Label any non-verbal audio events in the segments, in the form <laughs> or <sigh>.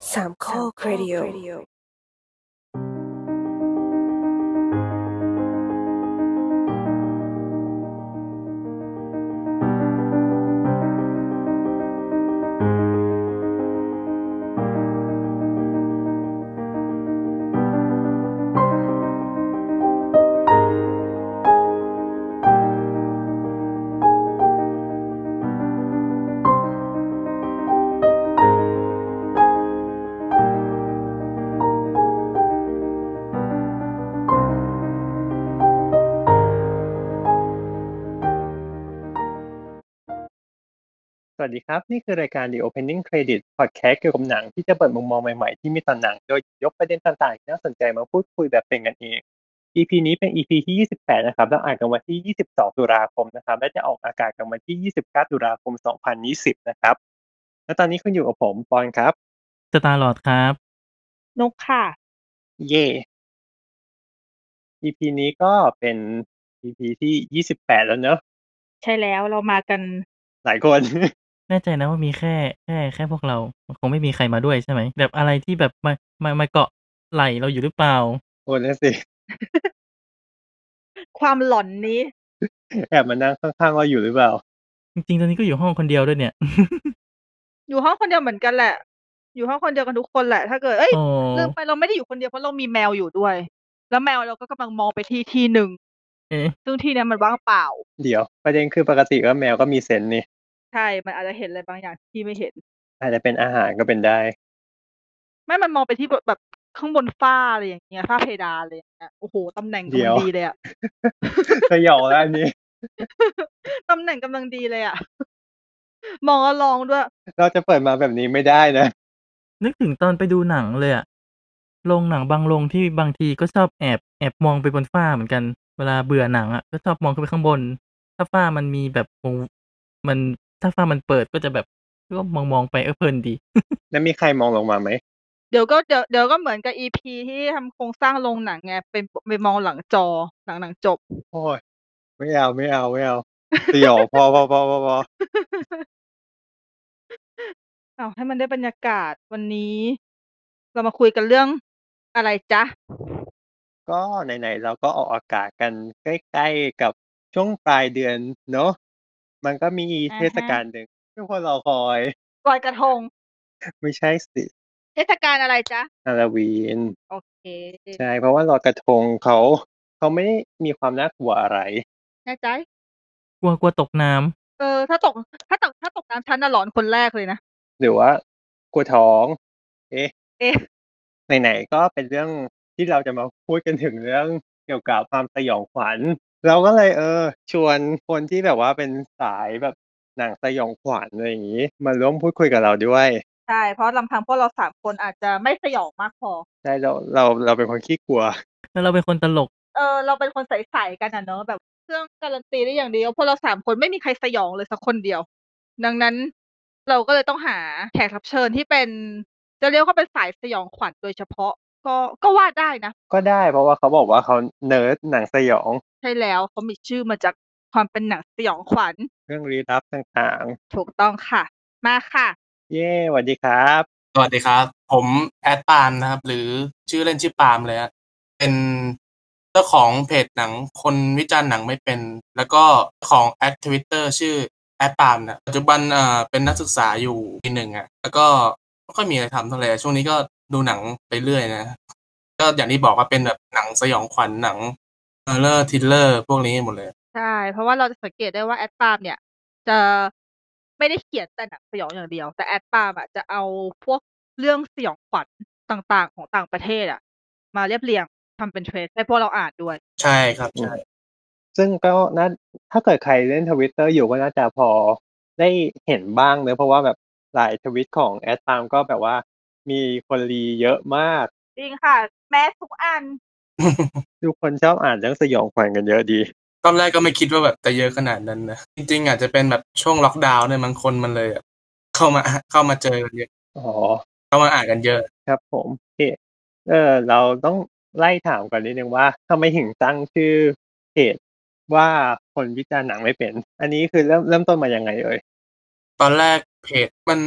Talk Radio สวัสดีครับ นี่คือรายการ The Opening Credit Podcast เกี่ยวกับหนังที่จะเปิดมุมมองใหม่ๆ ที่มีต่อหนัง โดยยกประเด็นต่างๆที่น่าสนใจมาพูดคุยแบบเป็นกันเอง EP นี้เป็น EP ที่ 28 นะครับแล้วอ่านกันวันที่ 22 ตุลาคมนะครับ และจะออกอากาศกันวันที่ 29 ตุลาคม 2020 นะครับ และตอนนี้คุณอยู่กับผมปอนครับ สตาร์ลอดครับ นกค่ะ เย่ EP นี้ก็เป็น EP ที่ 28 แล้วเนอะ ใช่แล้วเรามากัน หลายคน <laughs> แน่ใจนะว่ามีแค่แค่แค่พวกเราคงไม่มีใครมาด้วยใช่ไหมแบบอะไรที่แบบมามามาเกาะไหลเราอยู่หรือเปล่า โอ้นั่นสิ ความหลอนนี้ แอบมานั่งข้างๆเราอยู่หรือเปล่า จริงๆตอนนี้ก็อยู่ห้องคนเดียวด้วย <laughs> เนี่ย อยู่ห้องคนเดียวเหมือนกันแหละ อยู่ห้องคนเดียวกันทุกคนแหละ ถ้าเกิดเอ้ย โอ้ ลืมไปเราไม่ได้อยู่คนเดียวเพราะเรามีแมวอยู่ด้วย แล้วแมวเราก็กำลังมองไปที่ที่หนึ่ง เอ๊ะ ซึ่งที่เนี้ยมันว่างเปล่า เดี๋ยว ประเด็นคือปกติก็แมวก็มีเซนส์นี่ ใช่ มันอาจจะเห็นอะไรบางอย่างที่ไม่เห็น อาจจะเป็นอาหารก็เป็นได้ <laughs> ไม่มันมองไปที่แบบข้างบนฝ้าอะไรอย่างเงี้ยฝ้าเพดานอะไรอย่างเงี้ยโอ้โหตำแหน่ง เดี๋ กำลั ยว งดีเลยอะ สยองแล้วอันนี้ ตำแหน่งกำลังดีเลยอะมองแล้วลองด้วย เราจะเปิดมาแบบนี้ไม่ได้นะ นึกถึงตอนไปดูหนังเลยอะโรงหนังบางโรงที่บางทีก็ชอบแอบแอบมองไปบนฝ้าเหมือนกัน เวลาเบื่อหนังอะก็ชอบมองขึ้นไปข้างบน ถ้าฝ้ามันมีแบบวงมันถ้าฝ้ามันเปิดก็จะแบบก็มองมองๆไปเออเพลินดี แล้วมีใครมองลงมาไหม เดี๋ยวก็เดี๋ยวเดี๋ยวก็เหมือนกับอีพีที่ทำโครงสร้างโรงหนังไงเป็นไปมองหลังจอหลังหนังจบ โอ้ย ไม่เอาไม่เอาไม่เอา สยองพอพอพอพอพอ เอาให้มันได้บรรยากาศวันนี้ เรามาคุยกันเรื่องอะไรจ๊ะ ก็ไหนๆเราก็ออกอากาศกันใกล้ๆกับช่วงปลายเดือนเนาะ มันก็มี อ่าฮะ เทศกาลหนึ่งที่พวกเราคอย ลอยกระทง ไม่ใช่สิ เทศกาลอะไรจ๊ะ ฮาโลวีน โอเค ใช่ เพราะว่าลอยกระทงเขาเขาไม่ได้มีความน่ากลัวอะไร แน่ใจ กลัวกลัวตกน้ำ เออ ถ้าตก ถ้าตกถ้าตกน้ำชั้นน่ะหลอนคนแรกเลยนะ หรือว่ากลัวท้อง เอ๊ะ เอ๊ะ ไหนๆก็เป็นเรื่องที่เราจะมาพูดกันถึงเรื่องเกี่ยวกับความสยองขวัญ เราก็เลยเออ ชวนคนที่แบบว่าเป็นสายแบบหนังสยองขวัญอะไรอย่างนี้ มาร่วมพูดคุยกับเราด้วย ใช่ เพราะลำพังพวกเราสามคนอาจจะไม่สยองมากพอ ใช่เราเราเราเป็นคนขี้กลัว แล้วเราเป็นคนตลก เออ เราเป็นคนใสๆกันอ่ะเนอะแบบเครื่องการันตีได้อย่างเดียวพวกเราสามคนไม่มีใครสยองเลยสักคนเดียว ดังนั้นเราก็เลยต้องหาแขกรับเชิญที่เป็น จะเรียกว่าเป็นสายสยองขวัญโดยเฉพาะ ก็ก็ว่าได้นะ ก็ได้เพราะว่าเขาบอกว่าเขาเนิร์ดหนังสยอง ใช่แล้วเขามีชื่อมาจากความเป็นหนังสยองขวัญ เรื่องรีลับต่าง ถูกต้องค่ะ มาค่ะ ๆ เย้สวัสดีครับ สวัสดีครับ ผมแอดปาล์มนะครับ หรือชื่อเล่นชื่อปาล์มเลยฮะเป็นเจ้าของเพจหนังคนวิจารณ์หนังไม่เป็น แล้วก็เจ้าของแอดทวิตเตอร์ชื่อแอดปาล์มนะปัจจุบันเอ่อเป็นนักศึกษาอยู่ปีหนึ่งอ่ะแล้วก็ไม่ค่อยมีอะไรทำเท่าไหร่ช่วงนี้ก็ดูหนังไปเรื่อยนะ ก็อย่างที่บอกว่าเป็นแบบหนังสยองขวัญหนังเออร์ทริลเลอร์พวกนี้หมดเลย ใช่ เพราะว่าเราจะสังเกตได้ว่าแอดปาล์มเนี่ย จะไม่ได้เขียนแต่หนังสยองอย่างเดียว แต่แอดปาล์มอ่ะจะเอาพวกเรื่องสยองขวัญต่างๆ ของต่างประเทศอ่ะ มาเรียบเรียงทำเป็นเทรดให้พวกเราอ่านด้วย ใช่ครับใช่ ซึ่งก็น่าถ้าเกิดใครเล่นทวิตเตอร์อยู่ก็น่าจะพอได้เห็นบ้างเนอะเพราะว่าแบบหลายทวิตของแอดตามก็แบบว่ามีคนรีเยอะมาก จริงค่ะ แม้ทุกอัน ทุกคนชอบอ่านเรื่องสยองขวัญกันเยอะดี <laughs> ตอนแรกก็ไม่คิดว่าแบบจะเยอะขนาดนั้นนะจริง ๆ อาจจะเป็นแบบช่วงล็อกดาวน์เนี่ยบางคนมันเลยแบบเข้ามาเข้ามาเจอกันเยอะ อ๋อ เข้ามาอ่านกันเยอะ ครับผมโอเคเออเราต้องไล่ถามก่อนนิดนึงว่าทำไมถึงตั้งชื่อเพจว่าคนวิจารณ์หนังไม่เป็น อันนี้คือเริ่มเริ่มต้นมายังไงเอ่ย ตอนแรกเพจมัน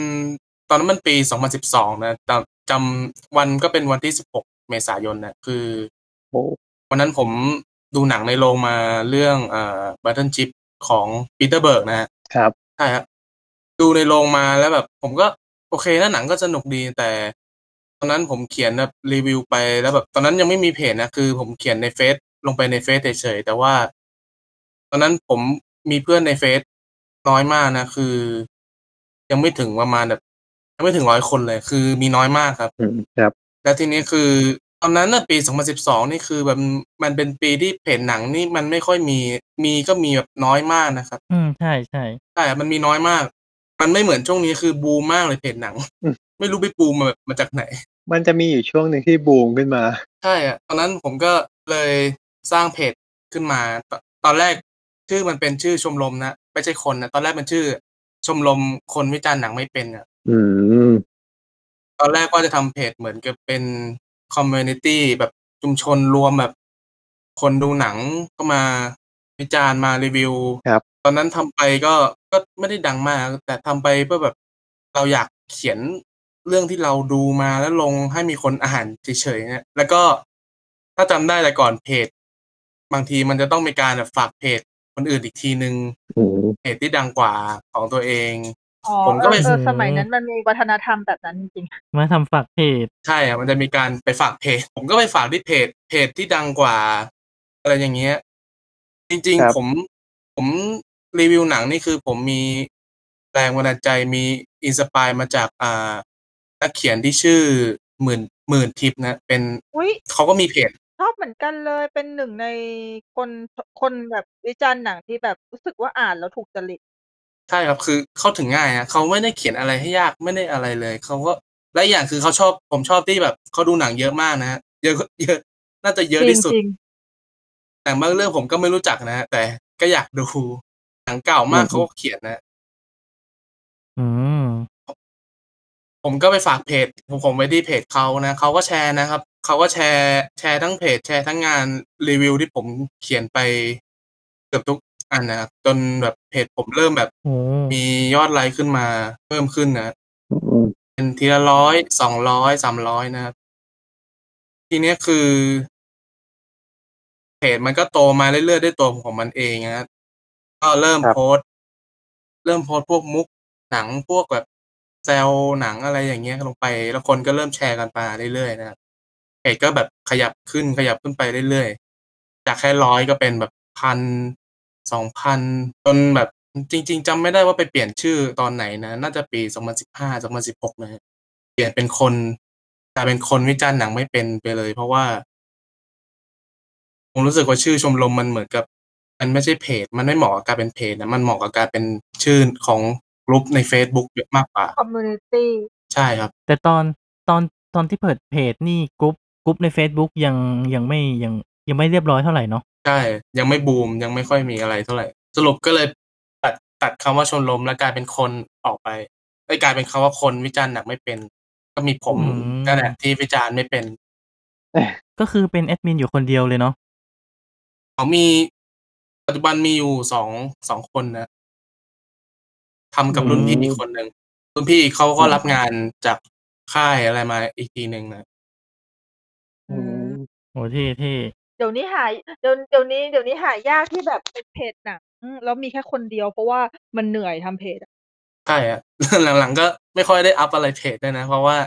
ตอนนั้นมันปี 2012 นะแต่ จำวันก็เป็นวันที่ 16 เมษายนนะคือ โอ้ วันนั้นผมดูหนังในโรงมาเรื่องเอ่อบัตเทิลชิพของปีเตอร์เบิร์กนะฮะ ครับ ใช่ครับดูในโรงมาแล้วแบบ ผมก็โอเคนะหนังก็สนุกดีแต่ ตอนนั้นผมเขียนแบบรีวิวไปแล้วแบบ ตอนนั้นยังไม่มีเพจนะคือ ผมเขียนในเฟซลงไปในเฟซเฉยๆแต่ว่า ตอนนั้นผมมีเพื่อนในเฟซน้อยมากนะคือ ยังไม่ถึงประมาณแบบ ยังไม่ถึงร้อยคนเลย คือมีน้อยมากครับ อืมครับ แล้วทีนี้คือ ตอนนั้นน่ะปี 2012 นี่คือแบบมันเป็นปีที่เพจหนังนี่มันไม่ค่อยมีมีก็มีแบบน้อยมากนะครับ อืมใช่ใช่ แต่มันมีน้อยมาก มันไม่เหมือนช่วงนี้คือบูมมากเลยเพจหนัง ไม่รู้ไปบูมมาแบบมาจากไหน มันจะมีอยู่ช่วงหนึ่งที่บูมขึ้นมา ใช่อะตอนนั้นผมก็เลยสร้างเพจขึ้นมาตตอนแรกชื่อมันเป็นชื่อชมรมนะไม่ใช่คนนะตอนแรกมันชื่อ ชมรมคนวิจารณ์หนังไม่เป็นอะ อืม ตอนแรกก็จะทำเพจเหมือนกับเป็นคอมมูนิตี้แบบชุมชนรวมแบบ คนดูหนังก็มาวิจารณ์มารีวิว ครับ ตอนนั้นทำไปก็ก็ไม่ได้ดังมาก แต่ทำไปเพื่อแบบเราอยากเขียนเรื่องที่เราดูมาแล้วลงให้มีคนอ่านเฉยๆเนี่ยแล้วก็ถ้าจำได้แต่ก่อนเพจ บางทีมันจะต้องมีการแบบฝากเพจคนอื่นอีกทีนึง อืม เพจที่ดังกว่าของตัวเอง อ๋อ ผมก็ไป เออเออ ซื้อ สมัยนั้นมันมีวัฒนธรรมแบบนั้นจริง มาทำฝากเพจ ใช่อะมันจะมีการไปฝากเพจ ผมก็ไปฝากที่เพจ เพจที่ดังกว่า อะไรอย่างเงี้ย จริง ครับ ๆ ผมผมรีวิวหนังนี่คือผมมีแรงบันดาลใจมีอินสปายมาจากอ่านักเขียนที่ชื่อหมื่นหมื่นทิพย์นะ เป็น ๆอุ้ย เขาก็มีเพจ ชอบเหมือนกันเลยเป็นหนึ่งในคนคนแบบวิจารณ์หนังที่แบบรู้สึกว่าอ่านแล้วถูกจริต ใช่ครับ คือเข้าถึงง่ายนะเขาไม่ได้เขียนอะไรให้ยากไม่ได้อะไรเลย เขาก็และอีกอย่างคือเขาชอบผมชอบที่แบบเขาดูหนังเยอะมากนะฮะเยอะเยอะ น่าจะเยอะที่สุด จริง หนังบางเรื่องผมก็ไม่รู้จักนะฮะแต่ก็อยากดูหนังเก่ามากเขาก็เขียนนะ อืม ผมก็ไปฝากเพจผมผมไปที่เพจเขานะเขาก็แชร์นะครับเขาก็แชร์แชร์ทั้งเพจ แชร์ทั้งงานรีวิวที่ผมเขียนไปเกือบทุกอันนะครับจนแบบเพจผมเริ่มแบบ โอ้ มียอดไลค์ขึ้นมาเพิ่มขึ้นนะ อืม เป็นทีละร้อยสองร้อยสามร้อยนะครับ ทีเนี้ยคือเพจมันก็โตมาเรื่อยๆด้วยตัวของมันเองนะครับก็เริ่มโพสต์เริ่มโพสต์พวกมุกหนังพวกแบบแซวหนังอะไรอย่างเงี้ยลงไป แล้วคนก็เริ่มแชร์กันมาเรื่อยๆนะครับเพจก็แบบขยับขึ้นขยับขึ้นไปเรื่อยๆ จากแค่ร้อยก็เป็นแบบพันสองพันจนแบบจริง ๆจำไม่ได้ว่าไปเปลี่ยนชื่อตอนไหนนะ น่าจะปีสองพันสิบห้าสองพันสิบหกนะฮะ เปลี่ยนเป็นคนกลายเป็นคนวิจารณ์หนังไม่เป็นไปเลย เพราะว่า ผมรู้สึกว่าชื่อชมรมมันเหมือนกับ มันไม่ใช่เพจ มันไม่เหมาะกับการเป็นเพจนะมันเหมาะกับการเป็นชื่อของกลุ่มใน Facebook เยอะมากกว่า คอมมูนิตี้ ใช่ครับ แต่ตอนตอนตอนที่เปิดเพจนี่กรุ๊ปกรุ๊ปใน Facebook ยังยังไม่ยังยังไม่เรียบร้อยเท่าไหร่เนาะ ใช่ ยังไม่บูมยังไม่ค่อยมีอะไรเท่าไหร่ สรุปก็เลยตัดตัดคำว่าชมรมแล้วกลายเป็นคนออกไปไอ้ยกลายเป็นคำว่าคนวิจารณ์หนังไม่เป็น ก็มีผมนั่นแหละที่วิจารณ์ไม่เป็น <laughs> ก็คือเป็นแอดมินอยู่คนเดียวเลยเนาะ เขามีปัจจุบันมีอยู่สองสองคนนะทำกับรุ่นพี่อีกคนหนึ่งรุ่นพี่เขาก็รับงานจากค่ายอะไรมาอีกทีหนึ่งนะ อืม โอ้ที่ที่ เดี๋ยวนี้หายเดี๋ยวเดี๋ยวนี้เดี๋ยวนี้หายากที่แบบเป็นเพจหนังแล้วมีแค่คนเดียวเพราะว่ามันเหนื่อยทำเพจอะ ใช่อะ <laughs> หลังๆก็ไม่ค่อยได้อัพอะไรเพจด้วยนะ เพราะว่า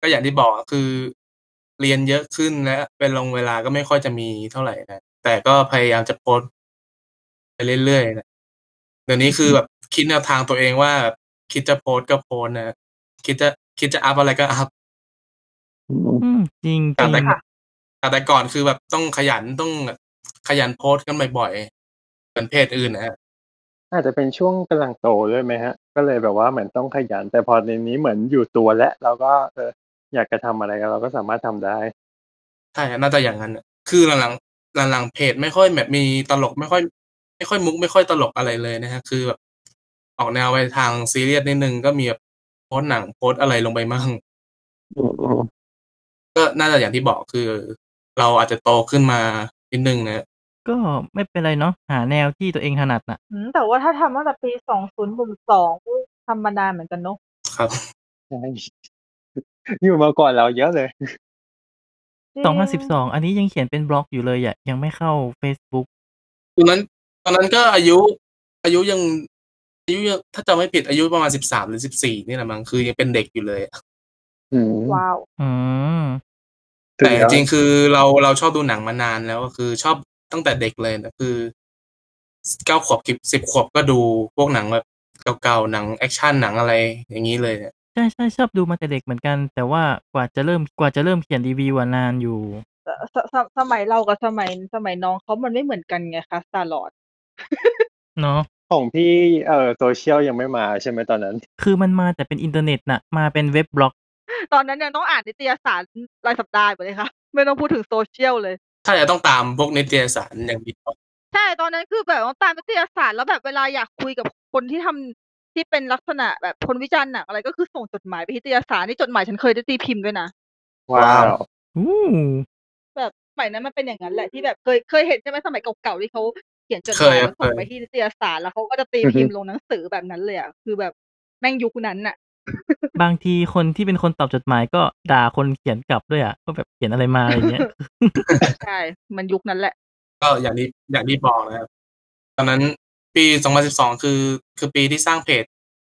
ก็อย่างที่บอกอะคือ เรียนเยอะขึ้นและเป็นลงเวลาก็ไม่ค่อยจะมีเท่าไหร่นะแต่ก็พยายามจะโพสต์ไปเรื่อยๆนะเดี๋ยวนี้คือแบบคิดแนวทางตัวเองว่าแบบคิดจะโพสต์ก็โพสต์นะคิดจะคิดจะอัพอะไรก็อัพ อืมจริงจ แต่ ริง แต่แต่แต่ก่อนคือแบบต้องขยันต้องแบบขยันโพสต์กันบ่อยๆเหมือนเพจอื่นนะฮะ อาจจะเป็นช่วงกำลังโตด้วยไหมฮะ ก็เลยแบบว่าเหมือนต้องขยัน แต่พอในนี้เหมือนอยู่ตัวและเราก็เอออยากจะทำอะไรเราก็สามารถทำได้ ใช่น่าจะอย่างนั้นน่ะคือหลังๆหลังๆเพจไม่ค่อยแบบมีตลกไม่ค่อย ไม่ค่อยมุกไม่ค่อยตลกอะไรเลยนะฮะคือแบบออกแนวไปทางซีเรียสนิดนึงก็มีแบบโพสต์หนังโพสต์อะไรลงไปมั่งก็น่าจะอย่างที่บอกคือ เราอาจจะโตขึ้นมานิดนึงนะฮะ ก็ไม่เป็นไรเนาะหาแนวที่ตัวเองถนัดน่ะ อืมแต่ว่าถ้าทำตั้งแต่ปีสองศูนย์สองทำมานานเหมือนกันเนอะ ครับ ใช่ <laughs> อยู่มาก่อนเราเยอะเลย สองพันสิบสองอันนี้ยังเขียนเป็นบล็อกอยู่เลยอ่ะยังไม่เข้า Facebook ตอนนั้นตอนนั้นก็อายุ อายุยังอายุยังถ้าจำไม่ผิดอายุประมาณสิบสามหรือสิบสี่นี่แหละมั้งคือยังเป็นเด็กอยู่เลยอะ อืม ว้าว อืม แต่จริงๆคือเราเราชอบดูหนังมานานแล้วก็คือชอบตั้งแต่เด็กเลยนะคือเก้าขวบสิบขวบก็ดูพวกหนังแบบเก่าๆหนังแอคชั่นหนังอะไรอย่างนี้เลยเนี่ย ใช่ใช่ชอบดูมาแต่เด็กเหมือนกัน แต่ว่ากว่าจะเริ่มกว่าจะเริ่มเขียนรีวิวอะนานอยู่ สสสมัยเรากับสมัยสมัยน้องเขามันไม่เหมือนกันไงคะสตาร์ลอด เนาะ ของพี่เอ่อโซเชียลยังไม่มาใช่ไหมตอนนั้น คือมันมาแต่เป็นอินเทอร์เน็ตน่ะ มาเป็นเว็บบล็อก ตอนนั้นยังต้องอ่านนิตยสารรายสัปดาห์อยู่เลยค่ะ ไม่ต้องพูดถึงโซเชียลเลย ถ้าจะต้องตามพวกนิตยสารอย่างเดียว ใช่ตอนนั้นคือแบบต้องตามนิตยสารแล้วแบบเวลาอยากคุยกับคนที่ทำที่เป็นลักษณะแบบคนวิจารณ์หนังอะไรก็คือส่งจดหมายไปนิตยสารนี่จดหมายฉันเคยได้ตีพิมพ์ด้วยนะ ว้าว อู้ แบบสมัยนั้นมันเป็นอย่างนั้นแหละที่แบบเคยเคยเห็นใช่ไหมสมัยเก่าๆที่เขาเขียนจดห เค มาย ย แล้ว เค ส่ง ย ไปที่นิตยสารแล้วเขาก็จะตีพิมพ์ลงหนังสือแบบนั้นเลยอ่ะคือแบบแม่งยุคนั้นน่ะ บางทีคนที่เป็นคนตอบจดหมายก็ด่าคนเขียนกลับด้วยอ่ะก็แบบเขียนอะไรมาอะไรเงี้ย <laughs> ใช่ มันยุคนั้นแหละ ก็อย่างที่อย่างที่บอกนะครับตอนนั้นปี 2012 คือ คือปีที่สร้างเพจ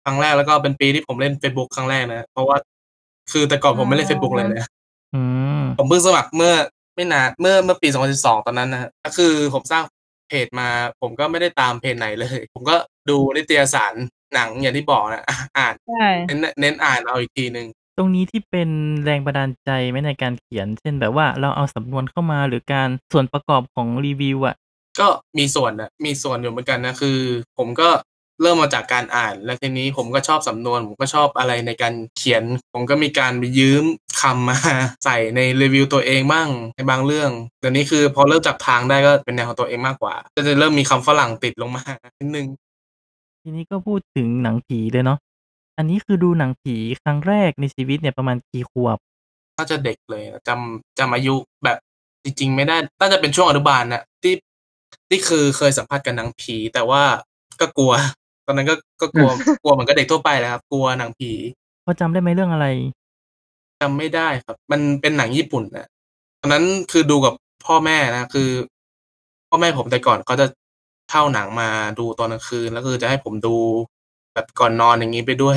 ครั้งแรกแล้วก็เป็นปีที่ผมเล่น Facebook ครั้งแรกนะ เพราะว่าคือแต่ก่อนผมไม่เล่น Facebook เลยนะ อืม ผมเพิ่งสมัครเมื่อไม่นานเมื่อเมื่อปี 2012 ตอนนั้นนะฮะก็คือผมสร้างเพจมา ผมก็ไม่ได้ตามเพจไหนเลย <laughs> ผมก็ดูนิตยสารหนังอย่างที่บอกนะอ่ะอ่าน ใช่ เน้นเน้นอ่านเอาอีกทีหนึ่ง ตรงนี้ที่เป็นแรงบันดาลใจไหมในการเขียน เช่นแบบว่าเราเอาสำนวนเข้ามาหรือการส่วนประกอบของรีวิวอ่ะ ก็มีส่วนนะมีส่วนอยู่เหมือนกันนะคือ ผมก็เริ่มมาจากการอ่าน แล้วทีนี้ผมก็ชอบสำนวน ผมก็ชอบอะไรในการเขียน ผมก็มีการไปยืมคำมา <laughs> ใส่ในรีวิวตัวเองบ้างในบางเรื่องแต่นี้คือพอเริ่มจับทางได้ก็เป็นแนวของตัวเองมากกว่า ก็จะเริ่มมีคำฝรั่งติดลงมา <laughs> นิดนึง ทีนี้ก็พูดถึงหนังผีเลยเนาะอันนี้คือดูหนังผีครั้งแรกในชีวิตเนี่ยประมาณกี่ขวบ น่าจะเด็กเลยอะจำจำอายุแบบจริง ๆ ไม่ได้น่าจะเป็นช่วงอนุบาลนะที่ที่คือเคยสัมผัสกับหนังผี แต่ว่าก็กลัว <laughs> ตอนนั้นก็ก็กลัว กลัวเหมือนกับเด็กทั่วไปแหละครับ กลัวหนังผี พอจำได้ไหมเรื่องอะไร จำไม่ได้ครับ มันเป็นหนังญี่ปุ่นนะตอนนั้นคือดูกับพ่อแม่นะ คือ พ่อแม่ผมแต่ก่อนเขาจะเช่าหนังมาดูตอนกลางคืน แล้วคือจะให้ผมดูแบบก่อนนอนอย่างนี้ไปด้วย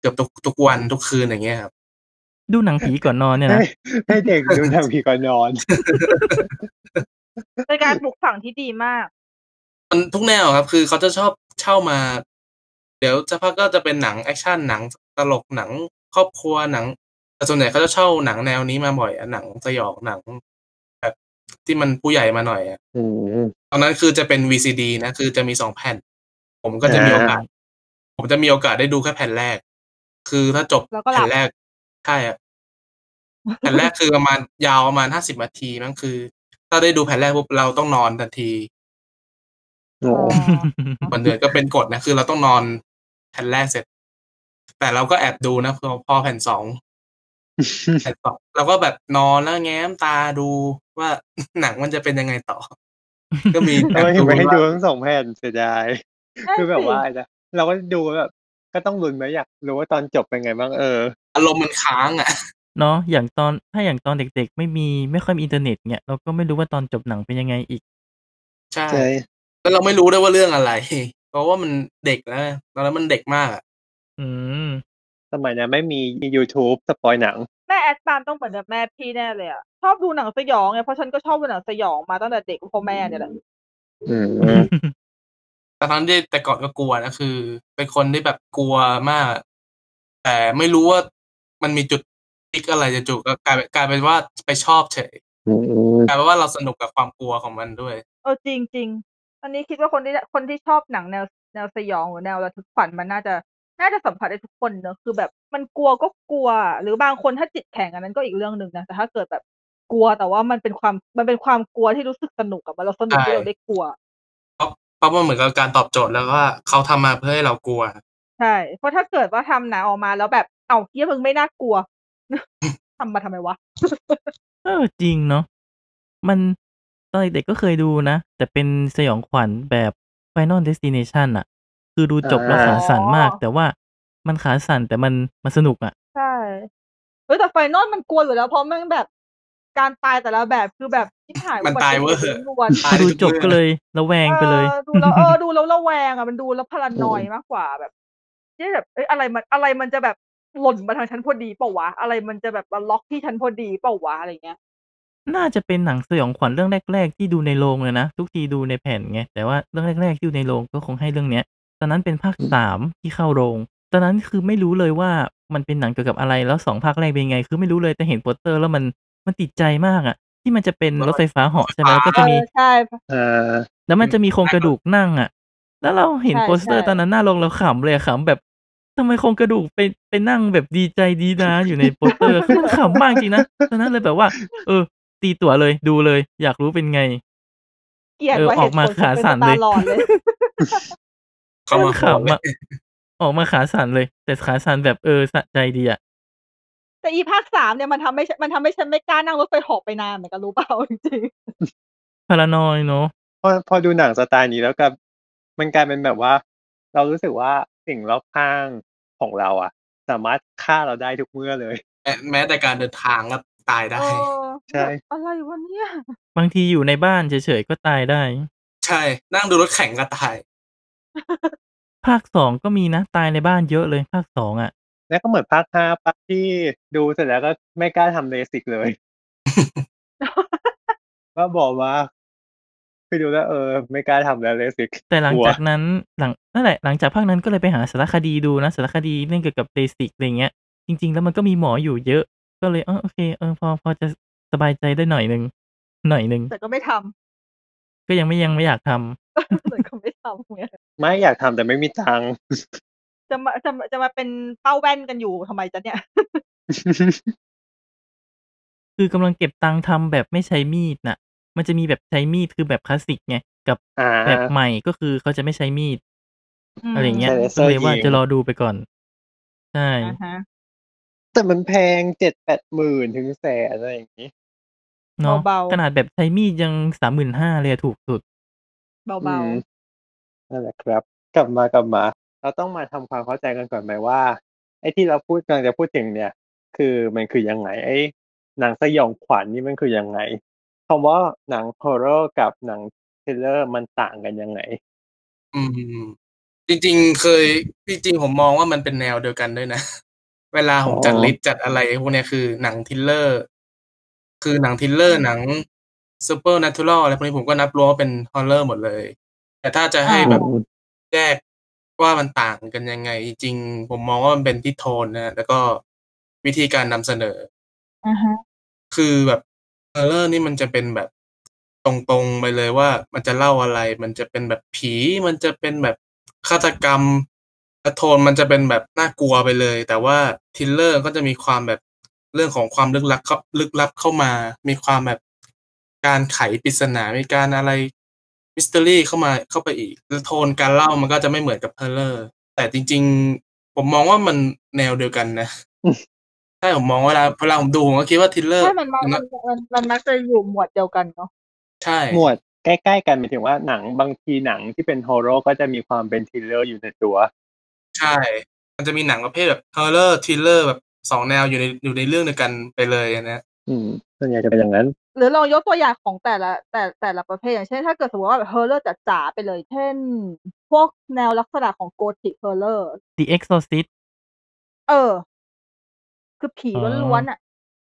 เกือบทุกทุกวันทุกคืนอย่างเงี้ยครับ ดูหนังผีก่อนนอนเนี่ยนะ <laughs> ให้ให้เด็กดูหนังผีก่อนนอน เป็นการปลูกฝังที่ดีมาก มันทุกแนวครับ คือเขาจะชอบเช่ามา เดี๋ยวสักพักก็จะเป็นหนังแอคชั่นหนังตลกหนังครอบครัวหนัง แต่ส่วนใหญ่เขาจะเช่าหนังแนวนี้มาบ่อยอะหนังสยองหนัง แบบที่มันผู้ใหญ่มาหน่อยอะ อืม ตอนนั้นคือจะเป็น VCD นะ คือจะมีสองแผ่น ผมก็จะ อ่ามี มีโอกาส ผมจะมีโอกาสได้ดูแค่แผ่นแรก คือถ้าจบ แล้วก็หลับ แผ่นแรกใช่อะแผ่นแรกคือประมาณยาวประมาณห้าสิบนาทีมั้งคือ ถ้าได้ดูแผ่นแรกปุ๊บเราต้องนอนทันที โอ้ วันเดือนก็เป็นกฎนะ คือเราต้องนอนแผ่นแรกเสร็จ แต่เราก็แอบดูนะพอพอแผ่นสอง แผ่นสองเราก็แบบนอนแล้วแง้มตาดูว่า หนังมันจะเป็นยังไงต่อ ก็ <laughs> มี ทำไมถึงไม่ให้ การ์ตูน ดู ว่า ทั้งสองแผ่นเสียดายคือแบบว่าอะไรนะเราก็ดูแบบก็ต้องลุ้นไหมอยากรู้ว่าตอนจบเป็นไงบ้างเออ อารมณ์มันค้างอ่ะ เนาะอย่างตอนถ้าอย่างตอนเด็กๆ ไม่มีไม่ค่อยมีอินเทอร์เน็ตเนี่ยเราก็ไม่รู้ว่าตอนจบหนังเป็นยังไงอีก ใช่ แล้วเราไม่รู้ได้วยว่าเรื่องอะไร เพราะว่ามันเด็กแล้วตอนนั้นมันเด็กมากอะ อืม สมัยนั้นไม่มี YouTube สปอยหนัง แม่แอดปาล์มต้องเหมือนกับแม่พี่แน่เลยอ่ะ ชอบดูหนังสยองไงเพราะฉันก็ชอบดูหนังสยองมาตั้งแต่เด็กพ่อแม่เนี่ยแหละ อืม แต่ตอนที่แต่ก่อนก็กลัวนะคือ เป็นคนที่แบบกลัวมาก แต่ไม่รู้ว่ามันมีจุดพลิกอะไรจะจุกก็กลายเป็นกลายเป็นว่าไปชอบเฉย อืม กลายเป็นว่าเราสนุกกับความกลัวของมันด้วย เออจริงจริงอันนี้คิดว่าคนที่คนที่ชอบหนังแนวแนวสยองหรือแนวระทึกขวัญมันน่าจะน่าจะสัมผัสได้ทุกคนเนอะคือแบบมันกลัวก็กลัว หรือบางคนถ้าจิตแข็งอันนั้นก็อีกเรื่องหนึ่งนะแต่ถ้าเกิดแบบกลัวแต่ว่ามันเป็นความมันเป็นความกลัวที่รู้สึกสนุกกับมันเราสนุก ใช่ ที่เราได้กลัว เพราะเพราะมันเหมือนกับการตอบโจทย์แล้วว่าเขาทำมาเพื่อให้เรากลัว ใช่ เพราะถ้าเกิดว่าทำหนังออกมาแล้วแบบเอาเยี่ยมึงไม่น่ากลัว <laughs> ทำมาทำไมวะ เออจริงเนาะมันตอนเด็กๆก็เคยดูนะ แต่เป็นสยองขวัญแบบ Final Destination อะคือดูจบแล้ว อ่า ขาสั่นมาก แต่ว่ามันขาสั่นแต่มันมันสนุกอะ ใช่ ฮ้ยแต่ไฟนอลมันกลัวอยู่แล้วเพราะมันแบบการตายแต่ละแบบคือแบบที่ถ่าย มันตายเว้ย ล้วนๆ ตาย ดู ทุก จบก็เลเรื่องยระแวงไปเลย ออดูแล้วเอ <laughs> อดูแล้วระแวงอ่ะมันดูแล้วพลานอยมากกว่าแบบเนี่ยแบบเอ้ยอะไรมันอะไรมันจะแบบหล่นมาทางฉันพอดีเปล่าวะอะไรมันจะแบบมาล็อกที่ฉันพอดีเปล่าวะอะไรเงี้ย น่าจะเป็นหนังสยองขวัญเรื่องแรก ๆ ที่ดูในโรงเลยนะ ทุกทีดูในแผ่นไงแต่ว่าเรื่องแรก ๆ ที่ดูในโรงก็คงให้เรื่องเนี้ย ตอนนั้นเป็นภาคสามที่เข้าโรง ตอนนั้นคือไม่รู้เลยว่ามันเป็นหนังเกี่ยวกับอะไรแล้วสองภาคแรกเป็นยังไง คือไม่รู้เลยแต่เห็นโปสเตอร์แล้วมันมันติดใจมากอะที่มันจะเป็นรถไฟฟ้าเหาะใช่ไหมแล้วก็จะมี เออใช่ เอ่อ แล้วมันจะมีโครงกระดูกนั่งอ่ะ แล้วเราเห็นโปสเตอร์ตอนนั้นหน้าลงเราขำเลยอะขำแบบทำไมโครงกระดูกไปไปนั่งแบบดีใจดีนะอยู่ในโปสเตอร์ คือมันขำมากจริงนะตอนนั้นเลยแบบว่า เออ ตีตั๋วเลยดูเลย อยากรู้เป็นไง เกลียด เออ ว่า อ เห อก ตุ มา ผล ขา เป็น สั่น ตา เลย หลอนเลย เข้ามาขอ ขำอะออกมาขาสั่นเลย แต่ขาสั่นแบบเออสะใจดีอ่ะ แต่อีภาคสามเนี่ยมันทำให้ฉันมันทำให้ฉันไม่กล้านั่งรถไฟเหอบไปนานเหมือนกันรู้เปล่าจริง พารานอยเนาะ พอพอดูหนังสไตล์นี้แล้วกับมันกลายเป็นแบบว่า เรารู้สึกว่าสิ่งรอบข้างของเราอะสามารถฆ่าเราได้ทุกเมื่อเลย แม้แม้แต่การเดินทางก็ตาย ๆ ได้ เออ ใช่ แบบอะไรวะเนี่ย บางทีอยู่ในบ้านเฉยๆก็ตายได้ ใช่นั่งดูรถแข่งก็ตาย ภาคสองก็มีนะตายในบ้านเยอะเลย ภาคสองอ่ะ แล้วก็เหมือนภาคห้าปะที่ดูเสร็จแล้วก็ไม่กล้าทำเลสิกเลย ก็บอกว่าไปดูแล้วเออ ไม่กล้าทำแล้วเลสิก แต่หลัง กลัว จากนั้นหลังนั่นแหละหลังจากภาคนั้นก็เลยไปหาสารคดีดูนะสารคดีเรื่องเกี่ยวกับเบสิกอะไรเงี้ย จริง ๆ แล้วมันก็มีหมออยู่เยอะ ก็เลยเออโอเคเออพอพอจะสบายใจได้หน่อยหนึ่งหน่อยหนึ่ง แต่ก็ไม่ทำ ก็ยังไม่ยังไม่อยากทำ แต่ก็ไม่ทำเนี่ย ไม่อยากทำแต่ไม่มีตังค์ <laughs> จะมาจะมาจะมาเป็นเป้าแว่นกันอยู่ทำไมจ๊ะเนี่ย คือกำลังเก็บตังค์ทำแบบไม่ใช้มีดน่ะ มันจะมีแบบใช้มีดคือแบบคลาสสิกไงกับ อ่า แบบใหม่ก็คือเขาจะไม่ใช้มีด ม อะไรเงี้ย ใช่เลเซอร์ก็เลยว่า ยิง จะรอดูไปก่อนใช่ อ่าฮะ แต่มันแพงเจ็ดแปดหมื่นถึงแสนอะไรอย่างนี้ เนาะ เบาๆ ขนาดแบบใช้มีดยังสามหมื่นห้าเลยอะถูกสุด เบา อืมนั่นแหละครับ กลับมากลับมา เราต้องมาทำความเข้าใจกันก่อนไหมว่า ไอ้ที่เราพูดกำลังจะพูดถึงเนี่ย คือมันคือยังไง ไอ้หนังสยองขวัญนี่มันคือยังไงคำว่าหนังฮอร์เรอร์กับหนังทริลเลอร์มันต่างกันยังไง อืมจริง ๆ เคยจริง ๆ ผมมองว่ามันเป็นแนวเดียวกันด้วยนะ <laughs> เวลาผมจัด อ๋อ ลิสต์จัดอะไรพวกเนี้ยคือหนังทริลเลอร์ คือหนังทริลเลอร์หนังซูเปอร์นั a ู a อะไรพวกนี้ผมก็นับรวมว่าเป็นฮอลเลอร์หมดเลย แต่ถ้าจะให้ อ่า แบบแยกว่ามันต่างกันยังไง จริง ๆ ผมมองว่ามันเป็นที่โทนนะ แล้วก็วิธีการนำเสนอ ๆอ่าฮะ คือแบบเออร์เลอร์นี่มันจะเป็นแบบตรงๆไปเลยว่ามันจะเล่าอะไร มันจะเป็นแบบผี มันจะเป็นแบบฆาตกรรมและโทนมันจะเป็นแบบน่ากลัวไปเลย แต่ว่าทริลเลอร์ก็จะมีความแบบเรื่องของความลึกลับเข้าลึกลับเข้ามา มีความแบบการไขปริศนา มีการอะไรมิส t ต r y เข้ามาเข้าไปอีกและโทนการเล่ามันก็จะไม่เหมือนกับเฮอร์เลอร์แต่จริง ๆ ผมมองว่ามันแนวเดียวกันนะ อืม ใช่ผมมองเวลาเวลาผมดูผมก็คิดว่าทริลเลอร์ ใช่มันมักมันมันมันมักจะอยู่หมวดเดียวกันเนาะ ใช่ หมวดใกล้ๆกันหมายถึงว่าหนังบางทีหนังที่เป็นฮอร์เรอร์ก็จะมีความเป็นทริลเลอร์อยู่ในตัว ใช่ มันจะมีหนังประเภทแบบฮอ r ์เ r อร์ทริลเลอร์แบบสองแนวอยู่ในอยู่ในเรื่องเดียวกันไปเลยอันเนะ อืมส่วนใหญ่จะเป็นอย่างนั้น หรือเรายกตัวอย่างของแต่ละแต่แต่ละประเภทอย่างเช่นถ้าเกิดสมมติว่าแบบเฮอร์เรอร์จ๋าๆไปเลย เช่น พวกแนวลักษณะของโกธิกเฮอร์เรอร์ The Exorcist เออ คือผี อ๋อ ล้วนๆอ่ะ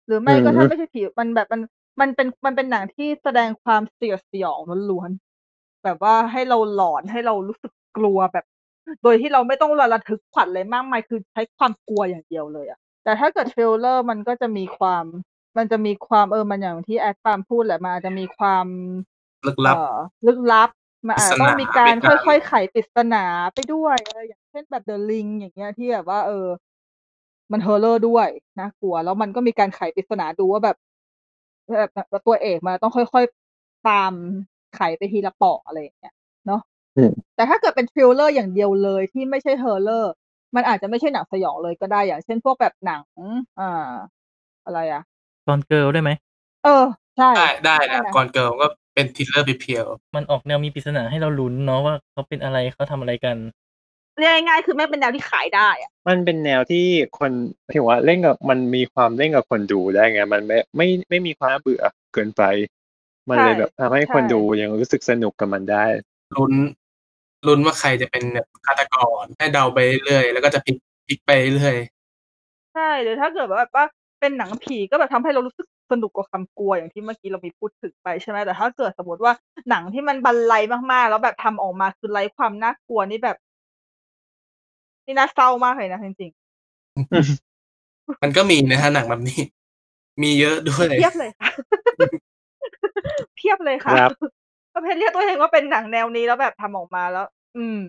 หรือไม่ อืม ก็ถ้าไม่ใช่ผีมันแบบมันมันเป็นมันเป็นหนังที่แสดงความเสียดสยองล้วนๆแบบว่าให้เราหลอนให้เรารู้สึกกลัวแบบ โดยที่เราไม่ต้องระระทึกขวัญเลยมากมายคือใช้ความกลัวอย่างเดียวเลยอ่ะ แต่ถ้าเกิดเทรลเลอร์มันก็จะมีความ มันจะมีความเออมันอย่างที่แอดปาล์มพูดแหละมันอาจจะมีความ ลึกลับ เอ่อลึกลับ มันอาจจะต้องมีการ ปริศนา ค่อยๆ ไขปริศนาไปด้วยเอออย่างเช่นแบบเดอะลิงอย่างเงี้ยที่แบบว่า เออ มันเฮอร์เลอร์ด้วยนะกลัว แล้วมันก็มีการไขปริศนาดูว่าแบบแบบแบบตัวเอกมันต้องค่อยๆตามไขไปทีละเปาะอะไรอย่างเงี้ยเนาะ อืม แต่ถ้าเกิดเป็นทริลเลอร์อย่างเดียวเลยที่ไม่ใช่เฮอร์เลอร์ มันอาจจะไม่ใช่หนังสยองเลยก็ได้อย่างเช่นพวกแบบหนังอ่าอะไรอ่ะ ตอนเกิลได้ไหม เออ ใช่ ได้ได้นะ ใช่นะ ก่อนเกิลก็เป็นทริลเลอร์เพียว มันออกแนวมีปริศนาให้เราลุ้นเนาะว่าเขาเป็นอะไรเขาทำอะไรกัน เรียกง่ายๆคือไม่เป็นแนวที่ขายได้อะ มันเป็นแนวที่คนถือว่าเล่นกับมันมีความเล่นกับคนดูได้ไง มันไม่ไม่ไม่มีความน่าเบื่อเกินไป มันเลยแบบทำให้คนดูยังรู้สึกสนุกกับมันได้ ลุ้นลุ้นว่าใครจะเป็นแบบฆาตกรให้เดาไปเรื่อยแล้วก็จะพลิกพลิกไปเรื่อย ใช่หรือถ้าเกิดว่าแบบว่าเป็นหนังผีก็แบบทำให้เรารู้สึกสนุกกว่าคำกลัวอย่างที่เมื่อกี้เรามีพูดถึงไปใช่ไหมแต่ถ้าเกิดสมมติว่าหนังที่มันบรรลัยมากๆ แล้วแบบทำออกมาคือไร้ความน่ากลัวนี่แบบนี่น่าเศร้ามากเลยนะจริง มันก็มีนะฮะหนังแบบนี้ มีเยอะด้วย ๆเพียบเลยค่ะ เพียบเลยค่ะ ครับ ประเภทเรียกตัวเองว่าเป็นหนังแนวนี้แล้วแบบทำออกมาแล้ว อืม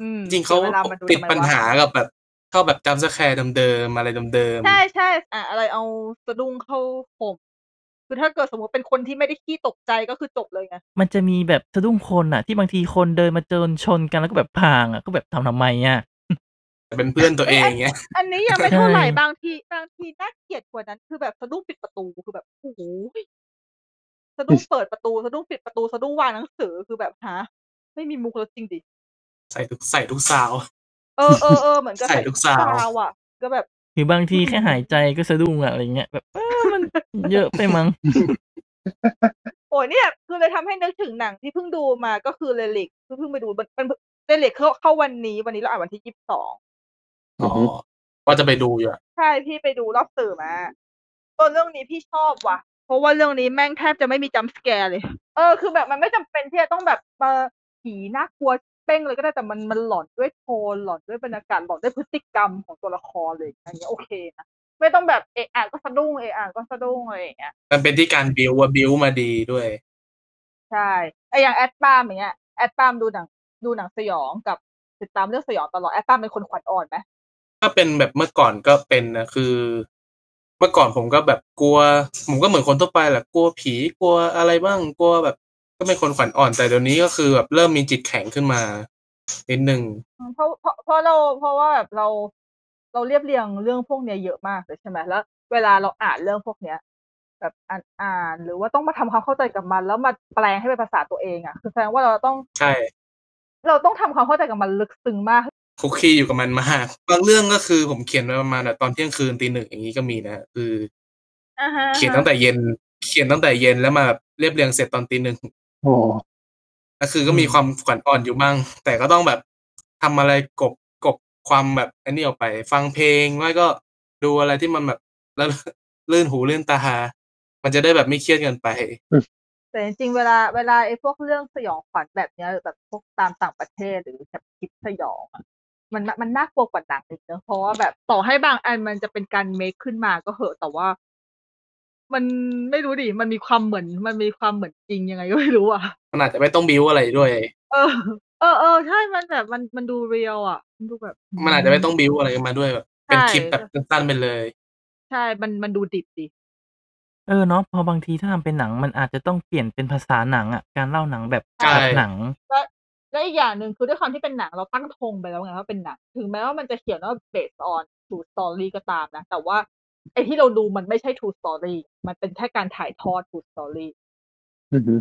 อืม จริงๆเขา สียวลมดู ติด ทำไม ปัญ วะ หากับแบบเข้าแบบจำสแคร์เดิมๆอะไรเดิม ใช่ใช่อ่ะอะไรเอาสะดุ้งเข้าผมคือถ้าเกิดสมมติเป็นคนที่ไม่ได้ขี้ตกใจก็คือจบเลยไง มันจะมีแบบสะดุ้งคนอ่ะ ที่บางทีคนเดินมาเจอชนกันแล้วก็แบบพางอ่ะก็แบบทำทำไมอ่ะ ๆแต่เป็นเพื่อนตัวเองเงี้ย <laughs> อันนี้ยังไม่เท่าไหร่ ใช่ บางทีบางทีน่าเกลียดกว่านั้น คือแบบสะดุ้งปิดประตูคือแบบโอ้โหสะดุ้งเปิดประตูสะดุ้งปิดประตูสะดุ้งวางหนังสือคือแบบฮะไม่มีมุกแล้วจริงดิ ใส่ทุกใส่ทุกซาว เอ <laughs> อเออเออเหมือนกับ ใส่ลูกสาว วอ่ะ ก็แบบ หรือบางทีแค่หายใจก็สะดุ้งอะอะไรเงี้ยแบบเออมันเยอะไปมั้ง โอ้ยเนี่ยคือเลยทำให้นึกถึงหนังที่เพิ่งดูมาก็คือเรลิกเพิ่งไปดูมันมันเรลิกเข้าเข้าวันนี้วันนี้เราอ่านวันที่ยี่สิบสอง อ๋อว่าจะไปดูอยู่อะ ใช่พี่ไปดูรอบสื่อมาตัวเรื่องนี้พี่ชอบว่ะ เพราะว่าเรื่องนี้แม่งแทบจะไม่มีจัมป์สแกร์เลย เออคือแบบมันไม่จำเป็นที่จะต้องแบบมาผีน่ากลัวเป้งเลยก็ได้แต่มันมันหลอนด้วยโทนหลอนด้วยบรรยากาศหลอนด้วยพฤติกรรมของตัวละครเลยอย่างเงี้ยโอเคนะไม่ต้องแบบเอะอะก็สะดุ้งเอะอะก็สะดุ้งอะไรอย่างเงี้ย มันเป็นที่การบิวว่าบิวมาดีด้วย ใช่ไออย่างแอดปาล์มอย่างเงี้ยแอดปาล์มดูหนังดูหนังสยองกับติดตามเรื่องสยองตลอดแอดปาล์มเป็นคนขวัญอ่อนไหม ถ้าเป็นแบบเมื่อก่อนก็เป็นนะคือ เมื่อก่อนผมก็แบบกลัว ผมก็เหมือนคนทั่วไปแหละกลัวผีกลัวอะไรบ้างกลัวแบบ ก็เป็นคนขวัญอ่อนแต่เดี๋ยวนี้ก็คือแบบเริ่มมีจิตแข็งขึ้นมานิดนึง อืมเพราะเพราะเพราะเราเพราะว่าแบบเราเราเรียบเรียงเรื่องพวกเนี้ยเยอะมากเลยใช่ไหมแล้ว เวลาเราอ่านเรื่องพวกเนี้ย แบบอ่านอ่านหรือว่าต้องมาทำความเข้าใจกับมัน แล้วมาแปลงให้เป็นภาษาตัวเองอ่ะ คือแสดงว่าเราต้อง ใช่ เราต้องทำความเข้าใจกับมันลึกซึ้งมาก คุกคีอยู่กับมันมาก <laughs> บางเรื่องก็คือผมเขียนไว้ประมาณแบบตอนเที่ยงคืนตีหนึ่งอย่างนี้ก็มีนะคือ เขียนตั้งแต่เย็น เขียนตั้งแต่เย็นแล้วมาแบบเรียบเรียงเสร็จตอนตีหนึ่ง โอ้ ก็คือก็มีความขวัญอ่อนอยู่บ้าง แต่ก็ต้องแบบทำอะไรกบกบความแบบอันนี้ออกไป ฟังเพลงไม่ก็ดูอะไรที่มันแบบ <laughs> แล้ว ลื่นหูลื่นตา มันจะได้แบบไม่เครียดเกันไป แต่จริงๆเวลาเวลาไอ้พวกเรื่องสยองขวัญแบบเนี้ยแบบพวกตามต่างประเทศหรือแบบคลิปสยองอะมันมันน่ากลัวกว่าหนังอีกเนอะเพราะว่าแบบต่อให้บางอันมันจะเป็นการเมคขึ้นมาก็เหอะแต่ว่า มันไม่รู้ดิมันมีความเหมือน มันมีความเหมือนจริงยังไงก็ไม่รู้อ่ะ มันอาจจะไม่ต้องบิวอะไรด้วย เออ เออเออใช่มันแบบมันมันดูเรียลอ่ะมันดูแบบ มันอาจจะไม่ต้องบิวอะไรมาด้วยแบบเป็น ใช่ คลิปแบบสั้นๆไปเลย ใช่ มันมันดูดิบดิ เออเนาะพอบางทีถ้าทำเป็นหนังมันอาจจะต้องเปลี่ยนเป็นภาษาหนังอ่ะการเล่าหนังแบบ ใช่ แบบหนัง และอีกอย่างหนึ่งคือด้วยความที่เป็นหนังเราตั้งธงไปแล้วไงว่าเป็นหนัง ถึงแม้ว่ามันจะเขียนว่า based on true story ก็ตามนะ แต่ว่าไอที่เราดูมันไม่ใช่ true story มันเป็นแค่การถ่ายทอด true story อือหือ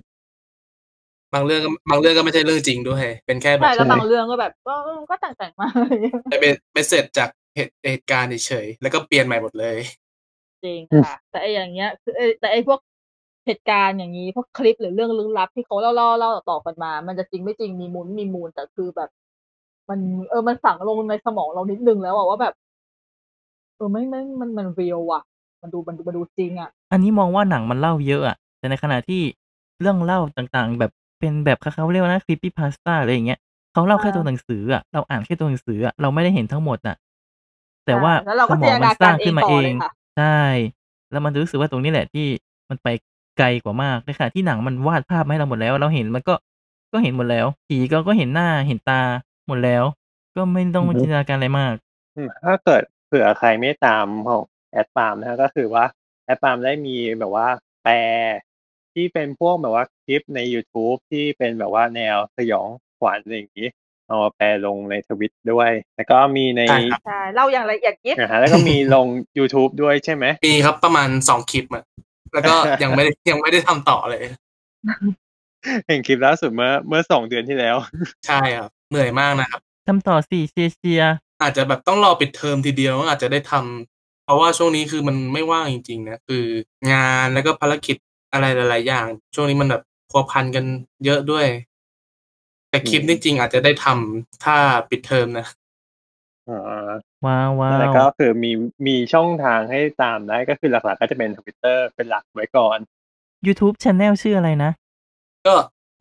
บ างเรื่องก็บางเรื่องก็ไม่ใช่เรื่องจริงด้วย เป็นแค่แบ ใช่ บ แล้วบางเรื่องก็แบบก็ก็แต่งๆมา <laughs> อะไรอย่างเงี้ย ไปเป็นเสร็จจากเหตุเหตุการณ์เฉยๆแล้วก็เปลี่ยนใหม่หมดเลย จริงค่ะ แต่ไออย่างเงี้ยคือไอ้แต่ไอพวกเหตุการณ์อย่างนี้พวกคลิปหรือเรื่องลึกลับที่เขาเล่าเล่าเล่าต่อๆกันมา มันจะจริงไม่จริงมีมูลไม่มีมูลแต่คือแบบ มันเออมันฝังลงในสมองเรานิดนึงแล้วอะว่าแบบ เออไม่ไม่มันมันเรียลว่ะ มันดูมันดูมันดูจริงอะ อันนี้มองว่าหนังมันเล่าเยอะอะแต่ในขณะที่เรื่องเล่าต่างๆ แบบเป็นแบบเขาเรียกว่านะคลิปปี้พาสต้าอะไรอย่างเงี้ยเขาเล่าแค่ตัวหนังสืออะเราอ่านแค่ตัวหนังสืออะเราไม่ได้เห็นทั้งหมดอะแต่ว่า แล้วเรา ส ก็ มองมันสร้างขึ้นมาเอ จินตนาการเอง ง ต่อเลยค่ะ ใช่แล้วมันรู้สึกว่าตรงนี้แหละที่มันไปไกลกว่ามากในขณะที่หนังมันวาดภาพมาให้เราหมดแล้ว เราเห็นมันก็ก็เห็นหมดแล้วผีก็ก็เห็นหน้าเห็นตาหมดแล้ว ก็ไม่ต้องจินตนาการอะไรมาก อืมถ้าเกิดเผื่อใครไม่ตามของแอดปามนะฮะก็คือว่าแอดปามได้มีแบบว่าแปลที่เป็นพวกแบบว่าคลิปใน YouTube ที่เป็นแบบว่าแนวสยองขวัญอะไรอย่างนี้เอามาแปลลงในทวิตด้วย แล้วก็มีใน ใช่ครับ ใช่เล่าอย่างละเอียดยิบ นะฮะแล้วก็มีลง YouTube ด้วยใช่ไหม มีครับประมาณสองคลิปอะแล้วก็ยังไม่ได้ยังไม่ได้ทำต่อเลย เห็นคลิปล่าสุดเมื่อเมื่อสองเดือนที่แล้ว ใช่ครับ เหนื่อยมากนะครับ ใช่ ต่อสี่เชียร์เชียร์ อาจจะแบบต้องรอปิดเทอมทีเดียวอาจจะได้ทำเพราะว่าช่วงนี้คือมันไม่ว่างจริงๆนะคืองานแล้วก็ภารกิจอะไรหลาย ๆ อย่าง ช่วงนี้มันแบบพัวพันกันเยอะด้วย แต่คลิป อืม นี่จริงอาจจะได้ทำถ้าปิดเทอมนะ อ่า ว้าวว้า แล้ว ว ก็คือมีมีช่องทางให้ตามได้ก็คือหลักๆก็จะเป็นทวิตเตอร์เป็นหลักไว้ก่อน ยูทูบช anel ชื่ออะไรนะ ก็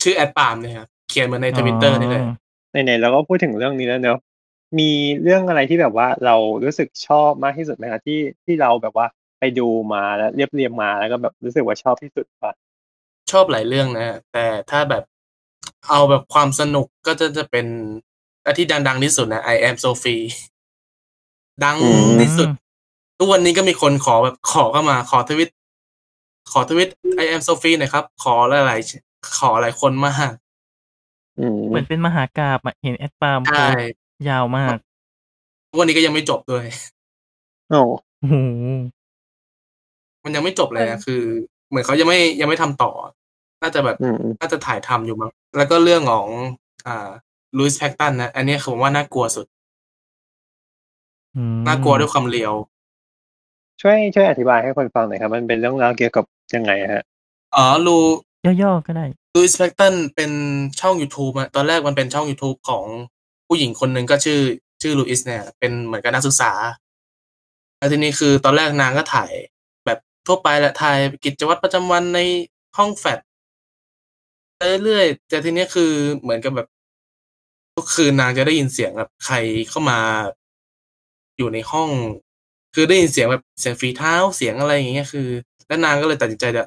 ชื่อแอดปาล์มเนี่ยครับเขียนมาในทวิตเตอร์นี่เลย อ๋อ ไหนๆเราก็พูดถึงเรื่องนี้แล้วเนอะมีเรื่องอะไรที่แบบว่าเรารู้สึกชอบมากที่สุดไหมคะที่ที่เราแบบว่าไปดูมาแล้วเรียบเรียงมาแล้วก็แบบรู้สึกว่าชอบที่สุดปะ ชอบหลายเรื่องนะแต่ถ้าแบบเอาแบบความสนุกก็จะจะเป็นอันที่ดังๆที่สุดนะ I am Sophie ดังที่สุด ทุกวันนี้ก็มีคนขอแบบขอเข้ามา ขอทวิต ขอทวิต I am Sophie หน่อยครับ ขอหลายๆขอหลายคนมาก อืม เหมือนเป็นมหากราบอะเห็นแอดปาล์มโพ ใช่ สต์ยาวมาก ทุกวันนี้ก็ยังไม่จบด้วย โอ้ โอ้โห มันยังไม่จบเลยนะคือ เหมือนเขายังไม่ยังไม่ทำต่อ น่าจะแบบ อืม น่าจะถ่ายทำอยู่มั้งแล้วก็เรื่องของ อ่าลุยส์แพคตันนะอันนี้คือผมว่าน่ากลัวสุด อืม น่ากลัวด้วยความเลียว ช่วยช่วยอธิบายให้คนฟังหน่อยครับมันเป็นเรื่องราวเกี่ยวกับยังไงฮะ อ๋อลู ย่อๆก็ได้ ลูอิสแพคตันเป็นช่อง YouTube อะตอนแรกมันเป็นช่อง YouTube ของผู้หญิงคนหนึ่งก็ชื่อ ชื่อลูอิสเนี่ย เป็นเหมือนกับนักศึกษา แล้วทีนี้คือตอนแรกนางก็ถ่าย แบบทั่วไปแหละถ่ายกิจวัตรประจำวันในห้องแฟลตไปเรื่อยๆแต่ทีนี้คือเหมือนกับแบบ ทุกคืนนางจะได้ยินเสียงแบบใครเข้ามาอยู่ในห้อง คือได้ยินเสียงแบบเสียงฝีเท้าเสียงอะไรอย่างเงี้ยคือ แล้วนางก็เลยตัดสินใจจะ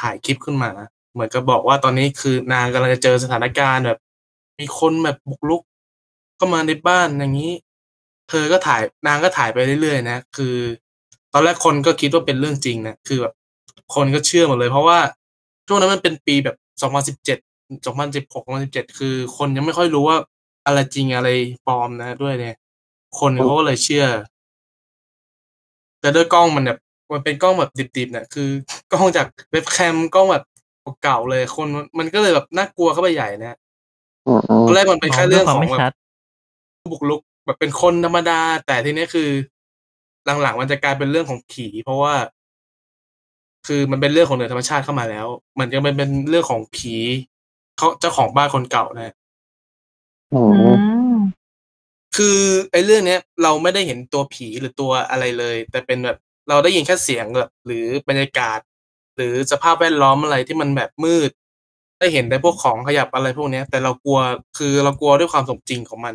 ถ่ายคลิปขึ้นมา เหมือนกับบอกว่าตอนนี้คือนางกำลังจะเจอสถานการณ์แบบ มีคนแบบบุกรุกเข้ามาในบ้านอย่างนี้ เธอก็ถ่ายนางก็ถ่ายไปเรื่อยๆนะคือ ตอนแรกคนก็คิดว่าเป็นเรื่องจริงนะคือแบบคนก็เชื่อหมดเลย เพราะว่าช่วงนั้นมันเป็นปีแบบสองพันสิบเจ็ดสองพันสิบหกสองพันสิบเจ็ดคือ คนยังไม่ค่อยรู้ว่าอะไรจริงอะไรปลอมนะ ด้วยเนี่ย คนเขาก็เลยเชื่อ แต่ด้วยกล้องมันแบบมันเป็นกล้องแบบดิบๆเนี่ยคือกล้องจากเว็บแคมกล้องแบบเก่าๆเลย คนมันมันก็เลยแบบน่ากลัวเข้าไปใหญ่นะตอนแรกมันเป็นแค่เรื่องของแบบ ผู้บุกลุกแบบเป็นคนธรรมดา แต่ทีเนี้ยคือ หลังๆมันจะกลายเป็นเรื่องของผี เพราะว่า คือมันเป็นเรื่องของเหนือธรรมชาติเข้ามาแล้ว มันจะเป็นเป็นเรื่องของผีเขาเจ้าของบ้านคนเก่านะ คือไอ้เรื่องเนี้ยเราไม่ได้เห็นตัวผีหรือตัวอะไรเลย แต่เป็นแบบเราได้ยินแค่เสียงแบบหรือบรรยากาศ หรือสภาพแวดล้อมอะไรที่มันแบบมืด ได้เห็นได้พวกของขยับอะไรพวกเนี้ย แต่เรากลัวคือเรากลัวด้วยความสมจริงของมัน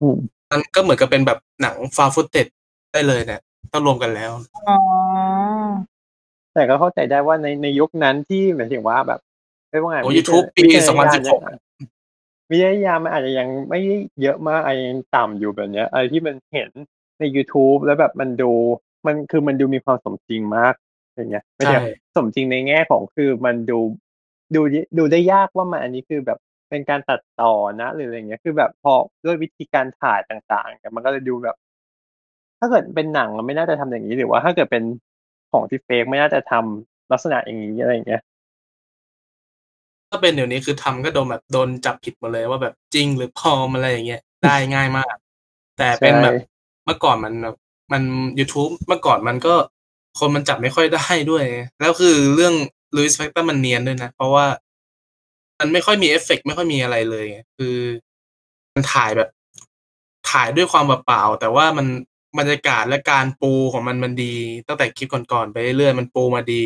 อืม มันก็เหมือนกับเป็นแบบหนังฟาฟุตเต็ดได้เลยเนี่ยถ้ารวมกันแล้ว อ๋อ แต่ก็เข้าใจได้ว่าในในยุคนั้นที่หมายถึงว่าแบบไม่ว่าไง โอ้ YouTube ปี วิจารณญาณ 2016 เนี่ยวิทยาณมันอาจจะยังไม่เยอะมากอาจจะยังต่ำอยู่แบบเนี้ยอะไรที่มันเห็นใน YouTube แล้วแบบมันดูมันคือมันดูมีความสมจริงมากอย่างเงี้ยไม่ ใช่ ใช่สมจริงในแง่ของคือมันดูดูดูได้ยากว่ามันอันนี้คือแบบเป็นการตัดต่อนะหรืออะไรเงี้ยคือแบบพอด้วยวิธีการถ่ายต่างๆเนี่ยมันก็เลยดูแบบ ถ้าเกิดเป็นหนังมันไม่น่าจะทำอย่างนี้หรือว่าถ้าเกิดเป็นของที่เฟกไม่น่าจะทำลักษณะอย่างนี้อะไรอย่างเงี้ย ถ้าเป็นเดี๋ยวนี้คือทำก็โดนแบบโดนจับผิดหมาเลยว่าแบบจริงหรือพอมอะไรอย่างเงี้ยได้ง่ายมาก แต่เป็นแบบ ใช่ เมื่อก่อนมันแบบมัน YouTube เมื่อก่อนมันก็คนมันจับไม่ค่อยได้ด้วย แล้วคือเรื่องลุยส์แฟกเตอร์มันเนียนด้วยนะ เพราะว่ามันไม่ค่อยมีเอฟเฟกต์ไม่ค่อยมีอะไรเลย คือมันถ่ายแบบ ถ่ายด้วยความเปล่าๆแต่ว่ามันบรรยากาศและการปูของมันมันดี ตั้งแต่คลิปก่อนๆไปเรื่อยๆมันปูมาดี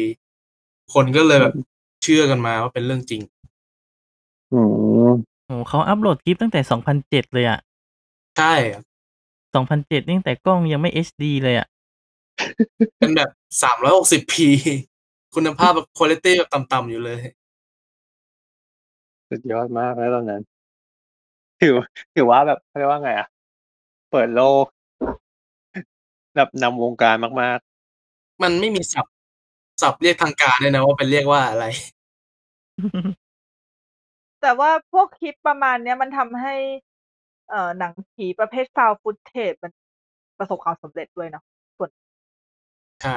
คนก็เลยแบบเชื่อกันมาว่าเป็นเรื่องจริง อืม โอ้โหเขาอัพโหลดคลิปตั้งแต่ 2007 เลยอะ ใช่ครับ 2007นี่ตั้งแต่กล้องยังไม่ HD เลยอะ เป็นแบบสามร้อยหกสิบพี <laughs> คุณภาพแบบคุณภาพแบบต่ำๆอยู่เลย สุดยอดมากแล้วตอนนั้น ถือถือว่าแบบเขาเรียกว่าไงอ่ะ เปิดโลก แบบนำวงการมาก มันไม่มีศัพท์ศัพท์เรียกทางการเลยนะว่าเป็นเรียกว่าอะไร <laughs> แต่ว่าพวกคลิปประมาณเนี้ยมันทำให้ เอ่อหนังผีประเภทฟาวฟุตเทจมันประสบความสำเร็จด้วยเนาะ ใช่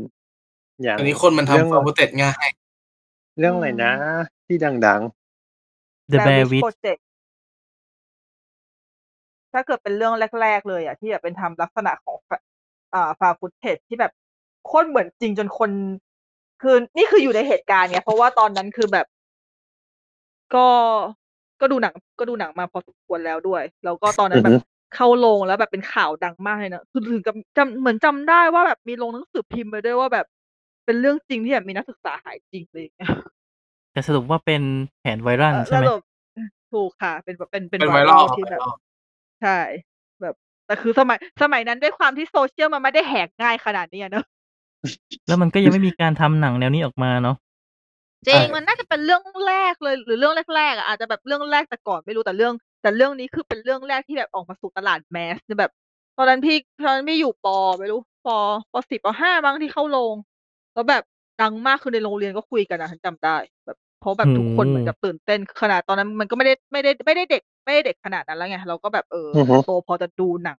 ๆ อย่าง อันนี้คนมัน เรื่อง ทำฟาร์มเต็ดง่าย เรื่องอะไรนะ ที่ดัง The Bear Witch Project ถ้าเกิดเป็นเรื่องแรก ๆ เลยอ่ะที่แบบเป็นทำลักษณะของอ่าฟาฟุตเทจที่แบบโคตรเหมือนจริงจนคน คือนี่คืออยู่ในเหตุการณ์ไงเพราะว่าตอนนั้นคือแบบ ก็ก็ดูหนัง ก็ดูหนังมาพอสมควรแล้วด้วย แล้วก็ตอนนั้นแบ อื บ อฮึ เข้าโรงแล้วแบบเป็นข่าวดังมากเลยเนอะคือถึงกับจำเหมือนจำได้ว่าแบบมีลงหนังสือพิมพ์ไปด้วยว่าแบบ เป็นเรื่องจริงที่แบบมีนักศึกษาหายจริงเลยอย่างเงี้ย แต่สรุปว่าเป็นแผนไวรัล เอ่อ ใช่ไหม ระบบถูกค่ะ เป็นแบบเป็นเป็น เป็น ไว ไว รั รั ล ล ที่แบบ ไวรัล ใช่ แบบ แต่คือสมัยสมัยนั้นด้วยความที่โซเชียลมันไม่ได้แหกง่ายขนาดนี้อะเนอะ แล้วมันก็ยังไม่มีการทำหนังแนวนี้ออกมาเนาะ จริงมันน่าจะเป็นเรื่องแรกเลย หรือเรื่องแรกๆอะอาจจะแบบเรื่องแรกแต่ก่อนไม่รู้แต่เรื่อง แต่เรื่องนี้คือเป็นเรื่องแรกที่แบบออกมาสู่ตลาดแมสแบบ ตอนนั้นพี่ตอนนั้นพี่อยู่ปอไม่รู้ปอปอสิบปอห้าบางที่เข้าโรงแล้วแบบดังมากคือในโรงเรียนก็คุยกันนะฉันจำได้แบบเพราะแบบทุกคนเหมือนกับตื่นเต้นขนาดตอนนั้นมันก็ไม่ได้ไม่ได้ไม่ได้เด็กไม่ได้เด็กขนาดนั้นแล้วไงเราก็แบบเอออ อฮึ โตพอจะดูหนัง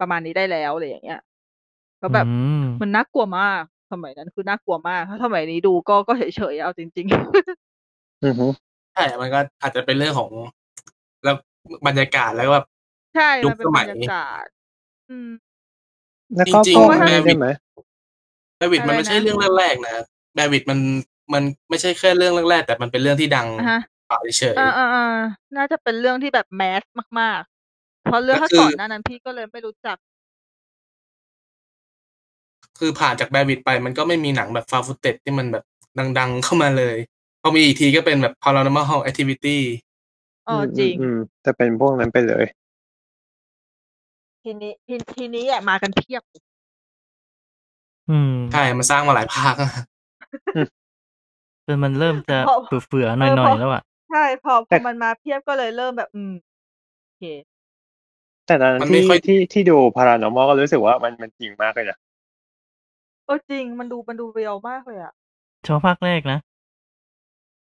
ประมาณนี้ได้แล้วอะไรอย่างเงี้ยก็แบบ อืม มันน่ากลัวมากสมัยนั้นคือน่ากลัวมากถ้าสมัยนี้ดูก็ก็เฉยเฉยๆเอาจริง อือฮึ ใช่มันก็อาจจะเป็นเรื่องของ แล้วบรรยากาศแล้วก็แบบ ๆ <laughs> ใช่ ยุ มั คน เป็น ส บ มั ร ย รยากาศ อืม แล้วก็ จริง พ่อ ๆ แม่ แม่ ได้ไหม แบวิดมันไม่ อะไรนะ ใช่เรื่องแรกๆนะแบวิดมันมันไม่ใช่แค่เรื่องแรกๆแต่มันเป็นเรื่องที่ดัง อ่ะฮะ กว่าเฉย อ่าอ่าอ่าน่าจะเป็นเรื่องที่แบบแมสมากๆ เพราะเรื่อง ก็ ถ้า คือ ก่อนหน้านั้นพี่ก็เลยไม่รู้จัก คือผ่านจากแบวิดไปมันก็ไม่มีหนังแบบฟาฟูเต็ดที่มันแบบดัง ๆ เข้ามาเลยพอมีอีกทีก็เป็นแบบ paranormal activity เออจริง อืมอืมจะเป็นพวกนั้นไปเลย ทีนี้ทีทีนี้อ่ะมากันเพียบ อืม ใช่มันสร้างมาหลายภาค จนมันเริ่มจะ เพราะ เฟื่อๆห เออเพ น่อย ราะ ๆแล้วอ่ะ ใช่พอพ แต่ อมันมาเพียบก็เลยเริ่มแบบ อืมโอเค แต่ตอนนั้ มัน นไม่ ที่ ค่อย ที่ที่ดูพารานอมอก็รู้สึกว่ามันมันจริงมากเลยนะ เออจริงมันดูมันดูเรียวมากเลยอ่ะ เฉพาะภาคแรกนะ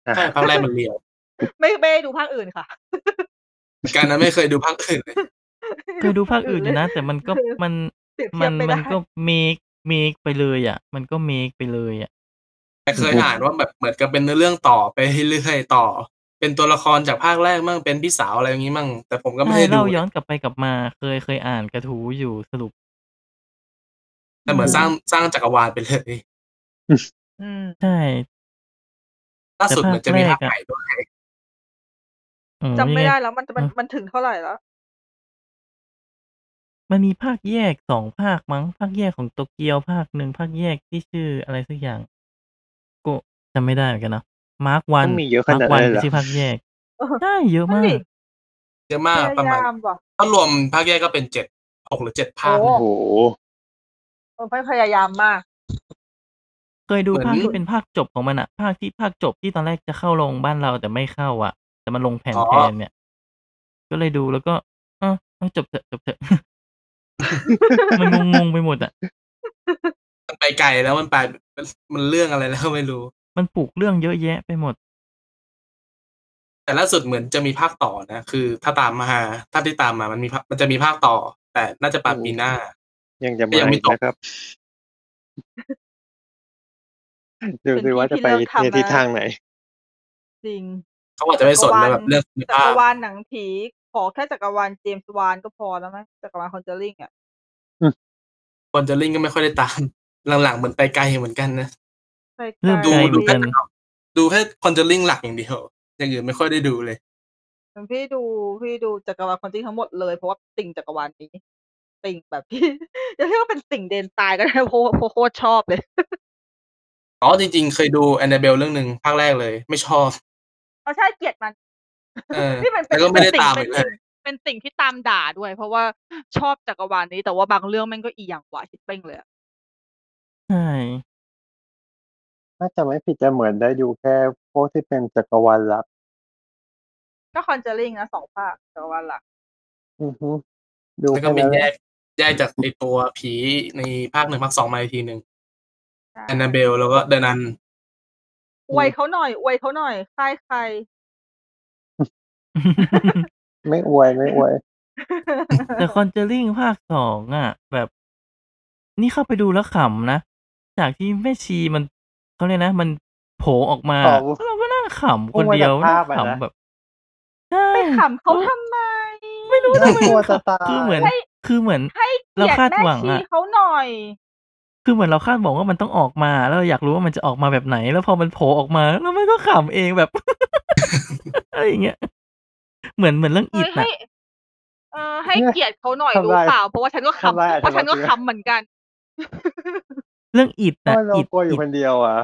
อ่ะ ใช่ภาคแรกมันเรียว ไม่ไม่ได้ดูภาคอื่นค่ะ <laughs> การนั้นไม่เคยดูภาคอื่นเลย เคยดูภาคอื่นอยู่นะ แต่มันก็ คือ มัน เปรียบเที มั ยบ น ไม่ได้ มันก็เมคเมคไปเลยอ่ะ มันก็เมคไปเลยอ่ะ แต่เคยอ่านว่าแบบเหมือนกับเป็นเนื้อเรื่องต่อไปเรื่อยๆต่อ เป็นตัวละครจากภาคแรกมั่งเป็นพี่สาวอะไรอย่างนี้มั่งแต่ผมก็ไม่ ใช่ ได้ดู เล่าย้อนกลับไปกลับมา เคยเคยอ่านกระทู้อยู่สรุป แต่เหมือนสร้างสร้างจักรวาลไปเลย อืม ใช่ ล่าสุด แต่ภาคเหมือนจะมีภาค แรกอะ ใหม่ด้วย อื จำไม่ ยังง ได้แล้วมันมัน อ่ะ มันถึงเท่าไหร่แล้ว มันมีภาคแยกสองภาคมั้ง ภาคแยกของโตเกียวภาคหนึ่งภาคแยกที่ชื่ออะไรสักอย่างโกจำไม่ได้เหมือนกันเนาะมาร์ควัน มันมีเยอะข มาร์ นาด ควั นั้นเลย ก็ เหรอ ชื่อภาค <laughs> แยก เออ ใช่เยอะ นั่น มาก ดิ เยอะ พ มากประ ยา มาณ ยามว่ะ ถ้ารวมภาคแยกก็เป็นเจ็ดหกหรือเจ็ดภาค โอ้ โอ้โห เออพยายามมาก เคยดู เหมือน ภาคที่เป็นภาคจบของมันอะภาคที่ภาคจบที่ตอนแรกจะเข้าลงบ้านเราแต่ไม่เข้าอะแต่มันลงแผ่นแทนเนี่ย ก็เลยดูแล้วก็เออเอาจบเถอะจบเถอะ <laughs> มันงงๆไปหมดอะ มันไปไกลแล้วมันไปมันมันเรื่องอะไรแล้วไม่รู้ มันปลูกเรื่องเยอะแยะไปหมด แต่ล่าสุดเหมือนจะมีภาคต่อนะคือ ถ้าตามมาถ้าที่ตามมามันมีภาคมันจะมีภาคต่อ แต่น่าจะปลายปีหน้า ยังจะ ยั มาง ไม่ อีก จบ นะครับ ดู เป็น ดูว่าจะ ที่ ไป ที่เลือกทำ ใน แล้ว ทิศทางไหน จริง เขาอาจจะไม่สนแล้วแบบเรื่องคุณ จั ภากพ รวาลหนังผีขอแค่จักรวาลเจมส์วานก็พอแล้วไหมจักรวาลคอนเจอริงอ่ะ คนจะลิงก็ไม่ค่อยได้ตาม หลังๆเหมือนไปไกลเหมือนกันนะ ไปไกล เริ่ม ดู ไกลเหมื ดู อนกั แค่ น ดูแค่คอนเจอริงหลักอย่างเดียวอย่างอื่นไม่ค่อยได้ดูเลย พี่ดูพี่ดูจักรวาลคอนเจอริงทั้งหมดเลยเพราะว่าติ่งจักรวาลนี้ติ่งแบบ <laughs> ที่ จะเรียกว่าเป็นติ่งเดนตายก็ได้เพราะว่าเพราะโคตรชอบเลย อ๋อจริงๆ เคยดูแอนนาเบลเรื่องหนึ่งภาคแรกเลย ไม่ชอบ เอาใช่เกลียดมัน เออ <laughs> นี่มันเป็ แต่ น ก็ไม่ได้ สิ่ง ตาม เป็น อีกเล สิ่ ย งเป็นสิ่งที่ตามด่าด้วย เพราะว่าชอบจักรวาลนี้ แต่ว่าบางเรื่องแมันก็อีหยังกว่าชิดเป้งเลยอะ ใช่ <laughs> ถ้าจะไม่ผิดจะเหมือนได้ดูแค่พวกที่เป็นจักรวาลหลัก ก็คอนเจอริงนะสองภาคจักรวาลหลัก อือฮึดู แล้วก็ แค่ มี นั้นแห แย ละ กแยกจากไอตัวผีในภาคหนึ่งภาคสองมาอีกทีหนึ่ง ใช่ แอนนาเบลแล้วก็เดนัน อวยเขาหน่อยอวยเขาหน่อยค่ายใคร ไม่อวยไม่อวย แต่คอนเจอริงภาคสองอ่ะ แบบ นี่เข้าไปดูแล้วขำนะ จากที่แม่ชีมันเขาเรียกนะ มันโผล่ออกมา อ๋อ เราก็นั่งขำคนเดียว พุ่งมาจากภาพอะนะ นั่งขำแบบใช่ ไปขำเขาทำไม ไม่ ไม่รู้ น่า ทำไม กลัวจะตาย คือเหมือน คือเหมือน ให้ เรา เกียร คาด ติแม่ หวัง ชี อะ เขาหน่อย คือเหมือนเราคาดหวังว่ามันต้องออกมา แล้วเราอยากรู้ว่ามันจะออกมาแบบไหน แล้วพอมันโผล่ออกมา แล้วมันก็ขำเองแบบ <laughs> อะไรอย่างเงี้ยเหมือนเหมือนเรื่อง เอ อิ อ ด ให้ น่ะ เออให้เกียรติเขาหน่อย ทำ รู้ ได้ เปล่า เพราะว่าฉันก็ ทำได้ ขำเพราะฉันก็ ทำได้ ขำเหมือนกัน เรื่องอิด ทำ น่ะ ไมเรา อิด กลัวอยู่ อิด คนเดียวอ่ะ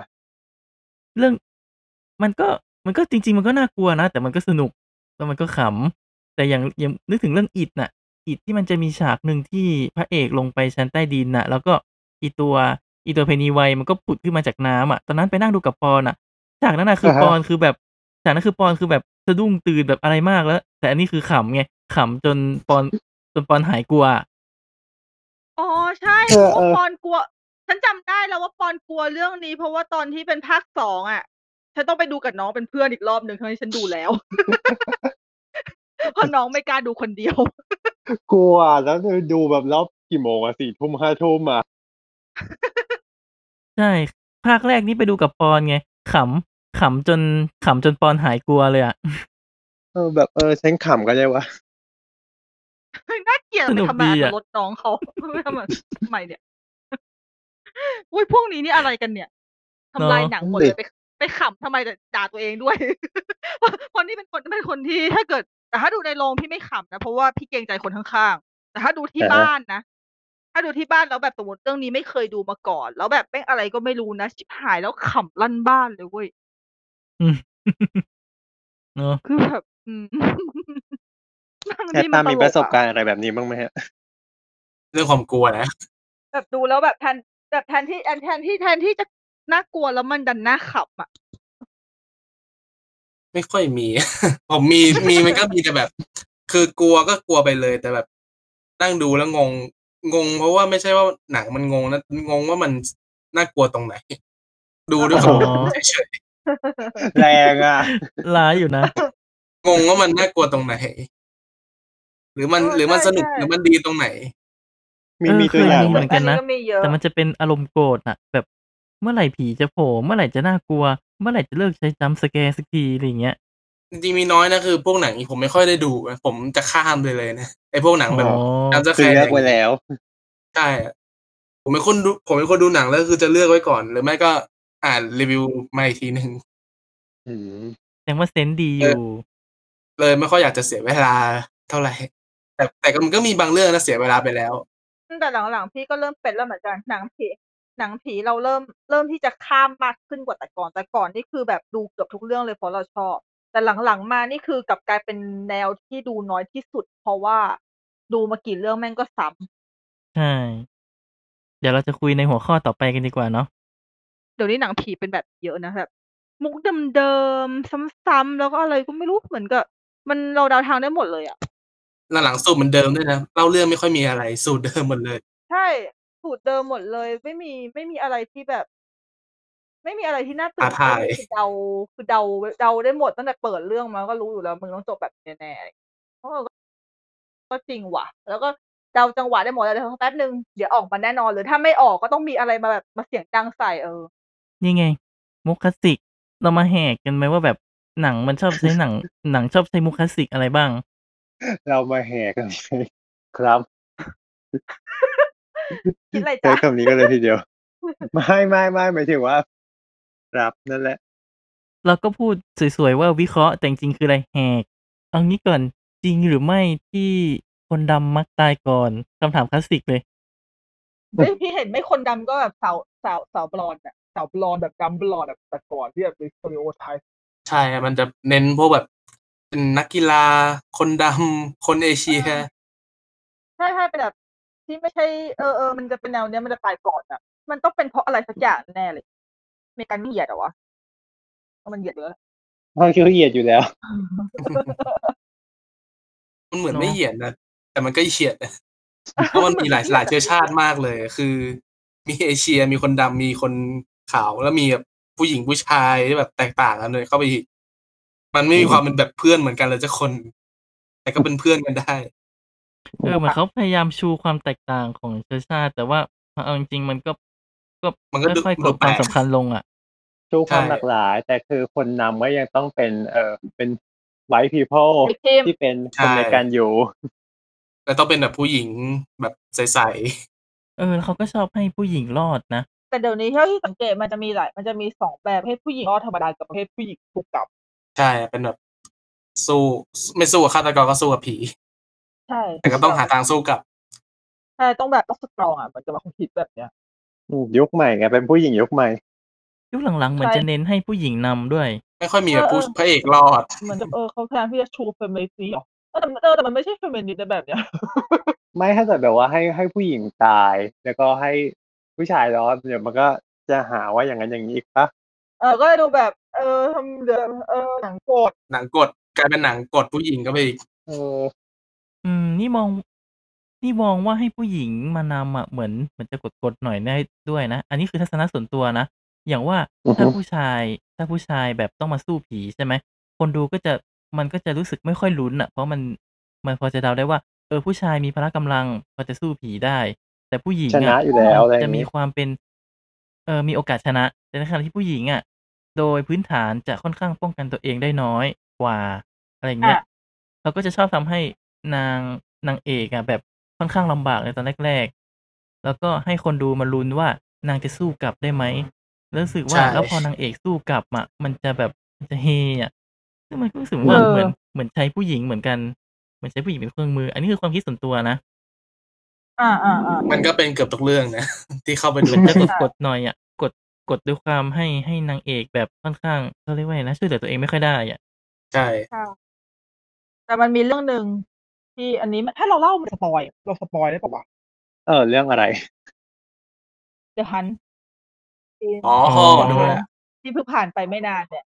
เรื่อง มันก็มันก็จริง ๆ มันก็น่ากลัวนะ แต่มันก็สนุกแล้วมันก็ขำแต่อย่างยังนึกถึงเรื่องอิดน่ะอิดที่มันจะมีฉากหนึ่งที่พระเอกลงไปชั้นใต้ดินน่ะ แล้วก็อีตัวอีตัวเพนีไวมันก็ผุดขึ้นมาจากน้ำอ่ะตอนนั้นไปนั่งดูกับปอนอ่ะฉากนั้นน่ะคือ อ่าฮะ ปอนคือแบบฉากนั้นคือปอนคือแบบสะดุ้งตื่นแบบอะไรมากแล้ว แต่อันนี้คือขำไงขำจนปอนจนปอนหายกลัว อ๋อใช่ เออ เพ เอ ราะ อ ว่าปอนกลัว ฉันจำได้แล้วว่าปอนกลัวเรื่องนี้ เพราะว่าตอนที่เป็นภาคสองอ่ะ ฉันต้องไปดูกับน้องเป็นเพื่อนอีกรอบหนึ่งทั้งที่ฉันดูแล้ว <laughs> เพราะน้องไม่กล้าดูคนเดียว กลัวแล้วดูแบบรอบกี่โมงอ่ะสี่ทุ่มห้าทุ่มอ่ะ ใช่ ภาคแรกนี่ไปดูกับปอนไงขำขำจนขำจนปอนหายกลัวเลยอะ เออแบบเออฉันขำก็ได้วะ น่าเกลียด ส ไป นุก ทำลาย ดีอะ รถน้องเขา ไม่ทำอะไรทำไมเนี่ย <laughs> อุ้ยพวกนี้นี่อะไรกันเนี่ยทำลายหนังหมดเลยไปไปขำทำไมแต่ด่าตัวเองด้วย <laughs> คนที่เป็นคนเป็นคนที่ถ้าเกิด แต่ถ้าดูในโรงพี่ไม่ขำนะเพราะว่าพี่เกรงใจคนข้างๆแต่ถ้าดูที่ อ่าฮะ บ้านนะถ้าดูที่บ้านแล้วแบบสมมติเรื่องนี้ไม่เคยดูมาก่อน แล้วแบบแม่งอะไรก็ไม่รู้นะชิบหายแล้วขำลั่นบ้านเลยเว้ย เนอะ คือแบบ อืม <laughs> นั่ง แอด นี่ ตานตลกมอ มีประสบการณ์อะไรแบบนี้บ้างไหมฮะ เรื่องความกลัวนะ แบบดูแล้วแบบแทนแบบแทนที่แทนแทนที่แทนที่จะน่ากลัวแล้วมันดันน่าขำอ่ะ ไม่ค่อยมี <laughs> ผมมีมีมันก็มีแต่แบบ คือกลัวก็กลัวไปเลย แต่แบบนั่งดูแล้วงง งง เพราะว่าไม่ใช่ว่าหนังมันงงนะงงว่ามันน่ากลัวตรงไหน ดูด้วยความงงเฉย แรงอ่ะ ร้ายอยู่นะ ๆงงว่ามันน่ากลัวตรงไหน หรือมัน เออ หรือมัน ใช่ สนุก ใช่ หรือมันดีตรงไหน มี เออ มีตัว เคย อย่าง มี ไหม เหมือนกันนะ ก็มีเยอะ แต่มันจะเป็นอารมณ์โกรธอะแบบเมื่อไหร่ผีจะโผล่เมื่อไหร่จะน่ากลัว เมื่อไหร่จะเลิกใช้จัมป์สแกร์สักทีอะไรอย่างเงี้ย จริงๆมีน้อยนะคือพวกหนังอีกผมไม่ค่อยได้ดูนะผมจะข้ามเลยเลยนะไอพวกหนังแบบ อ๋อ จำจะแค คือ ร์ เลือกไว้แล้ว ใช่อะผมเป็นคนดูผมเป็นคนดูหนังแล้วคือจะเลือกไว้ก่อน หรือไม่ก็อ่านรีวิวมาอีกทีหนึ่ง อืม แสดงว่าเซนส์ดีอยู่ เลยไม่ค่อยอยากจะเสียเวลาเท่าไหร่ แต่แต่ก็มันก็มีบางเรื่องนะเสียเวลาไปแล้ว แต่หลังๆพี่ก็เริ่มเป็นแล้วเหมือนกันหนังผีหนังผีเราเริ่มเริ่มที่จะข้ามมากขึ้นกว่าแต่ก่อนแต่ก่อนนี่คือแบบดูเกือบทุกเรื่องเลยเพราะเราชอบ แต่หลังๆมานี่คือกลับกลายเป็นแนวที่ดูน้อยที่สุด เพราะว่าดูมากี่เรื่องแม่งก็ซ้ ใช่ เดี๋ยวเราจะคุยในหัวข้อต่อไปกันดีกว่าเนาะ ำเดี๋ยวนี้หนังผีเป็นแบบเยอะนะแบบมุกเดิมๆซ้ำๆแล้วก็อะไรก็ไม่รู้เหมือนกับมันเราเดาทางได้หมดเลยอ่ะ หลังๆสูตรเหมือนเดิมด้วยนะเล่าเรื่องไม่ค่อยมีอะไร สูตรเดิมหมดเลย ใช่สูตรเดิมหมดเลย ไม่มีไม่มีอะไรที่แบบ ไม่มีอะไรที่น่าตื่น ท้า เต้น ทาย คือเดาคือเดาเดาได้หมดตั้งแต่เปิดเรื่องมาก็รู้อยู่แล้วมึงต้องจบแบบนี้แน่ๆก็ก็จริงว่ะ แล้วก็เดาจังหวะได้หมดเลยเดี๋ยวแป๊บนึงเดี๋ยวออกมาแน่นอนหรือถ้าไม่ออกก็ต้องมีอะไรมาแบบมาเสียงดังใส่เออ นี่ไง มุกคลาสสิก เรามาแหกกันไหมว่าแบบหนังมันชอบใช้หนัง หนังชอบใช้มุกคลาสสิกอะไรบ้าง เรามาแห่กันไหมครับ คิดอะไรจ๊ะ ใช้คำนี้ก็เลยทีเดียว <laughs> ไม่ไม่ไม่หมายถึงว่า ครับนั่นแหละ เราก็พูดสวยๆว่าวิเคราะห์แต่จริงๆคืออะไรแหก เอางี้ก่อนจริงหรือไม่ที่คนดำมักตายก่อนคำถามคลาสสิกเลย ไม่พี่เห็นไม่คนดำก็แบบสาวสาวสาวบลอนด์อะสาวบลอนด์แบบดำบลอนด์แบบแต่ก่อนที่แบบเป็นสเตอริโอไทป์ ใช่อะมันจะเน้นพวกแบบเป็นนักกีฬา คนดำคนเอเชีย ใช่ใช่เป็นแบบที่ไม่ใช่เออเออมันจะเป็นแนวเนี้ยมันจะตายก่อนอะมันต้องเป็นเพราะอะไรสักอย่างแน่เลยอเมริกันไม่เหยียดเหรอวะเอามันเหยียดเยอะ เพราะคิดว่าเหยียดอยู่แล้ว มันเหมือน เนอะ ไม่เหยียดนะแต่มันก็เหยียดนะเพราะมันมีหลายหลายเชื้อชาติมากเลย คือ มีเอเชียมีคนดำมีคนขาวแล้วมีแบบผู้หญิงผู้ชายที่แบบแตกต่างกันเลยเข้าไปอีกมันไม่มีความเป็นแบบเพื่อนเหมือนกันเลยจะคน แต่ก็เป็นเพื่อนกันได้ เออเหมือนเขาพยายามชูความแตกต่างของเชื้อชาติ แต่ว่าเอาจริงๆมันก็ก็ มันก็ดู ค่อยๆก ดู ด แป ค ล วาม ก สำคัญลงอ่ะ ชูความ ใช่ หลากหลาย แต่คือคนนำก็ยังต้องเป็น เออเป็นไวท์พีเพ e ไวท์ people ที่เป็นคนอเมริกันอยู่ แต่ต้องเป็นแบบผู้หญิงแบบใส เออแล้วเขาก็ชอบให้ผู้หญิงรอดนะ แต่เดี๋ยวนี้เท่าที่สังเกตมันจะมีหลายมันจะมีสองแบบเพศผู้หญิงรอดธรรมดากับเพศผู้หญิงถูกจับ ๆ ใช่เป็นแบบสู้ไม่สู้กับฆาตกรก็สู้กับผี ใช่ แต่ก็ต้องหาทางสู้กลับ ใช่ต้องแบบต้องสตรองอ่ะเหมันจะมาคงคิดแบบเนี้ย อืมยุคใหม่ไงเป็นผู้หญิงยุคใหม่ ยุคหลังๆเหมือน ใช่ จะเน้นให้ผู้หญิงนำด้วย ไม่ค่อยมีแบบผู้ เออเออ พระเอกรอด เหมือนจะเออเขาแทนที่จะชูเฟมินิสต์หรอเออแต่เออแต่มันไม่ใช่เฟมินิสต์ในแบบเนี้ย ไม่ถ้าเกิดแบบว่าให้ให้ผู้หญิงตาย แล้วก็ให้ผู้ชายรอดเดี๋ยวมันก็จะหาว่าอย่างนั้นอย่างนี้อีกปะ เออก็เลยดูแบบ เออทำเดือเออหนังโกรธ หนังกดกลายเป็นหนังกดผู้หญิงก็ไปอีก เออ อืม นี่มอง นี่มองว่าให้ผู้หญิงมานำอ่ะเหมือนเหมือนจะกดกดหน่อยได้ด้วยนะ อันนี้คือทัศนะส่วนตัวนะ อย่างว่า อือฮึ ถ้าผู้ชายถ้าผู้ชายแบบต้องมาสู้ผีใช่ไหม คนดูก็จะมันก็จะรู้สึกไม่ค่อยลุ้นอ่ะ เพราะมันมันพอจะเดาได้ว่า เออผู้ชายมีพละกำลังพอจะสู้ผีได้ แต่ผู้หญิง ชนะ อ่ะ อยู่แล้วอะไรอ จะ ย่าง มี นี้ ความเป็น เออมีโอกาสชนะ แต่ในขณะที่ผู้หญิงอ่ะ โดยพื้นฐานจะค่อนข้างป้องกันตัวเองได้น้อยกว่า อะไรอย่างเงี้ยเขาก็จะชอบทำให้นางนางเอกอ่ะ แบบค่อนข้างลำบากในตอนแรก ๆ แล้วก็ให้คนดูมาลุ้นว่านางจะสู้กลับได้ไหมแล้วรู้สึกว่าแล้วพอนางเอกสู้กลับอ่ะมันจะแบบมันจะเฮอ่ะซึ่งมันก็รู้สึกว่าเหมือนเหมือนใช้ผู้หญิงเหมือนกันเหมือนใช้ผู้หญิงเป็นเครื่องมือ อันนี้คือความคิดส่วนตัวนะ อ่าอ่าอ่า มันก็เป็นเกือบทุกเรื่องนะ <laughs> ที่เข้าไปดู มันจะกดกดหน่อยอ่ะกดกดด้วยความให้ให้นางเอกแบบค่อนข้างเขาเรียกว่าไงนะช่วยเหลือตัวเองไม่ค่อยได้อ่ะ ใช่ แต่มันมีเรื่องหนึ่งที่อันนี้มันถ้าเราเล่ามันสปอยเราสปอยได้ปะวะ เออ เรื่องอะไร เดี๋ยวฮัน อ๋อดูแล้ว ที่เพิ่งผ่านไปไม่นานเนี่ย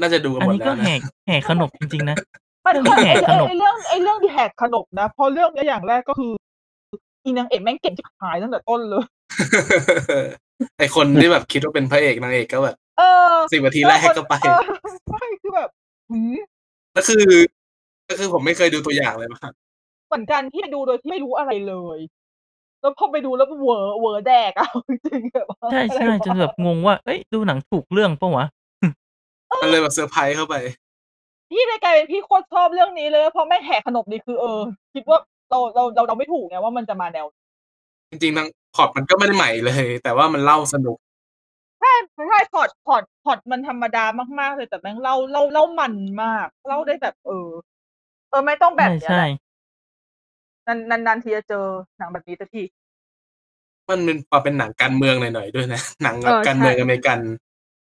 น่าจะดูกัน อัน หมด นี้ แล้ ก็ ว แห นะ กแหกขนบจริงๆนะ <laughs> มัน เรื่อง ไอ้ แหกขนบ ไอ้เรื่องไอ้เรื่องที่แหกขนบนะเพราะเรื่องเนี้ยอย่างแรกก็คืออีนางเอกแม่งเก่งจิบหายตั้งแต่ต้นเลย <laughs> ไอคนที่แบบคิดว่าเป็นพระเอกนางเอกก็แบบ เออ สิบนาทีแรกก็ไป เออใช่คือแบบหืม ก็คือ ก็คือผมไม่เคยดูตัวอย่างเลยมาก่อน เหมือนกันที่ไปดูโดยที่ไม่รู้อะไรเลย แล้วพอไปดูแล้วเวอร์เวอร์แดกอะ จริงๆแบบว่า ใช่ใช่ อะไรวะ จนแบบงงว่าเอ้ยดูหนังถูกเรื่องปะวะ มันเลยแบบเซอร์ไพรส์เข้าไป พี่เลยกลายเป็นพี่โคตรชอบเรื่องนี้เลยเพราะแม่งแหกขนบดีคือเออ คิดว่าเราเราเราเราไม่ถูกไงว่ามันจะมาแนว จริงๆทางขอบมันก็ไม่ได้ใหม่เลย แต่ว่ามันเล่าสนุก ใช่พอดพอดพอดมันธรรมดามากๆเลยแต่แม่งเล่าเล่าเล่ามันมากเล่าได้แบบเออ เออไม่ต้องแบบเนี้ใช่ยแห ใช่ ละนานนานนานทีจะเจอหนังแบบนี้สักที มันเป็นพอเป็นหนังการเมืองหน่อยๆด้วยนะ <laughs> หนังแบบ เออ การเมือง ใช่ อเมริกัน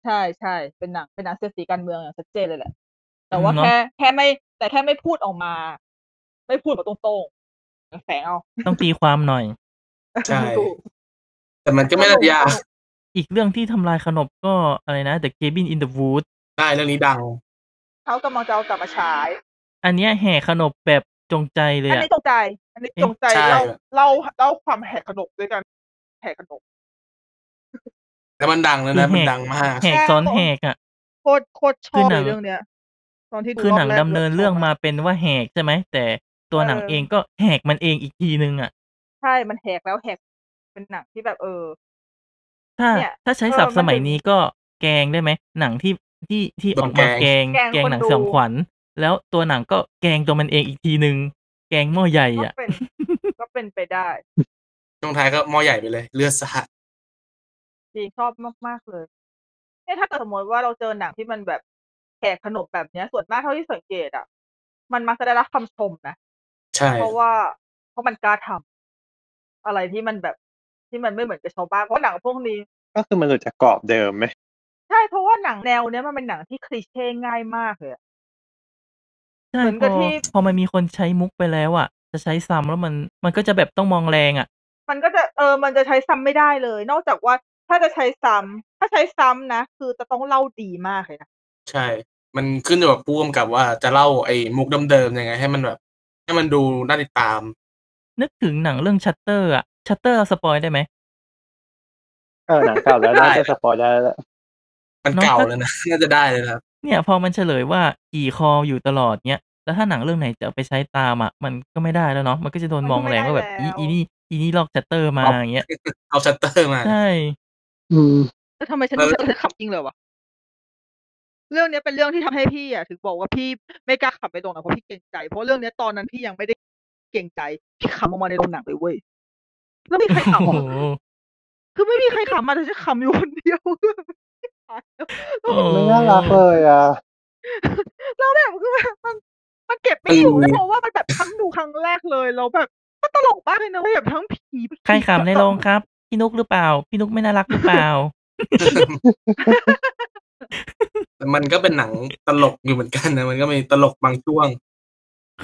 ใช่ใช่เป็นหนังเป็นหนังเสียดสีการเมืองอย่างชัดเจนเลยแหละ แต่ว่า อืมเนอะ แค่แค่ไม่ แต่แค่ไม่พูดออกมา ไม่พูดแบบตรงๆแฝงเอา ต้องตีความหน่อย ใช่ <laughs> ถูก แต่มันก็ไม่ได้ยาก อีกเรื่องที่ทำลายขนบก็อะไรนะ The Cabin in the Woods ได้เรื่องนี้ดัง เขากำลังจะเอากลับมาฉาย อันเนี้ยแหกขนบแบบจงใจเลย อัน อ่ะ นี้จงใจ อันนี้จงใจ ใช่ เล่าเล่าเล่าความแหกขนบด้วยกันแหกขนบ แต่มันดังแล้วนะ คือแหก มันดังมาก แหกซ้อนแหกอ่ะ โคตรโคตรชอบ คือหนั เลยงเรื่องเนี้ย ตอนที่ดู คือหนัง รบแรก ดำเนินเรื่องมา ชบ เป็นว่าแหกใช่ไหมแต่ตัวหนังเองก็แหกมันเองอีกทีนึงอ่ะ ใช่ มันแหกแล้วแหกเป็นหนังที่แบบเออ ถ้า เนี่ย ถ้าใช้ เออ ศัพท์สมัย มันถึง นี้ก็แกงได้ไหมหนังที่ที่ที่ โด ออน กมา แก แก ง ง แกงคน หนัง ดู สยองขวัญแล้วตัวหนังก็แกงตัวมันเองอีกทีนึง แกงหม้อใหญ่ ก็ อ่ะ เป็น ก็เป็นไปได้ ช่วงท้ายก็หมอใหญ่ไปเลย เลือดสาด จริงชอบมาก ๆ เลยเนี่ยถ้าเกิดสมมติว่าเราเจอหนังที่มันแบบแขกขนบแบบเนี้ย ส่วนมากเท่าที่สังเกตอ่ะ มันมักจะได้รับคำชมนะ ใช่ เพราะว่าเพราะมันกล้าทำอะไรที่มันแบบที่มันไม่เหมือนกับชาวบ้านเพราะหนังพวกนี้ ก็คือมันหลุดจากกรอบเดิมไหม ใช่เพราะว่าหนังแนวเนี้ยมันเป็นหนังที่คลีเช่ง่ายมากเลยอะ ใช่ เหมือน พ กั อบ ที่ พอมันมีคนใช้มุกไปแล้วอ่ะ จะใช้ซ้ำแล้วมันมันก็จะแบบต้องมองแรงอ่ะ มันก็จะเออ มันจะใช้ซ้ำไม่ได้เลย นอกจากว่าถ้าจะใช้ซ้ำถ้าใช้ซ้ำนะคือจะต้องเล่าดีมากเลยนะ ใช่ มันขึ้นอยู่กับผู้กำกับว่าจะเล่าไอ้มุกเดิมๆยังไง ให้มันแบบ ให้มันดูน่าติดตาม นึกถึงหนังเรื่องชัตเตอร์อ่ะชัตเตอร์สปอยได้ไหม เออหนังเก่าแล้วน่าจะสปอยได้แล้ว มันเก่าแล้วนะ น่าจะได้เลยนะครับ <laughs> เนี่ยพอมันเฉลยว่ากี่คออยู่ตลอดเนี่ยแล้วถ้าหนังเรื่องไหนจะเอาไปใช้ตามอ่ะ มันก็ไม่ได้แล้วเนาะมันก็จะโดนมองแรงว่าแบบอีอีนี่อีนี่ลอกชัตเตอร์มาอย่างเงี้ย เอาชัตเตอร์มา ใช่ อืม แล้วทำไมฉัน เออ รู้สึกว่าฉันขำจริงเลยวะเรื่องเนี้ยเป็นเรื่องที่ทำให้พี่อ่ะถึงบอกว่าพี่ไม่กล้าขำไปตรงนั้นเพราะพี่เกรงใจเพราะเรื่องเนี้ยตอนนั้นพี่ยังไม่ได้ เกรงใจ พี่ขำออกมาในโรงหนังเลยเว้ยแล้วไม่มีใคร โอ้ ขำ โห <laughs> อะ คือไม่มีใครขำมาแต่ฉันขำอยู่คนเดียว <laughs> มันน่ารักเลยอ่ะ เราแบบคือแบบมันมันเก็บไม่อยู่แล้วเพราะว่ามันแบบครั้งดูครั้งแรกเลยเราแบบก็ตลกมากเลยนะเว้ยแบบทั้งผี ใครขำในโรงครับ พี่นุกหรือเปล่า พี่นุกไม่น่ารักหรือเปล่า แต่มันก็เป็นหนังตลกอยู่เหมือนกันนะ มันก็มีตลกบาง <laughs> ช่วง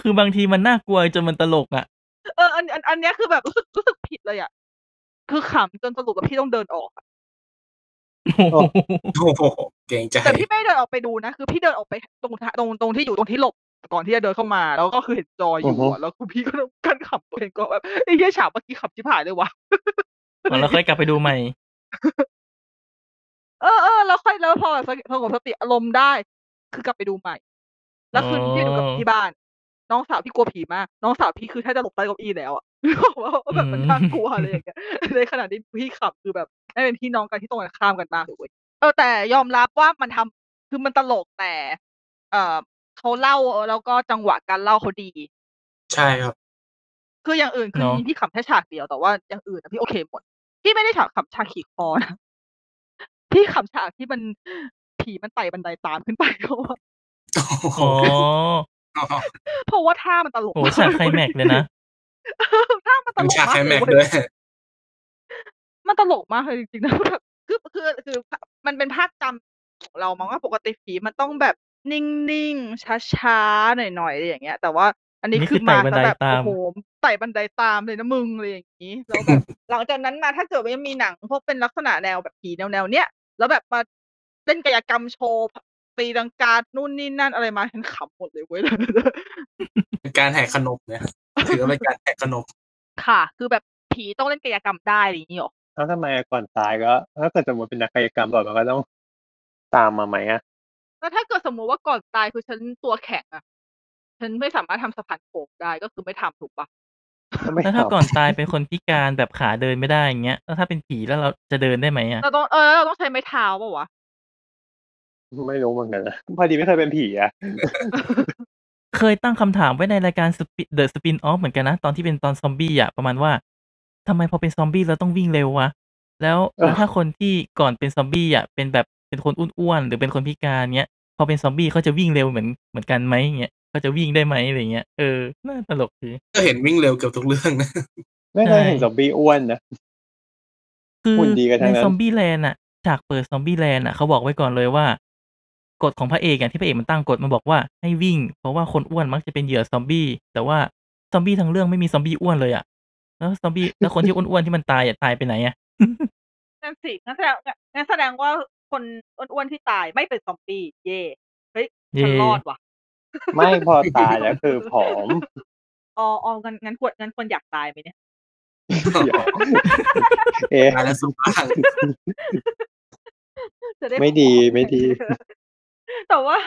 คือบางทีมันน่ากลัวจนมันตลกอ่ะ เอออันอันอันเนี้ยคือแบบรู้สึกรู้สึกผิดเลยอ่ะคือขำจนสรุปว่าพี่ต้องเดินออกอะ <laughs> โอ้ โอ้โหเก่งใจ แต่พี่ไม่ได้เดินออกไปดูนะคือพี่เดินออกไปตรงทางตรงตรงที่อยู่ตรงที่หลบก่อนที่จะเดินเข้ามาแล้วก็คือเห็นจอยออืยู่อฮึ อะแล้วคือพี่ก็ต้อง <laughs> กั้นขำตัวเองก็แบบไอ้เหี้ยฉากเมื่อกี้ขำชิบหายเลยวะ อ๋อแล้วค่อยกลับไปดูใหม่ เออเออแล้วค่อยแล้วพอสงบสงบสติอารมณ์ได้ คือกลับไปดูใหม่ แล้วคืนที่ดูกับ อ๋อ ที่บ้าน น้องสาวพี่กลัวผีมาก น้องสาวพี่คือถ้าจะหลบใต้เก้าอี้แล้วอะ <laughs> ว่าแบบมันน่ากลัวอะไรอย่างเงี้ย <laughs> ในขณะที่พี่ขับคือแบบให้เป็นพี่น้องกันที่ตรงกันข้ามกันมากเลยเว้ยเออแต่ยอมรับว่ามันทำคือมันตลกแต่ เออเขาเล่าแล้วก็จังหวะการเล่าเขาดี ใช่ครับ คืออย่างอื่นคือ เนอะ มีพี่ขำแค่ฉากเดียวแต่ว่าอย่างอื่นอะพี่โอเคหมดพี่ไม่ได้ขำขำฉากขี่คอนะ <laughs> พี่ขำฉากที่มันผีมันไต่บันไดตามขึ้นไป <laughs> เพราะว่า โอ้โห อ๋อ เพราะว่าท่ามันตลก โอ้โหฉากไคลแม็กซ์เลยนะ <laughs> ท่ามันต เป็น ลก ฉาก มา ไฮ กเล <laughs> แม็ ย กซ์ เว้ย ด้วย มันตลกมากเลยจริงๆนะ <laughs> แบบคือคือคือมันเป็นภาพจำของเรามั้งว่าปกติผีมันต้องแบบนิ่งๆช้าๆหน่อยๆอะไรอย่างเงี้ย แต่ว่า อันนี้ นี่คื คือ อมา ไต่บันได ซะแบบ ตาม โอ้โหไต่บันไดตามเลยนะมึงอะไรอย่างงี้แล้วแบบ หลังจากนั้นมาถ้าเกิดว่ายังมีหนังพวกเป็นลักษณะแนวแบบผีแนวแนวๆเนี้ยแล้วแบบมาเล่นกายกรรมโชว์ตีดังการนู่นนี่นั่นอะไรมาฉันขำหมดเลยเว้ย <laughs> เป็นการแหกขนมเนี่ยถือว่าเป็นการแหกขนม ค่ะ คือแบบผีต้องเล่นกายกรรมได้อะไรอย่างงี้หรอ แล้วทำไมก่อนตายก็ถ้าเกิดสมมติเป็นนักกายกรรมก่อนมันก็ต้องตามมาไหมอ่ะ แล้วถ้าเกิดสมมุติว่าก่อนตายคือฉันตัวแข็งอะฉันไม่สามารถทำสะพานโขกได้ก็คือไม่ทำถูกปะ ก็ไม่ แล้วถ้า ทำ ก่อนตายเป็นคนพิการแบบขาเดินไม่ได้อย่างเงี้ย แล้วถ้าเป็นผีแล้วเราจะเดินได้ไหมอ่ะ เราต้องเออเราต้องใช้ไม้เท้าปะวะ ไม่รู้เหมือนกันนะพอดีไม่เคยเป็นผีอ่ะ เคยตั้งคำถามไว้ในรายการ Spi- The Spin Off เหมือนกันนะ ตอนที่เป็นตอนซอมบี้อ่ะ ประมาณว่าทำไมพอเป็นซอมบี้เราต้องวิ่งเร็ววะ แล้วแล้วถ้าคนที่ก่อนเป็นซอมบี้อ่ะเป็นแบบเป็นคนอ้วนๆหรือเป็นคนพิการเงี้ย พอเป็นซอมบี้เขาจะวิ่งเร็วเหมือนเหมือนกันไหมเงี้ยเขาจะวิ่งได้ไหมอะไรเงี้ยเออน่าตลกดี ก็เห็นวิ่งเร็วเกือบทุกเรื่องนะ ไม่เคยเห็น ใช่ ซอมบี้อ้วนนะ คือ หุ่นดีกันทั้ ใน งนั้น ซอมบี้แลนด์อ่ะฉากเปิดซอมบี้แลนด์อ่ะเขาบอกไว้ก่อนเลยว่ากฎของพระเอกอ่ะที่พระเอกมันตั้งกฎมันบอกว่าให้วิ่ง เพราะว่าคนอ้วนมักจะเป็นเหยื่อซอมบี้แต่ว่าซอมบี้ทั้งเรื่องไม่มีซอมบี้อ้วนเลยอ่ะแล้วซอม <laughs> บี้แล้วคนที่อ้วนๆที่มันตายอ่ะตายไปไหนอ่ะ นั่นสิงั้นแสดงงั้นแสดงว่าคนอ้วนๆที่ตายไม่เป็นซอมบี้เย่เฮ้ย เย่ ฉันรอดว่ะ ไม่พอตายแล้วคือผอ <laughs> ม อ๋ออ๋องั้นงั้นควรงั้นควรอยากตายไหมเนี่ย เดี๋ยวเอ๊ะ ตายแล้วสุบ้าง จะได้ ไม่ดี ผอๆ ไม่ดี <laughs> แต่ว่า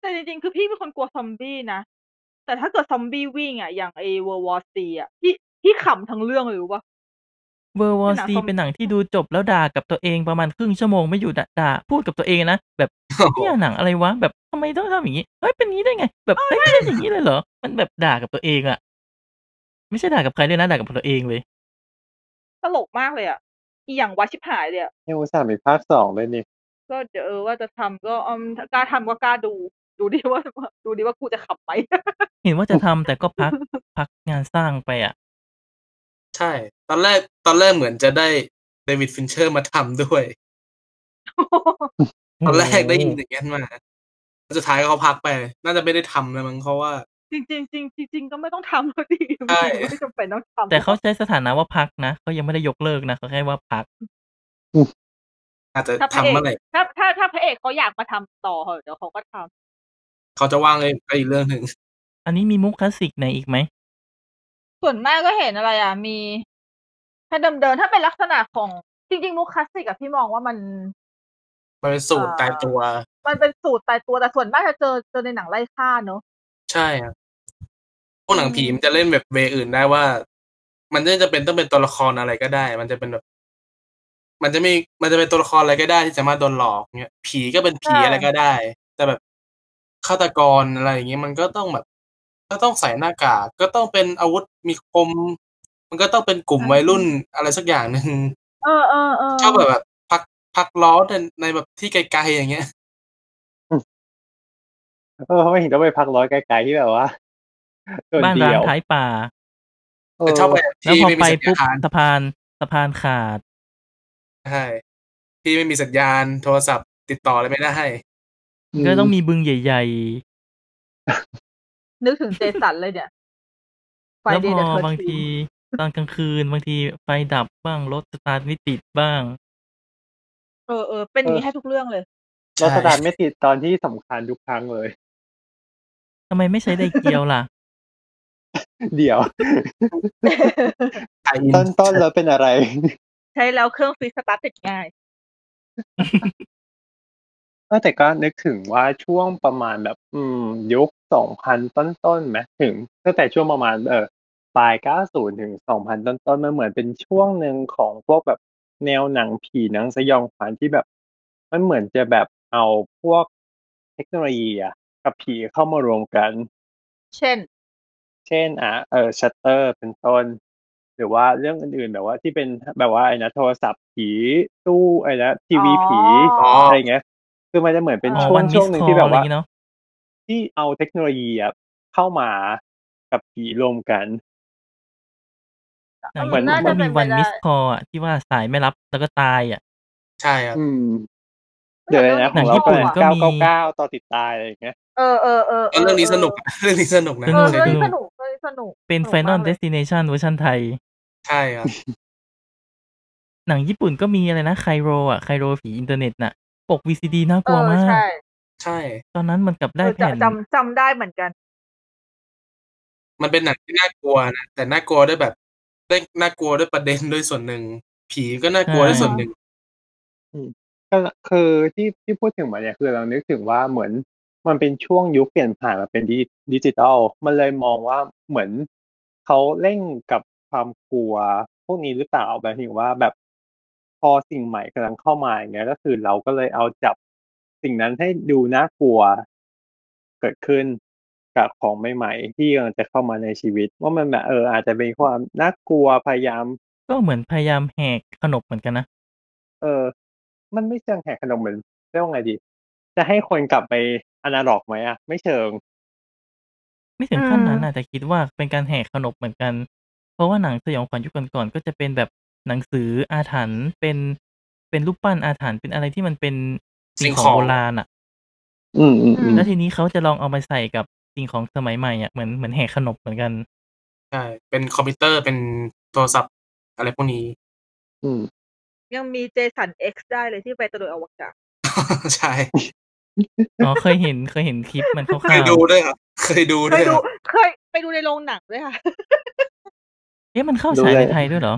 แต่จริงๆ คือพี่เป็นคนกลัวซอมบี้นะ แต่ถ้าเกิดซอมบี้วิ่งอ่ะ อย่างไอเวอร์วอร์ซีอ่ะพี่พี่ขำทั้งเรื่องเลยรู้ป่ะ เวอร์วอ เป็นหนัง ซี ซอม เป็นหนังที่ดูจบแล้วด่ากับตัวเองประมาณครึ่งชั่วโมงไม่หยุดอะด่าพูดกับตัวเองนะแบบ โอ้โห เนี่ยหนังอะไรวะแบบทำไมต้องทำอย่างนี้เฮ้ยเป็นอย่างนี้ได้ไง แบบเฮ้ยเป็นอย่างนี้เลยเหรอมันแบบด่ากับตัวเองอ่ะ ไม่ใช่ด่ากับใครด้วยนะด่ากับตัวเองเลย ตลกมากเลยอ่ะ อีอย่างวัดชิบหายเลยอ่ะ ยังอุตส่าห์มีภาคสองเลยนี่ ก็เดี๋ยวเออว่าจะทำก็อืมกล้าทำก็กล้าดู ดูดิว่าดูดิว่ากูจะขำไหม <laughs> เห็นว่าจะทำแต่ก็พัก พักงานสร้างไปอ่ะ ใช่ ตอนแรกตอนแรกเหมือนจะได้เดวิดฟินเชอร์มาทำด้วย ตอนแรกได้ยินอย่างนั้นมาแล้วสุดท้ายเขาพักไป น่าจะไม่ได้ทำแล้วมั้งเขาะว่า จริงจริงจริงจริงๆก็ไม่ต้องทำก็ดี ใช่ ไม่จำเป็นต้องทำ แต่เขาใช้สถานะว่าพักนะเขายังไม่ได้ยกเลิกนะเขาแค่ว่าพัก อาจจะ ถ้าพระ ทำ เอก เมื่อไหร่ ถ้าถ้าถ้าพระเอกเขาอยากมาทำต่อเหอะเดี๋ยวเขาก็ทำ เขาจะว่างเลยไปอีกเรื่องหนึ่ง อันนี้มีมุกคลาสสิกไหนอีกไหม ส่วนมากก็เห็นอะไรอ่ะ มี ถ้าเดิมเดินถ้าเป็นลักษณะของจริง ๆ มุกคลาสสิกอะพี่มองว่ามัน มันเป็นสูตรตายตัว มันเป็นสูตรตายตัวแต่ส่วนมากจะเจอเจอในหนังไล่ฆ่าเนอะ ใช่ครับพวกหนังผี อืม มันจะเล่นแบบเวย์อื่นได้ว่า มันไม่จำเป็นต้องเป็นตัวละครอะไรก็ได้ มันจะเป็นแบบ มันจะมีมันจะเป็นตัวละครอะไรก็ได้ที่สามารถโดนหลอกเนี่ยผีก็เป็นผีอะไรก็ได้ แต่แบบฆาตกรอะไรอย่างเงี้ยมันก็ต้องแบบ ก็ต้องใส่หน้ากากก็ต้องเป็นอาวุธมีคม มันก็ต้องเป็นกลุ่มวัยรุ่นอะไรสักอย่างหนึ่ง เออเออเออ ชอบแบบแบบพักพักล้อในในแบบที่ไกลๆอย่างเงี้ย เออไม่เห็นต้องไปพักร้อยไกลๆที่แบบว่าโดด บ้านร้า เดี่ยงว ท้ายป่า เ แต่ชอบไป แล้ว ที่ พอ ไม่ ไป มีสัญ ปุ๊บ ญาณ สะพานสะพานขาด ใช่ที่ไม่มีสัญญาณโทรศัพท์ติดต่ออะไรไม่ได้ ก็ต้องมีบึงใหญ่ นึกถึงเจสันเลยเนี่ย ๆ แล้วพ Friday อ the 13th บางทีตอนกลางคืนบางทีไฟดับบ้างรถสตาร์ทไม่ติดบ้าง เออเออเป็นอย่างนี้ให้ทุกเรื่องเลย รถสตาร์ทไม่ติดตอนที่สำคัญทุกครั้งเลย ทำไมไม่ใช้ไดเกียวล่ะ เดี๋ยว ใช่ ต้นต้นเราเป็นอะไร ใช้แล้วเครื่องฟรีสตาร์ทติดง่าย เออแต่ก็นึกถึงว่าช่วงประมาณแบบ อืม ยุคสองพันต้นๆไหมถึงตั้งแต่ช่วงประมาณเออปลายเก้าศูนย์ถึงสองพันต้นๆมันเหมือนเป็นช่วงหนึ่งของพวกแบบแนวหนังผีหนังสยองขวัญที่แบบ มันเหมือนจะแบบเอาพวกเทคโนโลยีอะกับผีเข้ามารวมกัน เช่น เช่นอ่ะเออชัตเตอร์เป็นต้น หรือว่าเรื่องอื่นๆ แบบว่าที่เป็นแบบว่าไอ้นะโทรศัพท์ผีตู้ไอ้นะทีวี อ๋อ ผีอะไรเงี้ยคือมันจะเหมือนเป็น อ๋อ ช่ว วั ง นมิ ช่ว ส งหนึ่ ค ง อ ที่แบ อะ บ ไรอ ว่า ย่างงี้เนาะ ที่เอาเทคโนโลยีอะเข้ามากับผีรวมกัน หนัง เหมื ญี่ อนน่าปุ่นก็มีจะเป็นไป วัน ได้ มิสคออะที่ว่าสายไม่รับแล้วก็ตายอ่ะ ใช่ครับ อืม เดี๋ยวเลยนะ ข หนั อง ง เรา ญี่ปุ่นก็ เก้า มี เก้าเก้าต่อติดตายอะไรอย่างเงี้ย เออเออเออ แล้วเรื่องนี้สนุกเรื่องนี้สนุกนะ เออ ส เรื่องนี้ ก สนุกเรื่องนี้สนุก เป็น สก Final มากลย Destination เวอร์ชันไทย ใช่ครับ หนังญี่ปุ่นก็มีอะไรนะไคโรอ่ะไคโรผีอินเทอร์เน็ตน่ะ ปก VCD น่าก เอ ลัว อ มาก ใช่ ใช่ ตอนนั้นมันกลับ เอ ได้ อจะ แผ่น จำจำได้เหมือนกัน มันเป็นหนังที่น่ากลัวนะแต่น่ากลัวด้วยแบบได้น่ากลัวด้วยประเด็นด้วยส่วนหนึ่ง ผีก็น่ากลัวด้วยส่วนหนึ่ง ก็คือที่ที่พูดถึงมาเนี่ยคือเรานึกถึงว่าเหมือนมันเป็นช่วงยุคเปลี่ยนผ่านมาเป็นดิดิจิตอลมันเลยมองว่าเหมือนเขาเร่งกับความกลัวพวกนี้หรือเปล่าแบบถึงว่าแบบพอสิ่งใหม่กำลังเข้ามาอย่างเงี้ยก็คือเราก็เลยเอาจับสิ่งนั้นให้ดูน่ากลัว เกิดขึ้นกับของใหม่ๆที่กำลังจะเข้ามาในชีวิต ว่ามันแบบเอออาจจะเป็นความน่ากลัวพยายาม ก็เหมือนพยายามแหกขนบเหมือนกันนะ เออ มันไม่เชิงแหกขนมเหมือนเรียกว่าไงดี จะให้คนกลับไปอนาล็อกไหมอ่ะ ไม่เชิง ไม่ถึงขั้นนั้น อืม น่ะแต่คิดว่าเป็นการแหกขนบเหมือนกัน เพราะว่าหนังสยองขวัญยุคก่อนๆก็จะเป็นแบบหนังสืออาถรรพ์เป็นเป็นรูปปั้นอาถรรพ์เป็นอะไรที่มันเป็นสิ่งขอสิ่งของ ง โบราณอ่ะ อืมอืมอืม แล้วทีนี้เขาจะลองเอามาใส่กับสิ่งของสมัยใหม่อ่ะเหมือนเหมือนแหกขนบเหมือนกัน ใช่เป็นคอมพิวเตอร์เป็นโทรศัพท์อะไรพวกนี้ <laughs> อืม ยังมีเจสัน X ได้เลยที่ไปตะลุยอวกาศ ใช่ อ๋อเคยเห็นเคยเห็นคลิปมันค เค ร่าวย ดูด้วยครับเคยดู เค ด้วย ยค ดู รับ เคยไปดูในโรงหนังด้วยค่ะ ๆเอ๊ะมันเข้าฉายในไทยด้วยเหรอ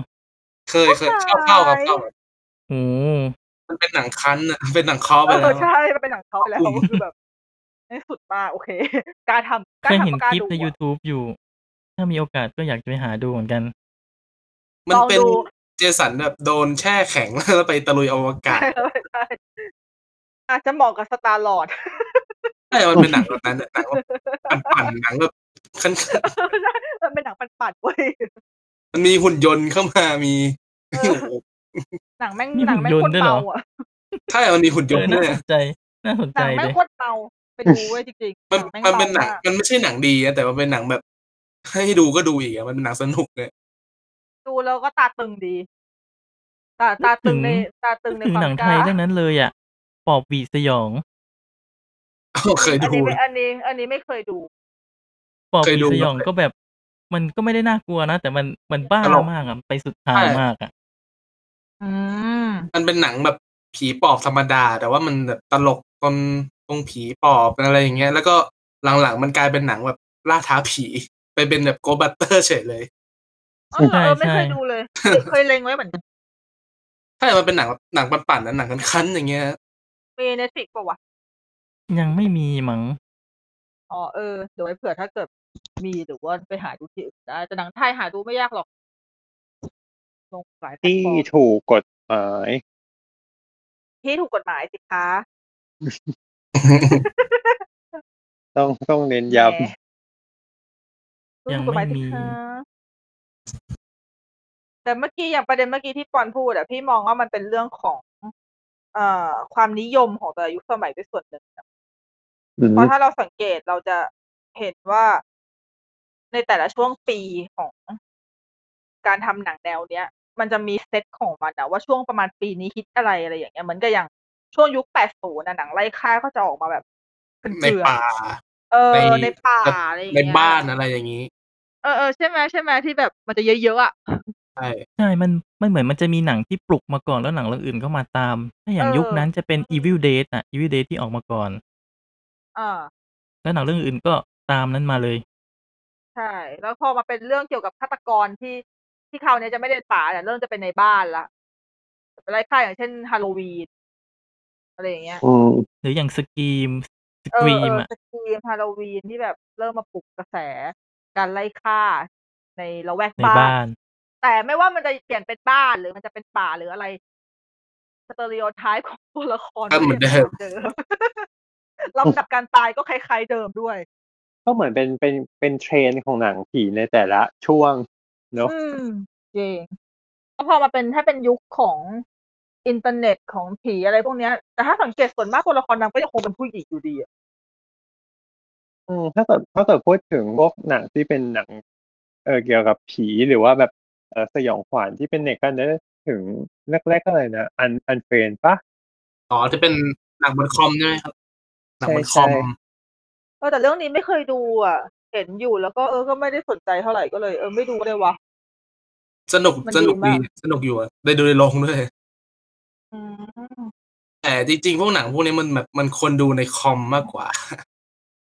เคยเคยเข้าเข้าครับเข้าครับ โอ้ มันเป็นหนังคันน่ะเป็นหนังเคอ เอ ไปแล้ อ ว ใช่มันเป็นหนังเขาไปแล้ว อืม คือแบบไม่สุดมากโอเค การทำกา เค ร ยเห็น ทำการคลิป ดู ใน อะ YouTube อยู่ ถ้ามีโอกาสก็อยากจะไปหาดูเหมือนกัน มันเป็น ลองดู เจสันแบบโดนแช่แข็ง <laughs> แล้วไปตะลุยอวกาศ ใช่ใช่อาจจะเหมาะกับสตาร์ลอร์ด <laughs> ใช่ มันเป็นหนังแบบนั้นน่ะหนังแบบปั่นๆหนังแบบ <laughs> ขั้น มันเป็นหนังปั่นๆเว้ย ๆมันมีหุ่นยนต์เข้ามามี <laughs> โอ้โห หนังแม่ง มี หนังแม่ง หุ่ โคน ยนต์ ต ด้ ร วยเหรอ เบาอ่ะ ใช่ มันมีหุ่นย เอน อ ต์ด้ น่า วย ส นะ นใจน่าสน ห ใจ นังแม่ เล ง ย โคนเบาไปดูเว้ยจริงๆ มัน หงแง มันเป็นหนัง บาาก มันไม่ใช่หนังดีนะแต่มันเป็นหนังแบบ ให้ดูก็ดูอีกอะมันเป็นหนังสนุกเลย <laughs> ดูแล้วก็ตาตึงดี ตาตาตึงในตาตึงใน ถึง ควา หนั ม ง ก ไท ล้าย เรื่องนั้นเลยอ่ะ ปอบหวีสยอง อ้าวเคย อัน ดู นี้ เล ไม่ ย อันนี้ อันนี้ไม่เคยดู ปอบ เคย ผี ดู สยอง ครับ ก็แบบ มันก็ไม่ได้น่ากลัวนะ แต่มันมันบ้า ตลก มากอ่ะไปสุดทาง ใช่ มากอ่ะ อืม มันเป็นหนังแบบผีปอบธรรมดา แต่ว่ามันแบบตลกตรงตรงผีปอบอะไรอย่างเงี้ย แล้วก็หลังๆมันกลายเป็นหนังแบบล่าท้าผี ไปเป็นแบบโกบัตเตอร์เฉยเลย เออเออไม่เคใช่ยดูเลยเคยเล็งไว้เหมือนกัน ถ้ามันเป็นหนังแบบหนังปั่นๆนะหนังคันๆอย่างเงี้ <laughs> ย มีเน็ตฟิกป่าวะ ยังไม่มีมั้ง อ๋อเออเดี๋ยวไว้เผื่อถ้าเกิดมีหรือว่าไปหาดูที่อื่นได้แต่หนังไทยหาดูไม่ยากหรอกลงหลายแพลต ที่ ฟอร์ม ถูกกฎหมาย ที่ถูกกฎหมายสิคะ ต้องต้องเน้น แหม ย้ำ สู้ ยัง กฎห ไม่ มายสิ มี คะแต่เมื่อกี้อย่างประเด็นเมื่อกี้ที่ปอนพูดอะพี่มองว่ามันเป็นเรื่องของ เอ่อ ความนิยมของแต่ละยุคสมัยด้วยส่วนหนึ่งนะ อืม เพราะถ้าเราสังเกตเราจะเห็นว่าในแต่ละช่วงปีของการทำหนังแนวเนี้ย มันจะมีเซตของมันนะว่าช่วงประมาณปีนี้ฮิตอะไรอะไรอย่างเงี้ยเหมือนกับอย่างช่วงยุคแปดศูนย์หนังไล่ฆ่าก็จะออกมาแบบเป็น ใน เกลือ ป่า เออ ใน ในป่าอะไรอย่าง ใน เงี้ย บ้านอะไรอย่างนี้ เออเออใช่ไหมใช่ไหมที่แบบมันจะเยอะๆอ่ะ ใช่ ใช่ มันมันเหมือนมันจะมีหนังที่ปลุกมาก่อนแล้วหนังเรื่องอื่นก็มาตาม ถ้าอย่าง เออ ยุคนั้นจะเป็น Evil Dead อ่ะ Evil Dead ที่ออกมาก่อน อ่า แล้วหนังเรื่องอื่นก็ตามนั้นมาเลย ใช่ แล้วพอมาเป็นเรื่องเกี่ยวกับฆาตกรที่ที่คราวเนี้ยจะไม่ได้ป่าแต่เรื่องจะเป็นในบ้านละจะเป็นไล่ฆ่าอย่างเช่นฮาโลวีนอะไรอย่างเงี้ย อืม หรืออย่างสกรีมส เออก รี เอ ม อ อ่ะ สกรีมฮาโลวีนที่แบบเริ่มมาปลุกกระแส การไล่ฆ่า ในละแวก ใน บ้า บ้าน น แต่ไม่ว่ามันจะเปลี่ยนเป็นบ้านหรือมันจะเป็นป่าหรืออะไรสเตอริโอไทป์ของตัวละคร ก็เหมือนเดิก็ยังมเป็นเดิม <laughs> ลำดับการตายก็คล้ายๆเดิมด้วย ก็เหมือนเป็นเป็นเป็นเทรนด์ของหนังผีในแต่ละช่วงเนอะ อืมจริงแล้วพอมาเป็นถ้าเป็นยุคของอินเทอร์เน็ตของผีอะไรพวกเนี้ย แต่ถ้าสังเกตส่วนมากตัวละครนางก็ยังคงเป็นผู้หญิงอยู่ดีอะ อืมถ้าเกิดถ้าเกิดพูดถึงพวกหนังที่เป็นหนังเออเกี่ยวกับผีหรือว่าแบบเออสยองขวัญที่เป็นเนกก็นึกถึงแรกๆก็เลยนะอันอันเฟรนปะ อ๋อจะเป็นหนังบนคอมใช่ไหมครับหนังบนคอม ใช่ใช่ เออแต่เรื่องนี้ไม่เคยดูอ่ะ เห็นอยู่แล้วก็เออก็ไม่ได้สนใจเท่าไหร่ก็เลย เออไม่ดูเลยวะ สนุก มันดี สนุกดี มาก สนุกอยู่อะได้ดูในโรงด้วย อืม แต่จริงๆ พวกหนังพวกนี้มันแบบมันคนดูในคอมมากก <laughs> ว่า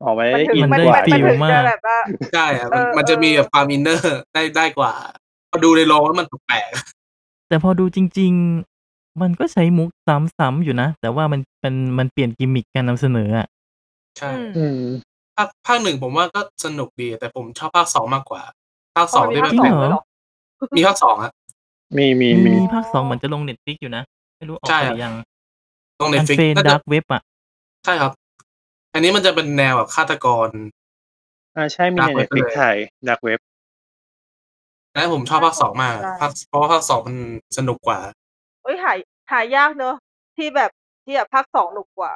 ออกมา มันถึงมันได้อินกว่า มัน ฟิ ถึ ล ง มาก จะแบบว่า ใช่อะมัน เออ มันจะ เออ มีแบบความอินเนอร์ได้ได้กว่าพอดูในโรงแล้วมันแปลก แต่พอดูจริง ๆ มันก็ใช้มุกซ้ำๆอยู่นะ แต่ว่ามันมันมันเปลี่ยนกิมมิคการนำเสนออ่ะ ๆใช่ อืม อืม ภาคภาคหนึ่งผมว่าก็สนุกดี แต่ผมชอบภาคสองมากกว่า ภาคสอง เพ ที่ ราะมัน น จริมัมี ง ภาค เหรอ สองด้วยเหรอ มีภาคสองอะ มีมี มี มี มีภาคสองเหมือนจะลงเน็ตฟิกอยู่นะ ไม่รู้ออก ใช่ ไปหรือยัง ตรงใน อัน ฟิก เฟน น่าจะ ดักเว็บอ่ะ ใช่ครับ อันนี้มันจะเป็นแนวแบบฆาตกร อ่าใช่มีใน Dark Web เน็ตฟลิก เลย ไทยดักเว็บ และผมชอบภาคสองมาก ใช่ ภาคเพราะว่าภาคสองมันสนุกกว่า เอ้ยหายหายากเนอะที่แบบที่แบบภาคสองหนุกกว่า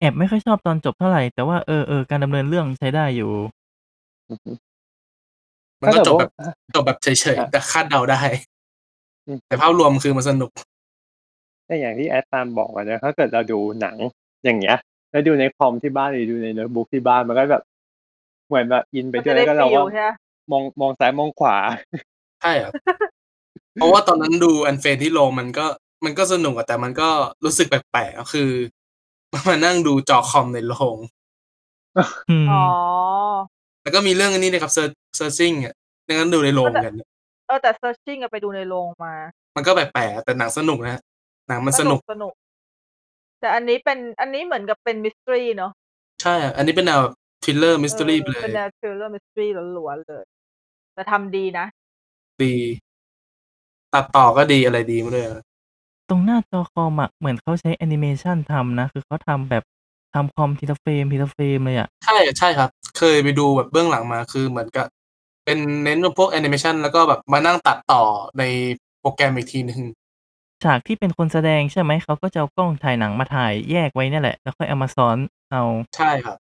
แอบไม่ค่อยชอบตอนจบเท่าไหร่ แต่ว่าเออเออการดำเนินเรื่องใช้ได้อยู่ มันก็จบแบบ ถ้าเกิดว่า จบแบบเฉย อ่ะ ๆแต่คาดเดาได้ อืม แต่ภาพรวมคือมันสนุก แต่อย่างที่แอดตามบอกอะนะถ้าเกิดเราดูหนังอย่างเงี้ย แล้วดูในคอมที่บ้านหรือดูในโน้ตบุ๊กที่บ้านมันก็แบบ เหมือนแบบอินไป มัน ด้ว จะ ย ได้ แล้วก็เรา ฟิ ก็ ลใช่ไหม มองมองซ้ายมองขวา <laughs> ใช่ <laughs> ครับ เพราะว่าตอนนั้นดูอันเฟนที่โรงมันก็มันก็สนุกอะแต่มันก็รู้สึกแปลกๆก็คือ มานั่งดูจอคอมในโรง อืม อ๋อ แล้วก็มีเรื่องอันนี้นะครับเซอร์ซิ่งอ่ะดังนั้นดูในโรงกัน เออแต่ searching อะไปดูในโรงมา มันก็แปลกๆแต่หนังสนุกนะหนังมันสนุก สนุก แต่อันนี้เป็นอันนี้เหมือนกับเป็นมิส t รีเนาะ ใช่อะอันนี้เป็นแนวทริลเลอร์มิส r ตรีไป เออ เล เป็ ย นแนว thriller mystery ล้วนๆเลย แต่ทำดีนะ ดีตัดต่อก็ดีอะไรดีมาด้วยอะ ตรงหน้าจอคอมอ่ะ เหมือนเขาใช้แอนิเมชันทำนะ คือเขาทำแบบทำคอมทีละเฟรมทีละเฟรมเลยอ่ะ ใช่ใช่ครับ เคยไปดูแบบเบื้องหลังมาคือเหมือนกับเป็นเน้นพวกแอนิเมชันแล้วก็แบบมานั่งตัดต่อในโปรแกรมอีกทีหนึ่ง ฉากที่เป็นคนแสดงใช่ไหม เขาก็จะเอากล้องถ่ายหนังมาถ่ายแยกไว้เนี่ยแหละ แล้วค่อยเอามาซ้อนเอา ใช่ครับ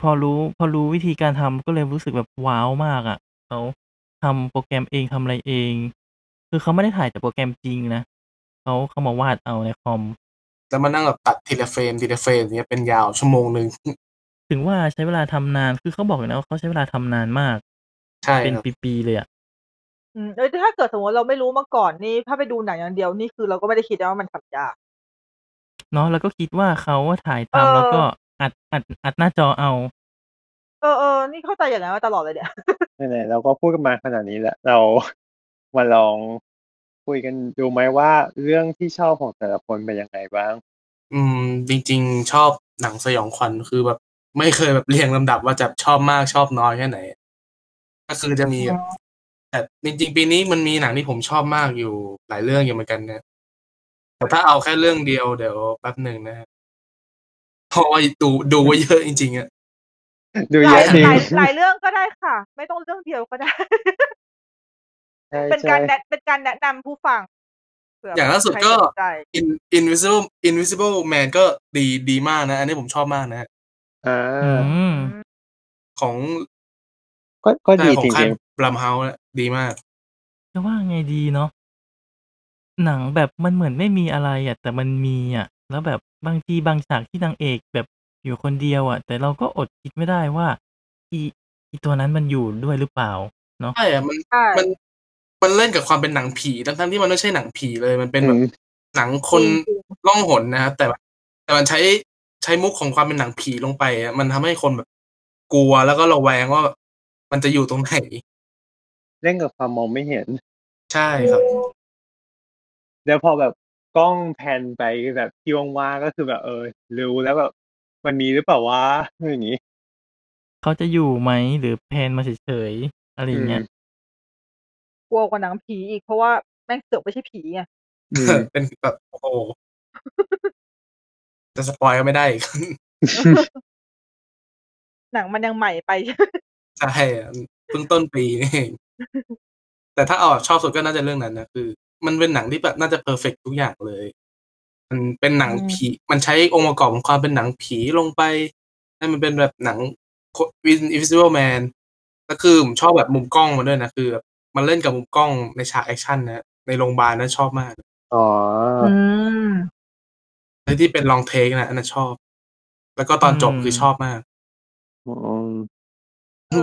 พอรู้พอรู้วิธีการทำก็เลยรู้สึกแบบว้าวมากอ่ะเขาทำโปรแกรมเองทำอะไรเอง คือเขาไม่ได้ถ่ายจากโปรแกรมจริงนะเขาเขามาวาดเอาในคอม แล้วมานั่งแบบตัดทีละเฟรมทีละเฟรมอย่างเนี้ยเป็นยาวชั่วโมงหนึ่ง ถึงว่าใช้เวลาทำนาน คือเขาบอกอยู่นะว่าเขาใช้เวลาทำนานมาก ใช่ เป็น ครับ ปีๆเลยอ่ะ อืมเออถ้าเกิดสมมติเราไม่รู้มาก่อนนี่ถ้าไปดูหนังอย่างเดียวนี่คือเราก็ไม่ได้คิดนะว่ามันทำยาก เนาะแล้วก็คิดว่าเขาว่าถ่ายทำ เออ แล้วก็อัดอัดอัดหน้าจอเอา เออเออนี่เข้าใจอย่างนั้นมาตลอดเลยเนี่ย ไหนๆเราก็พูดกันมาขนาดนี้แล้ว เรา มาลองคุยกันดูไหมว่าเรื่องที่ชอบของแต่ละคนเป็นยังไงบ้าง <laughs> อืม จริง ๆ ชอบหนังสยองขวัญคือแบบ ไม่เคยแบบเรียงลำดับว่าจะชอบมากชอบน้อยแค่ไหน ก็คือจะมีแบบแต่จริง ๆ ปีนี้มันมีหนังที่ผมชอบมากอยู่หลายเรื่องอยู่เหมือนกันนะแต่ถ้าเอาแค่เรื่องเดียวเดี๋ยวแป๊บหนึ่งนะฮะเพราะว่าดูดูไว้เยอะจริงๆอะ ดู ห เย ลาย อะจริง หลายหลายเรื่องก็ได้ค่ะ ไม่ต้องเรื่องเดียวก็ได้ ใช่ เป็น ใช่ การแนะเป็นการแนะนำผู้ฟังเผื่ อย่างล่าสุด ใคร ก็ สนใจ In- Invisible Invisible Man ก็ดีดีมากนะ อันนี้ผมชอบมากนะฮะ อ่ อื าม ของ ก็ก็ดี ขอ จ งค่า ริ ย ง บลัมเฮาส์ดีมาก จะว่าไงดีเนาะหนังแบบมันเหมือนไม่มีอะไรอ่ะ แต่มันมีอ่ะ แล้วแบบบางทีบางฉากที่นางเอกแบบอยู่คนเดียวอ่ะ แต่เราก็อดคิดไม่ได้ว่า อีอีตัวนั้นมันอยู่ด้วยหรือเปล่า ใช่อะมัน ใช่ มันมันเล่นกับความเป็นหนังผีทั้งทั้งๆที่มันไม่ใช่หนังผีเลย มันเป็น ๆอื แบบ ม หนังคน จริง ล่องหนนะครับแต่แบบแต่มันใช้ใช้มุกของความเป็นหนังผีลงไปอะมันทำให้คนแบบกลัวแล้วก็ระแวงว่า มันจะอยู่ตรงไหน เล่นกับความมองไม่เห็น ใช่ครับ แล้วพอแบบกล้องแพนไปแบบที่ว่างๆก็คือแบบเออรู้แล้วแบบมันมีหรือเปล่าวะ <laughs> อะไรอย่างนี้ เขาจะอยู่ไหมหรือแพนมาเฉยๆอะไรอย่างเงี้ย ๆกลัวกว่าหนังผีอีกเพราะว่าแม่งเสือกไม่ใช่ผีไง อืม <laughs> เป็นแบบโอ้โหจะสปอยก็ไม่ได้อีก หนังมันยังใหม่ไป ใช่อะเพิ่งต้นปีนี่เองแต่ถ้าเอาแบบชอบสุดก็น่าจะเรื่องนั้นนะคือ มันเป็นหนังที่แบบน่าจะเพอร์เฟกทุกอย่างเลย มันเป็นหนัง อืม ผี มันใช้องค์ประกอบของความเป็นหนังผีลงไปให้มันเป็นแบบหนังวินอิฟิสิเบิลแมนก็คือผมชอบแบบมุมกล้องมันด้วยนะคือแบบมันเล่นกับมุมกล้องในฉากแอคชั่นนะในโรงพยาบาลนะชอบมาก อ๋อ อืม ในที่เป็นลองเทคนะอันนั้นชอบ แล้วก็ตอนจบ อืม คือชอบมาก อืม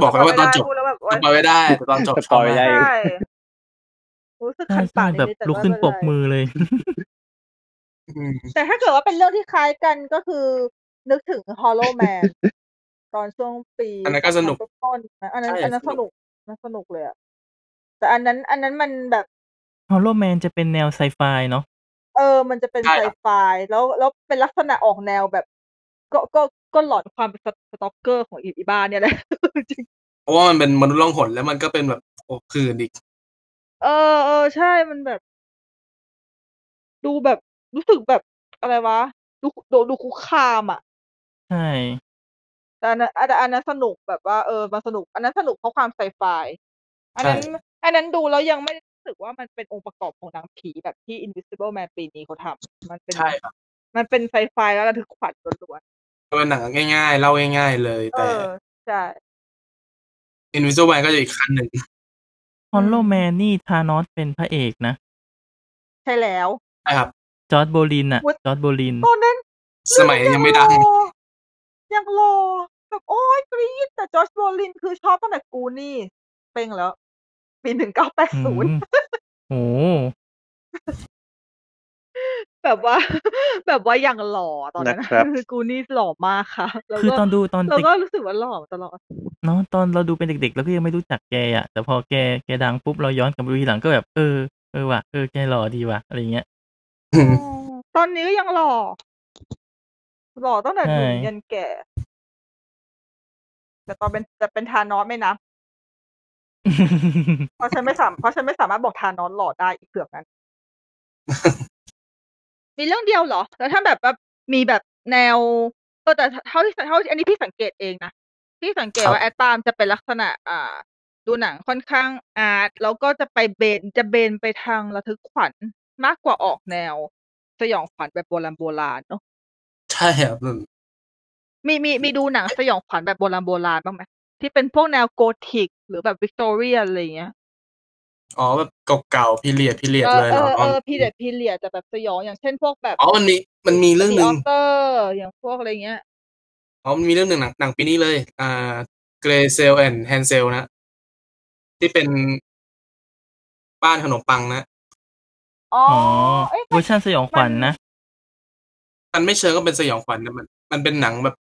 บอกไว้ว่าตอนจบ พูดแล้วแบบโอ๊ ส ย ปอยไม่ได้แต่ตอนจบ ส ช ป อ อบ ยไม่ มา ได้ ก ใช่รู้สึก ใช่ คัน ใช่ ปาก แบบ นิดๆแต่ ลุกขึ้น ไม่ ป เป็ รบ ไร มือเลย อืม แต่ถ้าเกิดว่าเป็นเรื่องที่คล้ายกันก็คือ นึกถึง Hollow Man ตอนช่วงปี อันนั้นก็สนุก 2000ต้นๆนะอันนั้น ใช่ อันนั้น ส ส นุ นุ ก กอันนั้นสนุกเลยอะแต่อันนั้น อันนั้นมันแบบ <laughs> ฮอลโลแมนจะเป็นแนวไซไฟเนาะ เออ มันจะเป็น ใช่ ไซ ครับ ไฟแล้วแล้วเป็นลักษณะออกแนวแบบ ก็ก็ก็หลอนความเป็นสต็อกเกอร์ของอีอีบ้านเนี่ยแหละ <laughs> จริง เพราะว่ามันเป็นมนุษย์ล่องหนแล้วมันก็เป็นแบบโอ้คืนอีก เออเออใช่มันแบบ ดูแบบรู้สึกแบบอะไรวะ ดูดูดูคุกคามอ่ะ ใช่ แต่อันนั้นอันอันนั้นสนุกแบบว่าเออมันสนุก อันนั้นสนุกเพราะความไซไฟอันนั้น ใช่ อันนั้นดูแล้วยังไม่ได้รู้สึกว่ามันเป็นองค์ประกอบของหนังผีแบบที่ Invisible Man ปีนี้เขาทำมันเป็น ใช่ครับ มันเป็นไซไฟแล้วระทึกขวัญล้วน มันเป็นหนังง่ายๆ เล่าง่ายๆเลย ๆเอ แต่ อใช่ Invisible Man ก็จะอีกขั้นหนึ่ง ฮอลโลแมนนี่ทานอสเป็นพระเอกนะ ใช่แล้ว ใช่ครับ จอร์ดโบลินอะ อุ๊ย จอร์ดโบลิน ตอนนั้น สมัยยังไม่ดัง รอยังรอแบบโอ้ยกรี๊ดแต่จอร์จโบลินคือชอบตั้งแต่กูนี่เป่งแล้ว ปีหนึ่งเก้าแปด อื ศูนย์ มโอ้โห แบบว่า <laughs> แบบว่าอย่างหล่อตอนนั้น นะครับ <laughs> กูนี่หล่อมากค่ะ แล้ว คือ ก็ ตอนดูตอน เรา เด็ก ก็รู้สึกว่าหล่อมาตลอด เนาะตอนเราดูเป็นเด็กๆเราก็ยังไม่รู้จักแกอ่ะ แต่พอแกแกดังปุ๊บเราย้อนกลับมาดูทีหลังก็แบบเออเออว่ะเออแกหล่อดีว่ะอะไรเงี้ย <laughs> ตอนนี้ก็ยังหล่อ หล่อตั้งแต่หนุ่ม ใช่ ยันแก่ แต่ตอนเป็นแต่เป็นทานอสไม่นะเพราะฉันไม่สามเพราะฉันไม่สามารถบอกทานอสหล่อได้อีกเกือบนั้น มีเรื่องเดียวเหรอ แล้วถ้าแบบแบบมีแบบแนวเออแต่เท่าที่เท่าที่อันนี้พี่สังเกตเองนะพี่สังเกต ครับ ว่าแอดปาล์มจะเป็นลักษณะ อ่า ดูหนังค่อนข้างอาร์ตแล้วก็จะไปเบนจะเบนไปทางระทึกขวัญมากกว่าออกแนว สยองขวัญแบบโบราณโบราณเนาะ ใช่ครับ มีมีมีดูหนังสยองขวัญแบบโบราณโบราณบ้างไหมที่เป็นพวกแนวโกธิก หรือแบบวิกตอเรียอะไรอย่างเงี้ย อ๋อแบบเก่าๆพีเรียดพีเรียด เอ เล อย เอ หร อเออ อ พีเรียดพีเรียดแต่แบบสยองอย่างเช่นพวกแบบ อ๋อมันมีมันมีเรื่องหนึ่ง เตอร์อย่างพวกอะไรเงี้ย อ๋อมันมีเรื่องหนึ่งหนังหนังปีนี้เลย อ่าเกรเซลแอนด์แฮนเซลนะ ที่เป็นบ้านขนมปังนะ อ๋อ อ๋อ เอ้ย เวอร์ชันสยองขวัญนะ มันไม่เชิงก็เป็นสยองขวัญนะมันมันเป็นหนังแบบ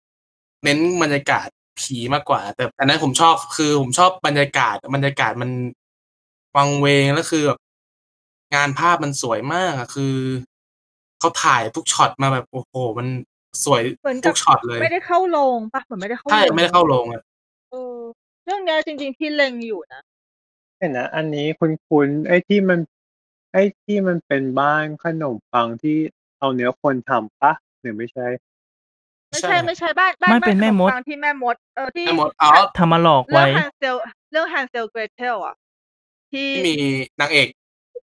เน้นบรรยากาศผีมากกว่า แต่อันนั้นผมชอบคือผมชอบบรรยากาศบรรยากาศมันวังเวงแล้วคือแบบงานภาพมันสวยมากอะคือเขาถ่ายทุกช็อตมาแบบโอ้โห มันสวย เหมือนกั ทุ บ กช็อตเลย ไม่ได้เข้าโรงปะเหมือนไม่ได้เข้า ใช่ โรง ไม่ได้เข้าโรงอะ เออเรื่องเนี้ยจริง ๆ ที่เล็งอยู่นะ เห็นนะอันนี้คุณคุณไอ้ที่มัน ไอ้ที่มันเป็นบ้านขนมปังที่เอาเนื้อคนทำปะหรือไม่ใช่ ไม่ ใช่ ใช่ไม่ใช่บ้านบ้าน ไม่เป็นแม่มด ขนปังที่แม่มด เออที่ ไม่หมดอ๋อ ทำมาหลอก เรื่ ไว้ ฮันเซลเรื่องฮันเซลเกรเทลอ่ะ ที่ ที่มีนางเอก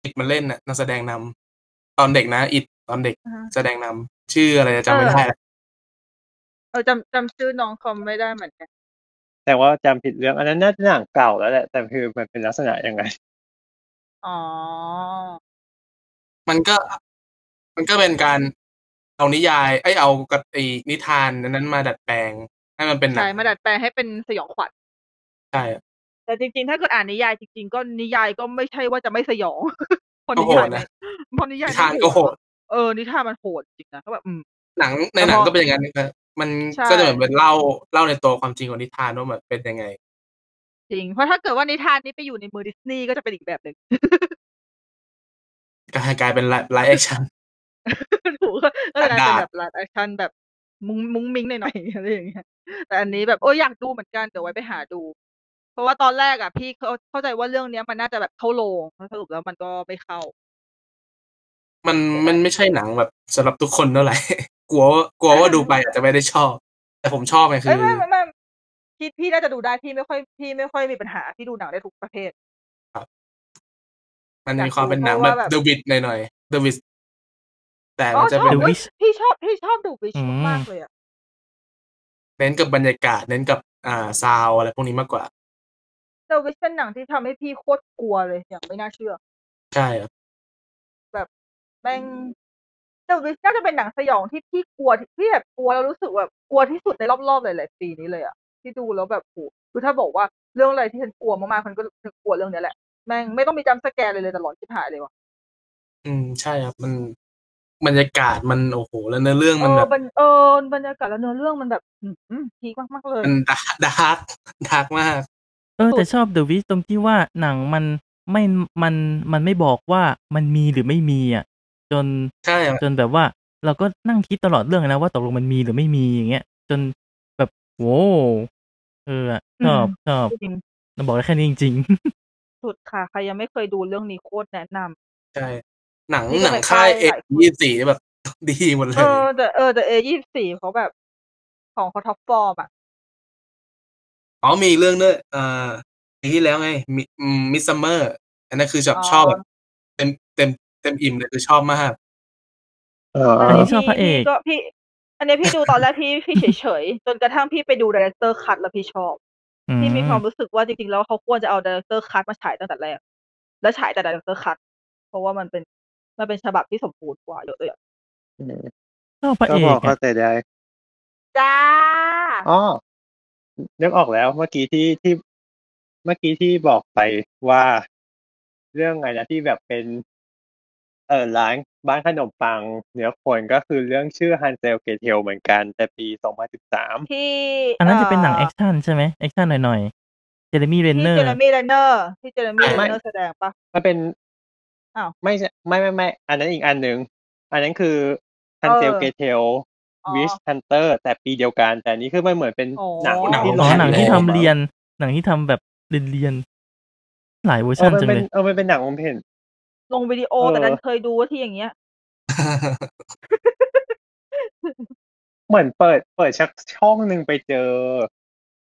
อิดมาเล่นน่ะนักแสดงนำตอนเด็กนะอิดตอนเด็ก อ่า แสดงนำชื่ออะไรจะจำไม่ เออ ได้ละ เออจำจำชื่อน้องคอมไม่ได้เหมือนกัน แต่ว่าจำผิดเรื่องอันนั้นน่าจะหนังเก่าแล้วแหละแต่คือมันเป็นลักษณะยังไง อ๋อ มันก็ มันก็เป็นการเอานิยายไอ้ยเอากับไอ้นิทานนั้นมาดัดแปลง ให้มันเป็นหนั ใช่ ง มาดัดแปลงให้เป็นสยองขวัญ ใช่ แต่จริงๆ ถ้าเกิดอ่านนิยายจริงๆ ก็นิยายก็ไม่ใช่ว่าจะไม่สยอง <laughs> เพราะ ก็ นิ โห ยา ด ยมัน นะ เพราะนิยาย นิ มัน ทานก็โหด เออนิทานมันโหดจริงนะก็แบบอืม หนังใน แล้ว หนัง พอ ก็เป็นอย่างนั้นนะครับมัน ใช่ ก็จะเหมือนเป็นเล่าเล่าในตัวความจริงของนิทานว่าแบบเป็นยังไง จริง เพราะถ้าเกิดว่านิทานนี้ไปอยู่ในมือดิสนีย์ก็จะเป็นอีกแบบหนึ่ง <laughs> กลายกลายเป็นไลฟ์แอคชั่น ถูกก็เลยกลายเป็น ด่า แบบไลฟ์แอคชั่นแบบมุ้งมุ้งมิ้งหน่อยๆ <laughs> อะไรอย่างเงี้ยแต่อันนี้แบบโอ้ยอยากดูเหมือนกันเดี๋ยวไว้ไปหาดู เพราะว่าตอนแรกอ่ะพี่เข้าเข้าใจว่าเรื่องเนี้ยมันน่าจะแบบเข้าโรงแล้วสรุปแล้วมันก็ไม่เข้า มันมันไม่ใช่หนังแบบสำหรับทุกคนเท่าไหร่ <laughs> กลัวว่ากลัวว่าดูไปอาจจะไม่ได้ชอบ แต่ผมชอบไงคื เอ้ย อ ไม่ไม่ไม่พี่พี่น่าจะดูได้พี่ไม่ค่อยพี่ไม่ค่อยมีปัญหาพี่ดูหนังได้ทุกประเภท มันมีความเป็นหนัง เพ แบ ราะ บ ว่าแบบ เดวิดหน่อยๆเดวิดแต่ อ๋ มั อน ช จะ อบ เป็น เอ้ย The Wish พี่ชอบพี่ชอบดูวิช อืม มากเลยอ่ะ เน้นกับบรรยากาศเน้นกับอ่าซาวอะไรพวกนี้มากกว่า แต่วิชเป็นหนังที่ทำให้พี่โคตรกลัวเลยอย่างไม่น่าเชื่อ ใช่ครับ แม่งแต่วิชน่าจะเป็นหนังสยองที่พี่กลัวที่พี่แบบกลัวแล้วรู้สึกแบบกลัวที่สุดในรอบๆหลายๆปีนี้เลยอ่ะที่ดูแล้วแบบโหคือถ้าบอกว่าเรื่องอะไรที่ฉันกลัวมากๆมันก็คือกลัวเรื่องเนี้ยแหละแม่งไม่ต้องมีจำสแกนเลยเลยแต่หลอนชิบหายเลยว่ะ อืมใช่ครับ มันบรรยากาศมันโอ้โหแล้วเนื้อเรื่อง เอ มัน อ แบบ บรรเออบรรยากาศและเนื้อเรื่องมันแบบอืมพีคมากๆเลย มันด <laughs> าร์กดาร์กดาร์กมาก เออแต่ชอบ The Witch ตรงที่ว่าหนังมันไม่มันมันไม่บอกว่ามันมีหรือไม่มีอ่ะ จน ใช่ครับ จนแบบว่าเราก็นั่งคิดตลอดเรื่องนะว่าตกลงมันมีหรือไม่มีอย่างเงี้ย จนแบบโว้เอออะชอบ อืม ชอบ จริง เราบอกได้แค่นี้จริง สุดค่ะ ใครยังไม่เคยดูเรื่องนี้โคตรแนะนำ ใช่ หนัง นี่ก็ หนัง เป็น ค่าย ค่าย เอ็ หลายคน ยี่สี่แบบ <laughs> ดีหมดเล เอย อแต่เออแต่เอยี่สี่เขาแบบ ของเขาท็อปฟอร์มอ่ะ อ๋อมีอีกเรื่องด้วยเอ่อปีที่แล้วไงมิสซัมเมอร์ อันนั้นคือแบบ อ๋อ ชอบแบบเต็มเต็มเต็มอิ่มเลยคือชอบมาก <laughs> เออ อันนี้ชอบพระเอก ก็พี่ อันนี้พี่ดูตอนแรกพี่พี่เฉยๆ จนกระทั่งพี่ไปดูดีเรคเตอร์คัแล้วพี่ชอบ ๆอื พี่มีความ ม รู้สึกว่าจริงๆ แล้วเขาควรจะเอาดีเรคเตอร์คัมาฉายตั้งแต่แรก แล้วฉายแต่ดีเรคเตอร์คัเพราะว่ามันเป็นมันเป็นฉบับที่สมบูรณ์กว่าเยอะเลยอะ ชอบพระ ก็ เอ พอก เข้า อะ ใจได้ จ้า อ๋อนึกออกแล้วเมื่อกี้ที่ที่เมื่อกี้ที่บอกไปว่าเรื่องอะไรนะที่แบบเป็น เออร้านบ้านขนมปังเนื้อคนก็คือเรื่องชื่อฮันเซลเกเทลเหมือนกัน แต่ปีสองพันสิบสาม ที่ อันนั้นจะเป็นหนังแอ เอ่ คชั่นใช่ไหมแอคชั่นหน่อยๆเจเรมี่เรน ที่ เนอ เจ ร์ เรมี่เรนเนอร์ที่เจเรมี่เรนเนอร์แสดงปะ มันเป็น อ้าว ไม่ใช่ไม่ไม่ไม่อันนั้นอีกอันหนึ่งอันนั้นคือฮันเซล เออ เกเทล อ๋อ วิชฮันเตอร์แต่ปีเดียวกัน แต่อันนี้คือมันเหมือนเป็น อ๋อ หนัง ๆ ที่ อ๋อ ล หนังที่ แล้ ทำ ว เรียน หนังที่ทำแบบเรียนเรียนๆหลายเวอร์ เอ ชั อน มัน จัง เป็ เล น ย เออมันเป็นหนังผมเห็น ลงวิดีโอ เออ แต่นั้นเคยดูว่าที่อย่างเงี้ย เหมือนเปิดเปิดชักช่องหนึ่งไปเจอ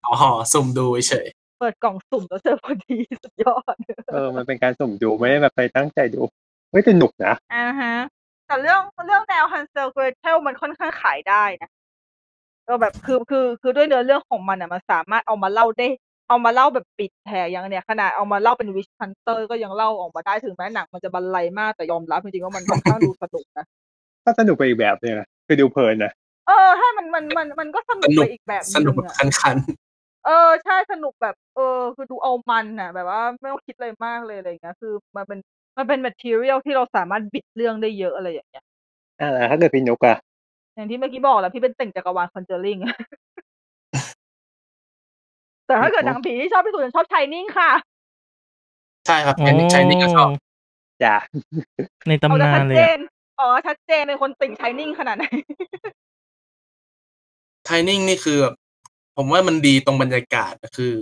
อ๋อสุ่มดูเฉย เปิดกล่องสุ่มแล้วเจอพอดี <laughs> สุดยอด เออ มันเป็นการสุ่มดูไม่ได้แบบไปตั้งใจดูเฮ้ยแต่หนุกนะ อ่าฮะ แต่เรื่องเรื่องแนวฮันเซลเกรเทลมันค่อนข้างขายได้นะก็แบบคือคือคือด้วยเนื้อเรื่องของมันอ่ะมันสามารถเอามาเล่าได้ เอามาเล่าแบบปิดแผลยังเนี่ยขนาดเอามาเล่าเป็นวิช h ันเตอร์ก็ยังเล่าออกมาได้ถึงแม้หนังมันจะบรรลัยมากแต่ยอมรับจริงๆว่ามันค่อนข้างดูสนุกนะ ก็สนุกไปอีกแบบเนี่ยนะคือดูเพลินนะ เออให้มันมันมันมันก็สนุกไปอีกแบบ ๆสนุก ห แบ ง บ อะ คัน เออใช่สนุกแบบเออ คือดูเอามันน่ะ แบบว่าไม่ต้องคิดอะไรมากเลยอะไรอย่างเงี้ยคือมันเป็นมันเป็น material ที่เราสามารถบิดเรื่องได้เยอะอะไรอย่างเงี้ย อ่าถ้าเกิดพี่นุกอะ อย่างที่เมื่อกี้บอกแหล้วพี่เป็นติ่งจักรวาลคอนเจอริง <laughs> แต่ถ้าเกิดหนังผีที่ชอบที่สุดฉันชอบชายนิ่งค่ะ ๆใช่ครับ โอ้ ใช่ใช่นี่ก็ชอบ จ้ะ ใน เอา ตำ แต่ นา ชั น ด เลย เจ อะ นอ๋อชัดเจนเป็นคนติ่งชายนิ่งขนาด <laughs> ไหน ไทนิ่งนี่คือแบบผมว่ามันดีตรงบรรยากาศคือ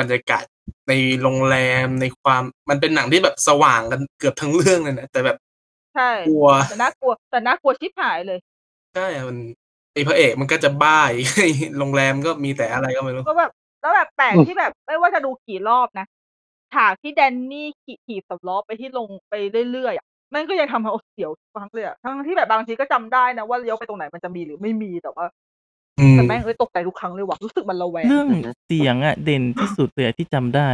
บรรยากาศในโรงแรมในความมันเป็นหนังที่แบบสว่างกันเกือบทั้งเรื่องเลยนะแต่แบบ ใช่ กลัว แต่น่ากลัวแต่น่ากลัวชิบหายเลย ใช่อะมัน มีพระเอกมันก็จะบ้า <laughs> อีก โรงแรมก็มีแต่อะไรก็ไม่รู้ ก็แบบแล้วแบบแปลก อืม ที่แบบไม่ว่าจะดูกี่รอบนะฉากที่แดนนี่ขี่ขี่สำล้อไปที่ลงไปเรื่อยๆอ่ะมันก็ยังทำให้โอเสียวทุกครั้งเลยอ่ะทั้งที่แบบบางทีก็จำได้นะว่าเลี้ยวไปตรงไหนมันจะมีหรือไม่มีแต่ว่า อืม แต่แม่งเอ้ยตกใจทุกครั้งเลยว่ะรู้สึกมันระแวง เรื่องเสียงอะเด่นที่สุดเลยอะที่จำได้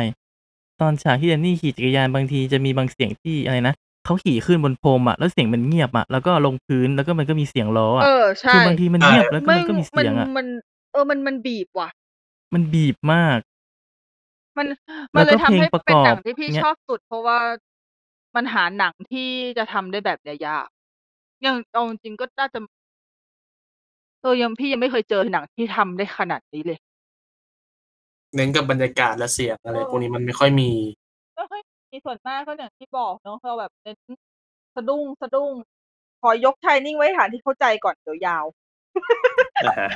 ตอนฉากที่แดนนี่ขี่จักรยานบางทีจะมีบางเสียงที่อะไรนะเขาขี่ขึ้นบนพรมอะแล้วเสียงมันเงียบอะแล้วก็ลงพื้นแล้วก็มันก็มีเสียงล้ออะ เออใช่ คือบางทีมันเงียบแล้วก็ แม่ มั ง นก็มี มันเสียงอะ มันเออมันมันบีบว่ะ มันบีบมาก มัน แล้วมันก็เลยทำให้ เพลงประกอบ เป็นหนังที่พี่ เนี่ย ชอบสุด เพราะว่ามันหาหนังที่จะทำได้แบบเนี้ยยากอย่างเอาจริงๆก็น่าจะเออยังพี่ยังไม่เคยเจอหนังที่ทำได้ขนาดนี้เลย เน้นกับบรรยากาศและเสียงอะไรพวกนี้มันไม่ค่อยมี ก็ค่อยมีส่วนมากก็อย่างที่บอกเนาะเราแบบเน้นสะดุ้งสะดุ้งขอยกชายนิ่งไว้ฐานที่เข้าใจก่อนเดี๋ยวยาว อ่าฮะ <laughs>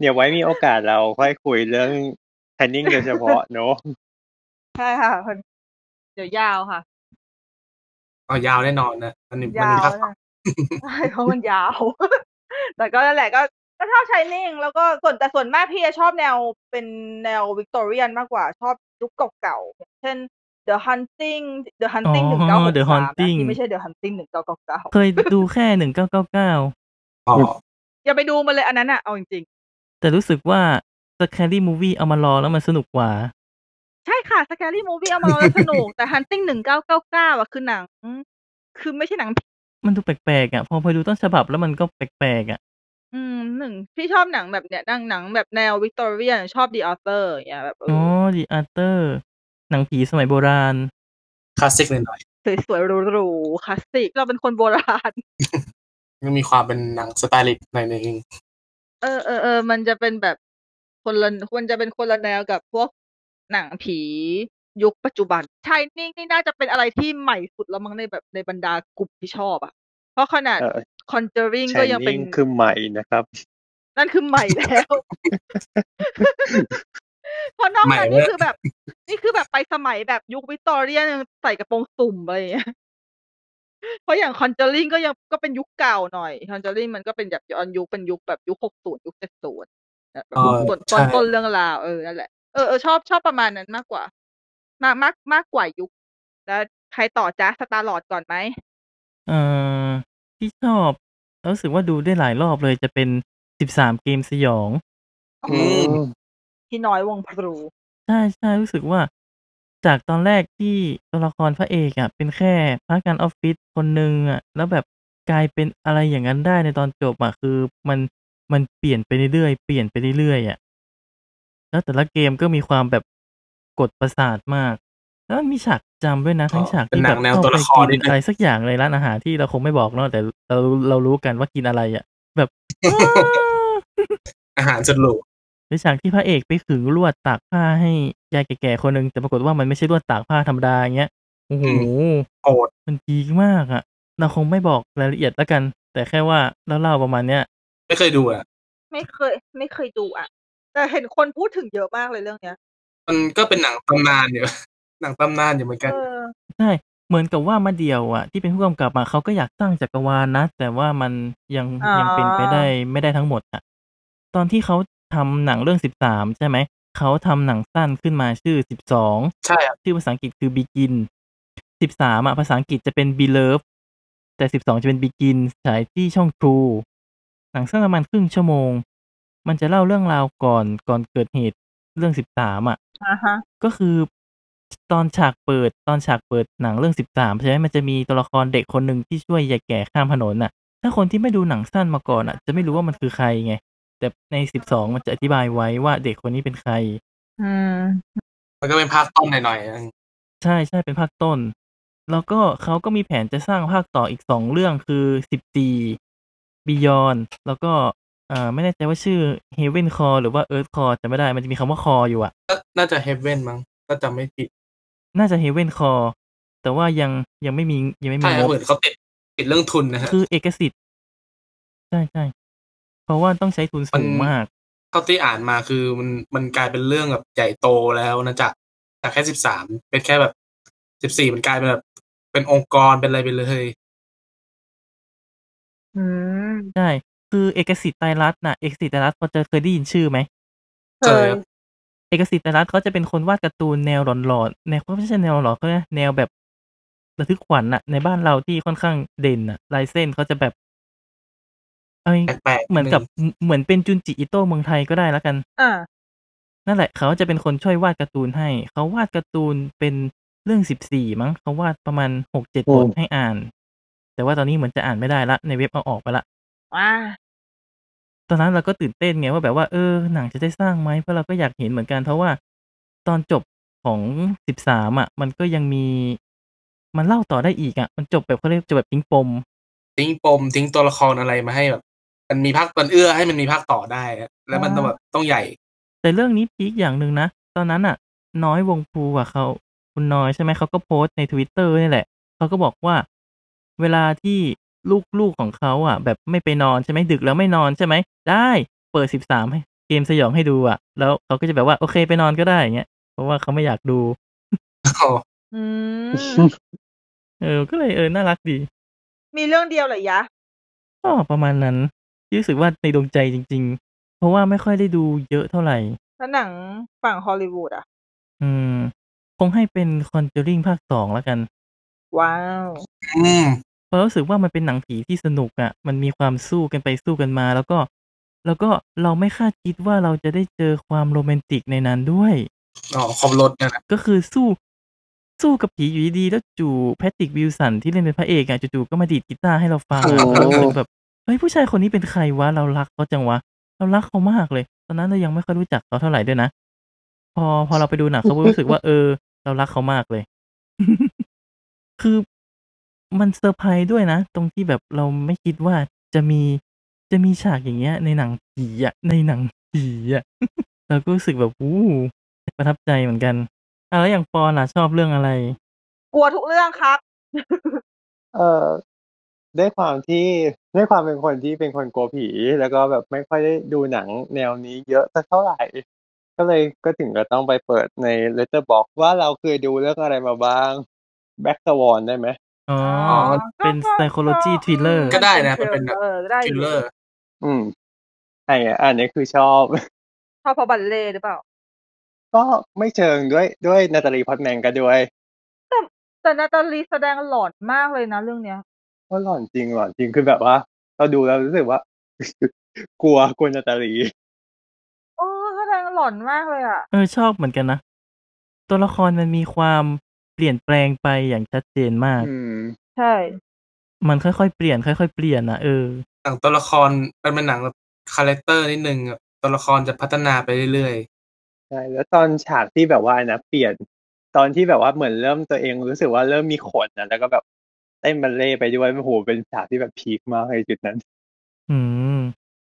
เดี๋ยวไว้มีโอกาสเราค่อยคุยเรื่องแพนนิ่งโดยเฉพาะเนอะ ใช่ค่ะคน เดี๋ยวยาวค่ะ เอายาวแน่นอนนะอันนี้มัน ยาว พัก นะ <laughs> ใช่เพราะมันยาว <laughs> แต่ก็นั่นแหละก็ก็ชอบชายนิ่ง แล้วก็ส่วนแต่ส่วนมากพี่จะชอบแนวเป็นแนววิกตอเรียนมากกว่าชอบยุคเก่าๆอย่างเช่น The Hunting The Hunting อ๋ หนึ่งเก้า อ หก The สาม Haunting ที่ไม่ใช่ The Hunting หนึ่งเก้าเก้าเก้า เคยดูแค่หนึ่งเก้าเก้าเก้า ต่อ อย่าไปดูมันเลยอันนั้นอ่ะเอาจริง แต่รู้สึกว่าสแครี่มูวี่เอามารอแล้วมันสนุกกว่า ๆใช่ค่ะ Scary Movie เอามาแล้วสนุก แต่ Hunting หนึ่งเก้าเก้าเก้าอ่ะคือหนัง คือไม่ใช่หนังผี มันดูแปลกๆอ่ะพอไปดูต้นฉบับแล้วมันก็แปลกๆอ่ะ อืมหนึ่งพี่ชอบหนังแบบเนี้ยหนังหนังแบบแนววิกตอเรียนชอบ The Author อย่างเงี้ยแบบเออ อ๋อดีอาร์เตอร์ หนังผีสมัยโบราณ คลาสสิกหน่อย สวยๆหรูๆคลาสสิกเราเป็นคนโบราณ <laughs> ๆก็มีความเป็นหนังสไตลิสต์หน่อยหนึง เออเออเออมันจะเป็นแบบคนละควรจะเป็นคนละแนวกับพวกหนังผียุคปัจจุบันชายนิ่งนี่น่าจะเป็นอะไรที่ใหม่สุดแล้วมั้งในแบบในบรรดากลุ่มที่ชอบอะเพราะขนาด เออ Conjuring แช ก็ น ยังเป็ นิ่ น งคือใหม่นะครับ นั่นคือใหม่แล้ว <laughs> เพราะนอก ใหม่ นั้นนี่เว้ย คือแบบ นี่คือแบบไปสมัยแบบยุควิกตอเรียยังใส่กระโปรงสุ่มอะไรอย่างเงี้ย เพราะอย่างคอนเจอริงก็ยังก็เป็นยุคเก่าหน่อยคอนเจอริงมันก็เป็นแบบย้อนยุคเป็นยุคแบบยุคหกศูนย์ยุคเจ็ดศูนย์ เออ ส่วน ใช่ ต้นต้นเรื่องราวเออนั่นแหละเออเออชอบชอบประมาณนั้นมากกว่า มากมากมากกว่ายุค แล้วใครต่อจ้าสตาร์ลอดก่อนไหม เอ่อที่ชอบแล้วรู้สึกว่าดูได้หลายรอบเลยจะเป็นสิบสามเกมสยอง อืม ที่น้อยวงพลู ใช่ใช่รู้สึกว่า จากตอนแรกที่ตัวละครพระเอกอ่ะ เป็นแค่พนักงานออฟฟิศคนหนึ่งอ่ะ แล้วแบบกลายเป็นอะไรอย่างนั้นได้ในตอนจบอ่ะคือมันมันเปลี่ยนไปเรื่อยๆเปลี่ยนไปเรื่อยๆอ่ะแล้วแต่ละเกมก็มีความแบบกดประสาทมาก แล้วมันมีฉากจำด้วยนะทั้งฉากที่แบบ เป็นหนังแนว เข้า ตัว ไป ละครนิ กิ ด น นึง อะไรสักอย่างในร้านอาหารที่เราคงไม่บอกเนาะแต่เราเรารู้กันว่ากินอะไรอ่ะ <laughs> แบบอ้า อาหารสุดหรู ในฉากที่พระเอกไปขึงลวดตากผ้าให้ยายแก่ๆคนหนึ่งแต่ปรากฏว่ามันไม่ใช่ลวดตากผ้าธรรมดาอย่างเงี้ยโอ้โห โอด มันดีมากอะเราคงไม่บอกรายละเอียดแล้วกัน แต่แค่ว่าเล่าๆประมาณเนี้ย ไม่เคยดูอ่ะ ไม่เคย ไม่เคยดูอ่ะ แต่เห็นคนพูดถึงเยอะมากเลยเรื่องเนี้ย มันก็เป็นหนังตำนานอยู่ <laughs> หนังตำนานอยู่เหมือนกัน เออ ใช่เหมือนกับว่ามาเดียวอะที่เป็นผู้กำกับอะเขาก็อยากสร้างจักรวาลนะ แต่ว่ามันยัง อ๋อ ยังเป็นไปได้ไม่ได้ทั้งหมดอะตอนที่เขาทำหนังเรื่องสิบสามใช่ไหมเขาทำหนังสั้นขึ้นมาชื่อสิบสอง ใช่ครับ ชื่อภาษาอังกฤษคือ begin สิบสามอ่ะ ภาษาอังกฤษจะเป็น b e l o v e แต่สิบสองจะเป็น begin ฉายที่ช่อง True หนังสั้นประมาณครึ่งชั่วโมง มันจะเล่าเรื่องราวก่อนก่อนเกิดเหตุเรื่องสิบสามอ่ะ อ่าฮะ ก็คือตอนฉากเปิดตอนฉากเปิดหนังเรื่องสิบสามใช่ไหมมันจะมีตัวละครเด็กคนหนึ่งที่ช่วยยายแก่ข้ามถนนน่ะ ถ้าคนที่ไม่ดูหนังสั้นมาก่อนอ่ะ จะไม่รู้ว่ามันคือใครไง แต่ในสิบสองมันจะอธิบายไว้ว่าเด็กคนนี้เป็นใคร อืม มันก็เป็นภาคต้นหน่อยๆอ่ะ ใช่ใช่เป็นภาคต้น แล้วก็เขาก็มีแผนจะสร้างภาคต่ออีกสองเรื่องคือสิบตีบิยอนแล้วก็เอ่อไม่แน่ใจว่าชื่อ Heaven Core หรือว่า Earth Core จะไม่ได้มันจะมีคำว่า Core อยู่อะ น่าน่าจะเฮเว่นมั้งถ้าจำไม่ผิด น่าจะ Heaven Core แต่ว่ายังยังไม่มียังไม่มี ใช่งครับบ เหมือนเขาติดติดเรื่องทุนนะฮะ คือเอกสิทธิ์ใช่ใช่เพราะว่าต้องใช้ทุนสูง มัน มาก เท่าที่อ่านมาคือมันมันกลายเป็นเรื่องแบบใหญ่โตแล้วนะจากจากแค่สิบสามเป็นแค่แบบสิบสี่มันกลายเป็นแบบเป็นองค์กรเป็นอะไรไปเลย อืม ใช่คือเอกสิทธิ์ไตรรัตน์น่ะเอกสิทธิ์ไตรรัตน์พอจะเคยได้ยินชื่อไหม เค เจอย ครับ เอกสิทธิ์ไตรรัตน์เขาจะเป็นคนวาดการ์ตูนแนวหลอนๆแนวไม่ใช่แนวหลอนเขาเรียกแนวแบบระทึกขวัญน่ะ ในบ้านเราที่ค่อนข้างเด่นน่ะลายเส้นเขาจะแบบเอ้ย แปลกๆ เหมือนกับเหมือนเป็นจุนจิอิโต้เมืองไทยก็ได้แล้วกัน อ่า นั่นแหละเขาจะเป็นคนช่วยวาดการ์ตูนให้ เขาวาดการ์ตูนเป็นเรื่องสิบสี่มั้งเขาวาดประมาณหกเจ็ด โอ้ บทให้อ่าน แต่ว่าตอนนี้เหมือนจะอ่านไม่ได้ละ ในเว็บเอาออกไปละ ว้า ตอนนั้นเราก็ตื่นเต้นไงว่าแบบว่าเออหนังจะได้สร้างไหมเพราะเราก็อยากเห็นเหมือนกัน เพราะว่าตอนจบของสิบสามอ่ะ มันก็ยังมี มันเล่าต่อได้อีกอ่ะ มันจบแบบเขาเรียกจบแบบปิ้งปม ทิ้งปมทิ้งตัวละครอะไรมาให้แบบ มันมีภาคมันเอื้อให้มันมีภาคต่อได้อะแล้วมันต้องแบบต้องใหญ่ <laughs> แต่เรื่องนี้พีคอย่างหนึ่งนะ ตอนนั้นอ่ะ น้อยวงภูอ่ะเขาคุณน้อยใช่ไหมเขาก็โพสต์ในทวิตเตอร์นี่แหละ เขาก็บอกว่า เวลาที่ลูกๆของเขาอ่ะ แบบไม่ไปนอนใช่ไหมดึกแล้วไม่นอนใช่ไหมได้เปิดสิบสามให้เกมสยองให้ดูอ่ะ แล้วเขาก็จะแบบว่าโอเคไปนอนก็ได้อย่างเงี้ยเพราะว่าเขาไม่อยากดู อื <laughs> ม เออ ก็เลยเออ น่ารักดี มีเรื่องเดียวเหรอยะ ก็ประมาณนั้นที่รู้สึกว่าในดวงใจจริง ๆ เพราะว่าไม่ค่อยได้ดูเยอะเท่าไหร่ แล้วหนังฝั่งฮอลลีวูดอ่ะ อืม คงให้เป็นคอนเจอริงภาคสองแล้วกัน ว้าว อืม เพราะรู้สึกว่ามันเป็นหนังผีที่สนุกอะ่ะ มันมีความสู้กันไปสู้กันมา แล้วก็ แล้วก็เราไม่คาดคิดว่าเราจะได้เจอความโรแมนติกในนั้นด้วย อ๋อคอมรถเนี่ยนะ ก็คือสู้สู้กับผีอยู่ดีๆแล้วจู่แพทริกวิลสันที่เล่นเป็นพระเอกอะ่ะจู่ๆก็มาดีดกีตาร์ให้เราฟังอะ โอ้ เรารู้สึกแบบเฮ้ยผู้ชายคนนี้เป็นใครวะเรารักเขาจังวะ เรารักเขามากเลย ตอนนั้นเรายังไม่ค่อยรู้จักเขาเท่าไหร่ด้วยนะ พอพอเราไปดูหนังเขาก็รู้สึกว่า เออ เรารักเขามากเลย <laughs> คือมันเซอร์ไพรส์ด้วยนะ ตรงที่แบบเราไม่คิดว่าจะมีจะมีฉากอย่างเงี้ย ในหนังผีอ่ะในหนังผีอ่ะ <laughs> เราก็รู้สึกแบบอู้ประทับใจเหมือนกันอ่ะแล้วอย่างปอนล่ะชอบเรื่องอะไร กลัวทุกเรื่องครับ เออด้วยความที่ด้วยความเป็นคนที่เป็นคนกลัวผี แล้วก็แบบไม่ค่อยได้ดูหนังแนวนี้เยอะสักเท่าไหร่ ก็เลยก็ถึงก็ต้องไปเปิดใน Letterbox ว่าเราเคยดูเรื่องอะไรมาบ้าง Black Swan ได้ไหม อ๋อ อ๋อ เป็น ก็ก็ psychology ก็ thriller ก็ได้นะมันเป็นแบบ เออได้ ฟิ อ ล ยู่ เลอร์ อืมไอ้อะอันนี้คือชอบ <laughs> ชอบเพราะบัลเล่ต์หรือเปล่า ก็ไม่เชิงด้วยด้วยนาตาลีพอตแมนก็ด้วย แต่นาตาลีแสดงหลอนมากเลยนะเรื่องเนี้ย ว่าหล่อนจริงหล่อนจริงคือแบบว่า เราดูแล้วรู้สึกว่า <laughs> กลัวกลัวนาตาลี โอ้แสดงหลอนมากเลยอ่ะ เออชอบเหมือนกันนะ ตัวละครมันมีความเปลี่ยนแปลงไปอย่างชัดเจนมาก อืม ใช่ มันค่อยๆเปลี่ยนค่อยๆเปลี่ยนนะเออ หนังตัวละครมันเป็นหนังแบบคาแรคเตอร์นิดนึงอะตัวละครจะพัฒนาไปเรื่อย ใช่แล้วตอนฉากที่แบบว่านะเปลี่ยนตอนที่แบบว่าเหมือนเริ่มตัวเองรู้สึกว่าเริ่มมีขนนะแล้วก็แบบเต้นบัลเล่ต์ไปด้วยโอ้โหเป็นฉากที่แบบพีคมากในจุดนั้น อืม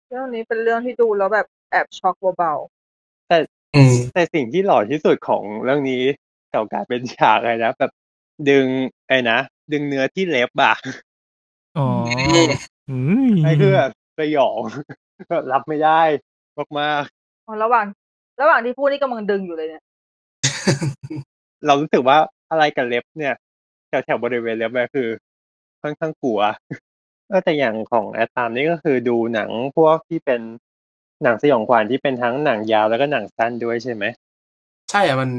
เรื่องนี้เป็นเรื่องที่ดูแล้วแบบแอบช็อกเบา ๆ อืม แต่สิ่งที่หล่อที่สุดของเรื่องนี้ต่อกลารเป็นฉากอะไรนะแบบดึงไอ้นะดึงเนื้อที่เล็บอะ อ๋ออืม ไอ้คือแบบสยอง <laughs> แบบรับไม่ได้มาก ๆอ๋อระหว่าง ระหว่างที่พูดนี่กำลังดึงอยู่เลยเนี่ย ๆเรารู้สึกว่าอะไรกับเล็บเนี่ยแถวแถวๆบริเวณเล็บเนี่ยคือ ค่อนข้างกลัว <laughs> เออแต่อย่างของแอดตามนี่ก็คือดูหนังพวกที่เป็นหนังสยองขวัญที่เป็นทั้งหนังยาวแล้วก็หนังสั้นด้วยใช่ไหม ใช่อะมัน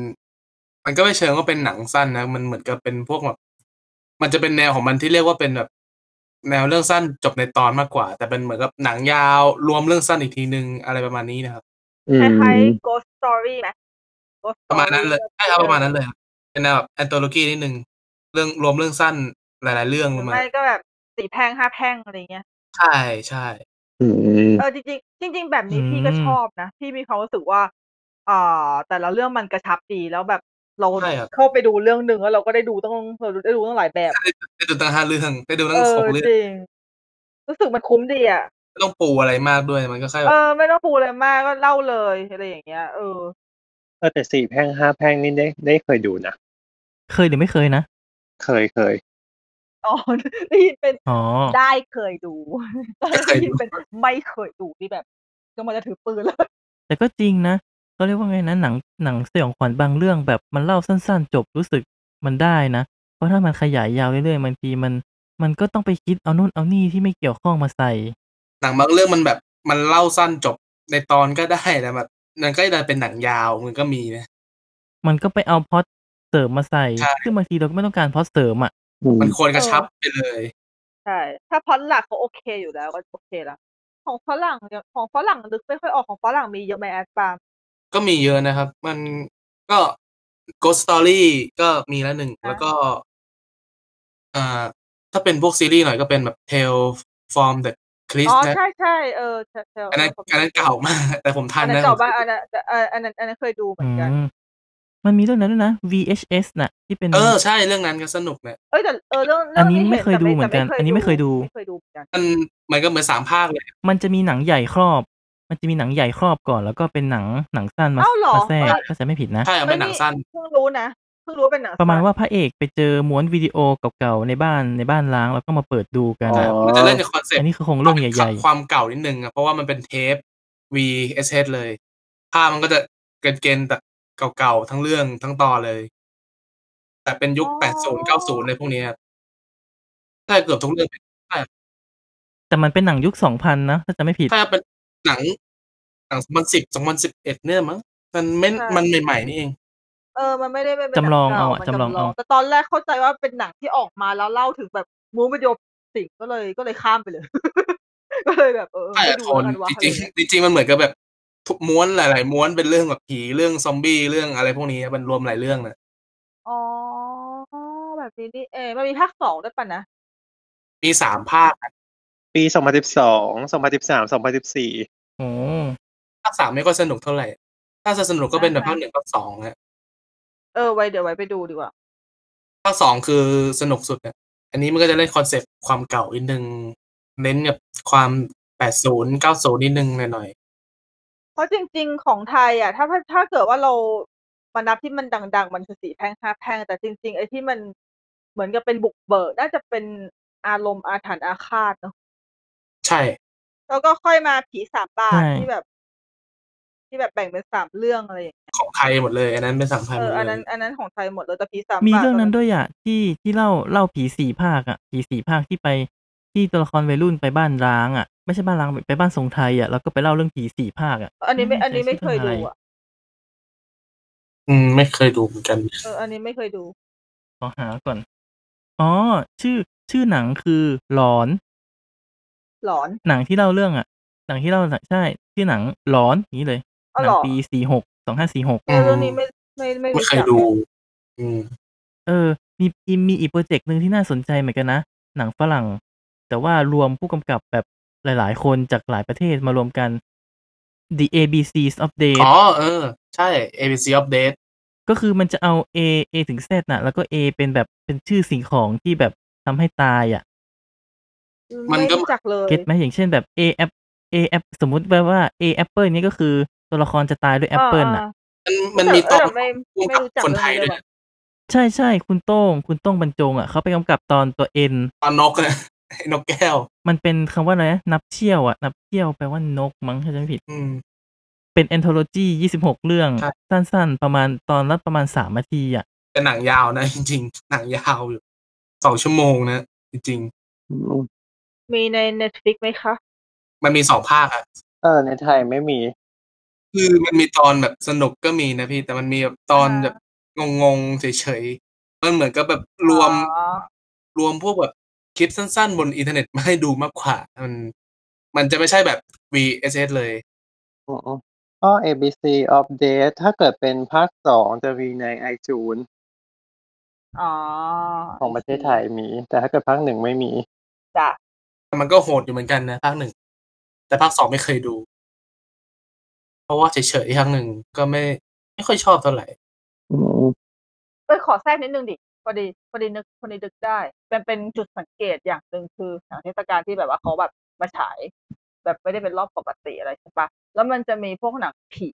มันก็ไม่เชิงว่าเป็นหนังสั้นนะ มันเหมือนกับเป็นพวกแบบมันจะเป็นแนวของมันที่เรียกว่าเป็นแบบ แนวเรื่องสั้นจบในตอนมากกว่า แต่เป็นเหมือนกับหนังยาวรวมเรื่องสั้นอีกทีนึงอะไรประมาณนี้นะครับ คล้ายๆ ghost story ไหม ghost ประมาณนั้นเลย Story ใช่ครับประมาณนั้นเลยครับเป็นแนวแบบแอนโทโลกีนิดนึงเรื่องรวมเรื่องสั้นหลาย ๆ เรื่อง หรื ประ อ มาณ ไม่ก็แบบสี่แพร่งห้าแพร่งอะไรเงี้ย ใช่ใช่ อืม เออจริงๆจริง ๆ แบบนี้พี่ก็ อืม ชอบนะ พี่มีความรู้สึกว่าอ่าแต่ละเรื่องมันกระชับดีแล้วแบบเรา ใช่ครับ เข้าไปดูเรื่องหนึ่งแล้วเราก็ได้ดูต้องเราได้ดูตั้งหลายแบบ ได้ดูตั้งห้าเรื่องได้ดู เอ ตั้ง อ หกเรื่อง จริง รู้สึกมันคุ้มดีอ่ะ ไม่ต้องปูอะไรมากด้วยมันก็แค่แบ เอบ อ ไม่ต้องปูอะไรมากก็เล่าเลยอะไรอย่างเงี้ยเอ <laughs> อ เออแต่สี่แพร่งห้าแพร่งนี่ได้ได้เคยดูนะ เคยหรือไม่เคยนะ เคยเคย อ๋อ ได้ยินเป็น อ๋อ ได้เคยดู <laughs> ได้เค ได้ ยดู ยินเป็นไม่เคยดูนี่แบบก็มันจะถือปืนเลย แต่ก็จริงนะเขาเรียกว่าไงนะ หนังหนังสยองขวัญบางเรื่องแบบมันเล่าสั้นๆ จบรู้สึกมันได้นะ เพราะถ้ามันขยายยาวเรื่อยๆบางทีมัน มันก็ต้องไปคิดเอานู่นเอานี่ที่ไม่เกี่ยวข้องมาใส่ หนังบางเรื่องมันแบบมันเล่าสั้นจบในตอนก็ได้แต่แบบมันก็จะเป็นหนังยาวมันก็มีนะ มันก็ไปเอาพล็อตเสริมมาใส่ ใช่ ซึ่งบางทีเราก็ไม่ต้องการพล็อตเสริมอ่ะ อืม มันควรกระชับไปเลย ใช่ ถ้าพล็อตหลักเขาโอเคอยู่แล้วก็โอเคละของฝรั่งยังของฝรั่งนึกไม่ค่อยออกของฝรั่งมีเยอะไหมแอดปาล์ม ก็มีเยอะนะครับ มันก็ Ghost Story ก็มีแล้วหนึ่งแล้วก็อ่าถ้าเป็นพวกซีรีส์หน่อยก็เป็นแบบ Tale from the อ๋ Cliff อ นะ ใช่ใช่เออใช่ใช่ อันนั้นอันนั้นเก่ามาก <laughs> แต่ผมทั อั น นนั้น นะ เก่าบ้างอันนั้นเอ่ออันนั้นอันนั้นเคยดูเหมื อื อนกัน มมันมีเรื่องนั้นด้วยนะ VHS น่ะ ที่เป็น เออใช่เรื่องนั้นก็สนุกนะ เอ้ยแต่เออเรื่องเรื่ อั อง นนี้ นี้ ไม่ ห็ เคย แต่ ดูเหมือนกัน แต่ อันนี้ไม่เคยดู ไม่เคยดูเหมือนกัน มันมันก็เหมือนสามภาคเลย มันจะมีหนังใหญ่ครอบ มันจะมีหนังใหญ่ครอบก่อน แล้วก็เป็นหนังหนังสั้นมา เอ้าเหรอ มาแทรกถ้าจะไม่ผิดนะ ใช่เอาเป็นหนังสั้น เพิ่งรู้นะเพิ่งรู้ว่าเป็นหนัง ประมาณ สั้น ว่าพระเอกไปเจอม้วนวิดีโอเก่าๆในบ้านในบ้านล้างแล้วก็มาเปิดดูกัน อ๋ อะ อ มันจะเล่นในคอนเซ็ป อัน ต์ นี้คือโครงเรื่องใหญ่ ความเก่านิดนึงอะเพราะว่ามันเป็นเทป VSH เลย ภาพมันก็จะเกณฑ์เกณฑ์แต่เก่าๆ ทั้งเรื่องทั้งตอนเลย แต่เป็นยุค 80 90 เลยพวกเนี้ยครับใช่เกือบทุกเรื่อง ๆ แต่มันเป็นหนังยุคสองพันนะถ้าจะไม่ผิด ถ้าเป็นหนัง หนัง 2010 2011 เนี่ยมั้งมันไม่มันใหม่ๆ นี่เอง เออมันไม่ได้ไม่เป็นหนั จำลอง ก่ เอาอะ มัน จำลองเอา แต่ตอนแรกเข้าใจว่าเป็นหนังที่ออกมาแล้วเล่าถึงแบบมูวิดีโอสิ่งก็เลยก็เลยข้ามไปเลย <laughs> ก็เลยแบบเออ ใช่ ไม่ อะ ดู ทน แล้วกันวะอะไร จริง เงี้ย ๆจริงๆมันเหมือนกับแบบทุกม้วนหลาย ๆ ม้วนเป็นเรื่องแบบผีเรื่องซอมบี้เรื่องอะไรพวกนี้มันรวมหลายเรื่องนะ อ๋อแบบนี้นี่เองมันมีภาคสองด้วยป่ะนะ มีสามภาคอะ ปีสองพันสิบสองสองพันสิบสามสองพันสิบสี่ โอ้ ภาคสามไม่ก็สนุกเท่าไหร่ ถ้าจะสนุกก็เป็นแบบภาคหนึ่งภาคสองฮะ เออไว้เดี๋ยวไว้ไปดูดีกว่า ภาคสองคือสนุกสุดอะอันนี้มันก็จะเล่นคอนเซปต์ความเก่านิดนึง เน้นกับความแปดศูนย์เก้าศูนย์นิดนึงหน่อย เพราะจริง ๆ ของไทยอ่ะ ถ้าถ้าเกิดว่าเรามานับที่มันดัง ๆ มันคือสี่แพร่งห้าแพร่งแต่จริง ๆ ไอ้ที่มันเหมือนกับเป็นบุกเบิกน่าจะเป็นอารมณ์อาถรรพ์อาฆาตเนอะ ๆ ใช่ แล้วก็ค่อยมาผีสามบาท ใช่ ที่แบบ ที่แบบแบ่งเป็นสามเรื่องอะไรอย่างเงี้ย ของไทยหมดเลย อันนั้นเป็นสำคัญ เอ หม อ ด อัน เล นั้ ย นอันนั้นของไทยหมดเลยแต่ผีสาม มี บาท เรื่องนั้น ต ด้วยอ่ะที่ที่เล่าเล่าผีสี่ภาคอ่ะผีสี่ภาคที่ไปที่ตัวละครวัยรุ่นไปบ้านร้างอ่ะไม่ใช่บ้านร้างไปบ้านทรงไทยอ่ะแล้วก็ไปเล่าเรื่องผีสี่ภาคอ่ะ อันนี้ไม่อันนี้ไม่ แใจ เคย ชื่ ดู รื่องอ อ่ะ อืมไม่เคยดูเหมือนกัน เอออันนี้ไม่เคยดู ขอหาก่อนอ๋อชื่อชื่อหนังคือหลอน หลอน หนังที่เล่าเรื่องอ่ะ หนังที่เล่าใช่ชื่อหนังหลอนอย่างนี้เลย อ๋อ ห เหรอ นังปีสี่หกสองห้าสี่หก เออเรื่องนี้ไม่ไม่ไม่ ไม่ รู้ เคย จัก ดู อืม เออ มีอีมีอีกโปรเจกต์หนึ่งที่น่าสนใจเหมือนกันนะ หนังฝรั่ง แต่ว่ารวมผู้กำกับแบบหลาย ๆ คนจากหลายประเทศมารวมกัน The ABCs of Death อ๋อเออ ใช่ ABC Update ก็คือมันจะเอา A A ถึง Z น่ะ แล้วก็ A เป็นแบบเป็นชื่อสิ่งของที่แบบทำให้ตายอ่ะ มัน ไม่ ก็ รู้จักเลย เก็ตไหมอย่างเช่นแบบ A App A App สมมุติแบบว่า A Apple นี่ก็คือตัวละครจะตายด้วยแอปเปิลอ่ะ า มัน ๆ มันมีต แต่ อน แต่ไม่ ร่วม ไม่ กับ รู้จัก คน เรื่ ไท อง ย นี้เล ด้วย ย ว่ะ นะ ใช่ใช่คุณโต้ง คุณโต้งบรรจงอ่ะเขาไปกำกับตอนตัวเอ็น ตอนนกนะ <laughs> ไอ้นกแก้ว มันเป็นคำว่าอะไรนะนับเชี่ยวอ่ะ นับเชี่ยวแปลว่านกมั้งถ้าจำไม่ผิด อืม เป็นแอนโทโลจียี่สิบหกเรื่อง ครับ สั้นๆ ประมาณตอนละประมาณสามนาทีอ่ะ แต่หนังยาวนะ <laughs> จริงๆ หนังยาวอยู่สองชั่วโมงนะ จริง มีใน Netflix ไหมคะ ๆ มันมีสองภาคอะ เออ ในไทยไม่มี คือมันมีตอนแบบสนุกก็มีนะพี่ แต่มันมีแบบตอน อ่า แบบงงๆเฉยๆมันเหมือนกับแบบรวม อ๋อ รวมพวกแบบคลิปสั้นๆ บนอินเทอร์เน็ตมาให้ดูมากกว่า มัน มันจะไม่ใช่แบบ VSS เลย อ๋อก็ ABC Update ถ้าเกิดเป็นภาคสองจะมีใน iTunes อ๋อ ของประเทศไทยมี แต่ถ้าเกิดภาคหนึ่งไม่มี จ้ะ แต่มันก็โหดอยู่เหมือนกันนะภาคหนึ่ง แต่ภาคสองไม่เคยดู เพราะว่าเฉยๆภาคหนึ่งก็ไม่ ไม่ค่อยชอบเท่าไหร่ เอ้ยขอแทรกนิดนึงดิพอดีพอดีนึกพอดีนึกได้เป็นเป็นจุดสังเกตอย่างหนึ่งคือหนังเทศกาลที่แบบว่าเขาแบบมาฉาย แบบไม่ได้เป็นรอบปกติอะไรใช่ปะแล้วมันจะมีพวกหนังผี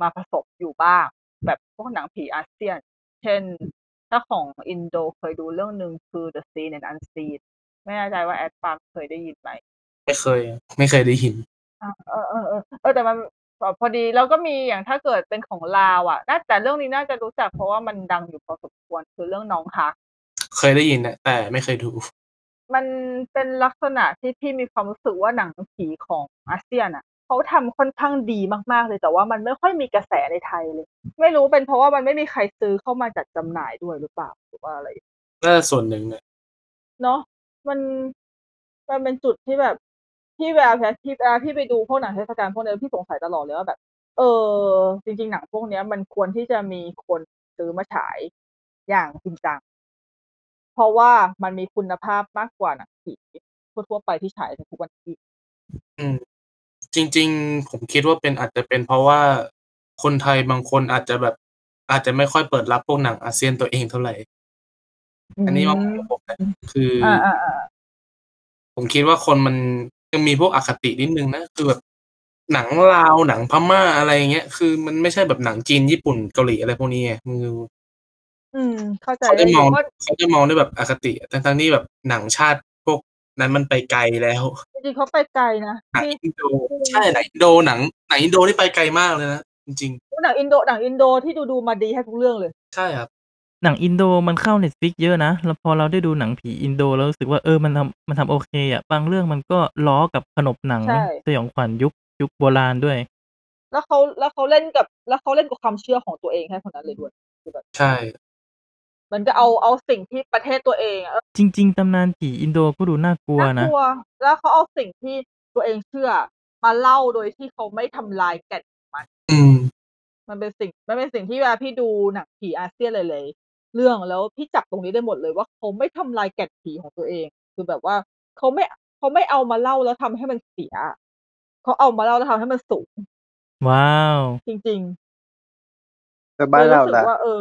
มาผสมอยู่บ้าง แบบพวกหนังผีอาเซียน เช่น ถ้าของอินโดเคยดูเรื่องหนึ่งคือ The Seen and Unseen ไม่แน่ใจว่าแอดปาล์มเคยได้ยินไหม ไม่เคย ไม่เคยได้ยิน อ่ะเออเออเออเออแต่มันพอดีแล้วก็มีอย่างถ้าเกิดเป็นของลาวอ่ะน่าแต่เรื่องนี้น่าจะรู้จักเพราะว่ามันดังอยู่พอสมควรคือเรื่องน้องฮัก เคยได้ยินนะแต่ไม่เคยดู มันเป็นลักษณะที่พี่มีความรู้สึกว่าหนังผีของอาเซียนอ่ะเขาทำค่อนข้างดีมากๆ เลยแต่ว่ามันไม่ค่อยมีกระแสในไทยเลย ไม่รู้เป็นเพราะว่ามันไม่มีใครซื้อเข้ามาจัดจำหน่ายด้วยหรือเปล่าหรือว่าอะไร น่าจะส่วนหนึ่งเนี่ย เนาะมันมันเป็นจุดที่แบบที่เวลาพี่พี่เวลาพี่ไปดูพวกหนังเทศกาลพวกเนี้ยพี่สงสัยตลอดเลยว่าแบบ เออ จริง ๆ หนังพวกเนี้ย มันควรที่จะมีคนซื้อมาฉายอย่างจริงจังเพราะว่ามันมีคุณภาพมากกว่าหนังผีทั่วๆไปที่ฉายในทุกวันนี้ อืม จริง ๆ ผมคิดว่าเป็นอาจจะเป็นเพราะว่าคนไทยบางคนอาจจะแบบ อาจจะไม่ค่อยเปิดรับพวกหนังอาเซียนตัวเองเท่าไหร่ อันนี้ว่าผมนะคืออ อ่าอ่าอ่า ผมคิดว่าคนมันยังมีพวกอคตินิดนึงนะคือแบบหนังลาวหนังพม่าอะไรอย่างเงี้ยคือมันไม่ใช่แบบหนังจีนญี่ปุ่นเกาหลีอะไรพวกนี้ไงมือ อืม เข้าใจ เขา ได้ จะ อ ม ยู่ อง ว่า เขาจะมองด้วยแบบอคติทั้งทั้งๆที่แบบหนังชาติพวกนั้นมันไปไกลแล้ว จริงๆเขาไปไกลนะ หนัง พี่ อินโดใช่หนังอินโดหนังหนังอินโดที่ไปไกลมากเลยนะจริง หนังอินโดหนังอินโดที่ดูดูๆมาดีให้ทุกเรื่องเลย ๆ ใช่ครับ หนังอินโดมันเข้าเน็ตฟิกเยอะนะ แล้วพอเราได้ดูหนังผีอินโดแล้วรู้สึกว่าเออมันทำมันทำโอเคอ่ะ บางเรื่องมันก็ล้อกับขนบหนัง ใช่ สยองขวัญยุคยุคโบราณด้วย แล้วเขาแล้วเขาเล่นกับ แล้วเขาเล่นกับความเชื่อของตัวเองให้คนนั้นเลยด้วย ใช่ มันก็เอาเอาสิ่งที่ประเทศตัวเองอะเออ จริง ๆตำนานผีอินโดก็ดูน่ากลัว น่าก นะ ลัว แล้วเขาเอาสิ่งที่ตัวเองเชื่อ มาเล่าโดยที่เขาไม่ทำลายแก่น อืม มันเป็นสิ่งมันเป็นสิ่งที่เวลาพี่ดูหนังผีอาเซียนเลยเลยๆเรื่องแล้วพี่จับตรงนี้ได้หมดเลยว่าเขาไม่ทำลายแก่นผีของตัวเอง คือแบบว่าเขาไม่เขาไม่เอามาเล่าแล้วทำให้มันเสียเขาเอามาเล่าแล้วทำให้มันสูง ว้าว จริง ๆ แต่บ้าน เลย เรา รู้สึก ล่ะ ว่าเออ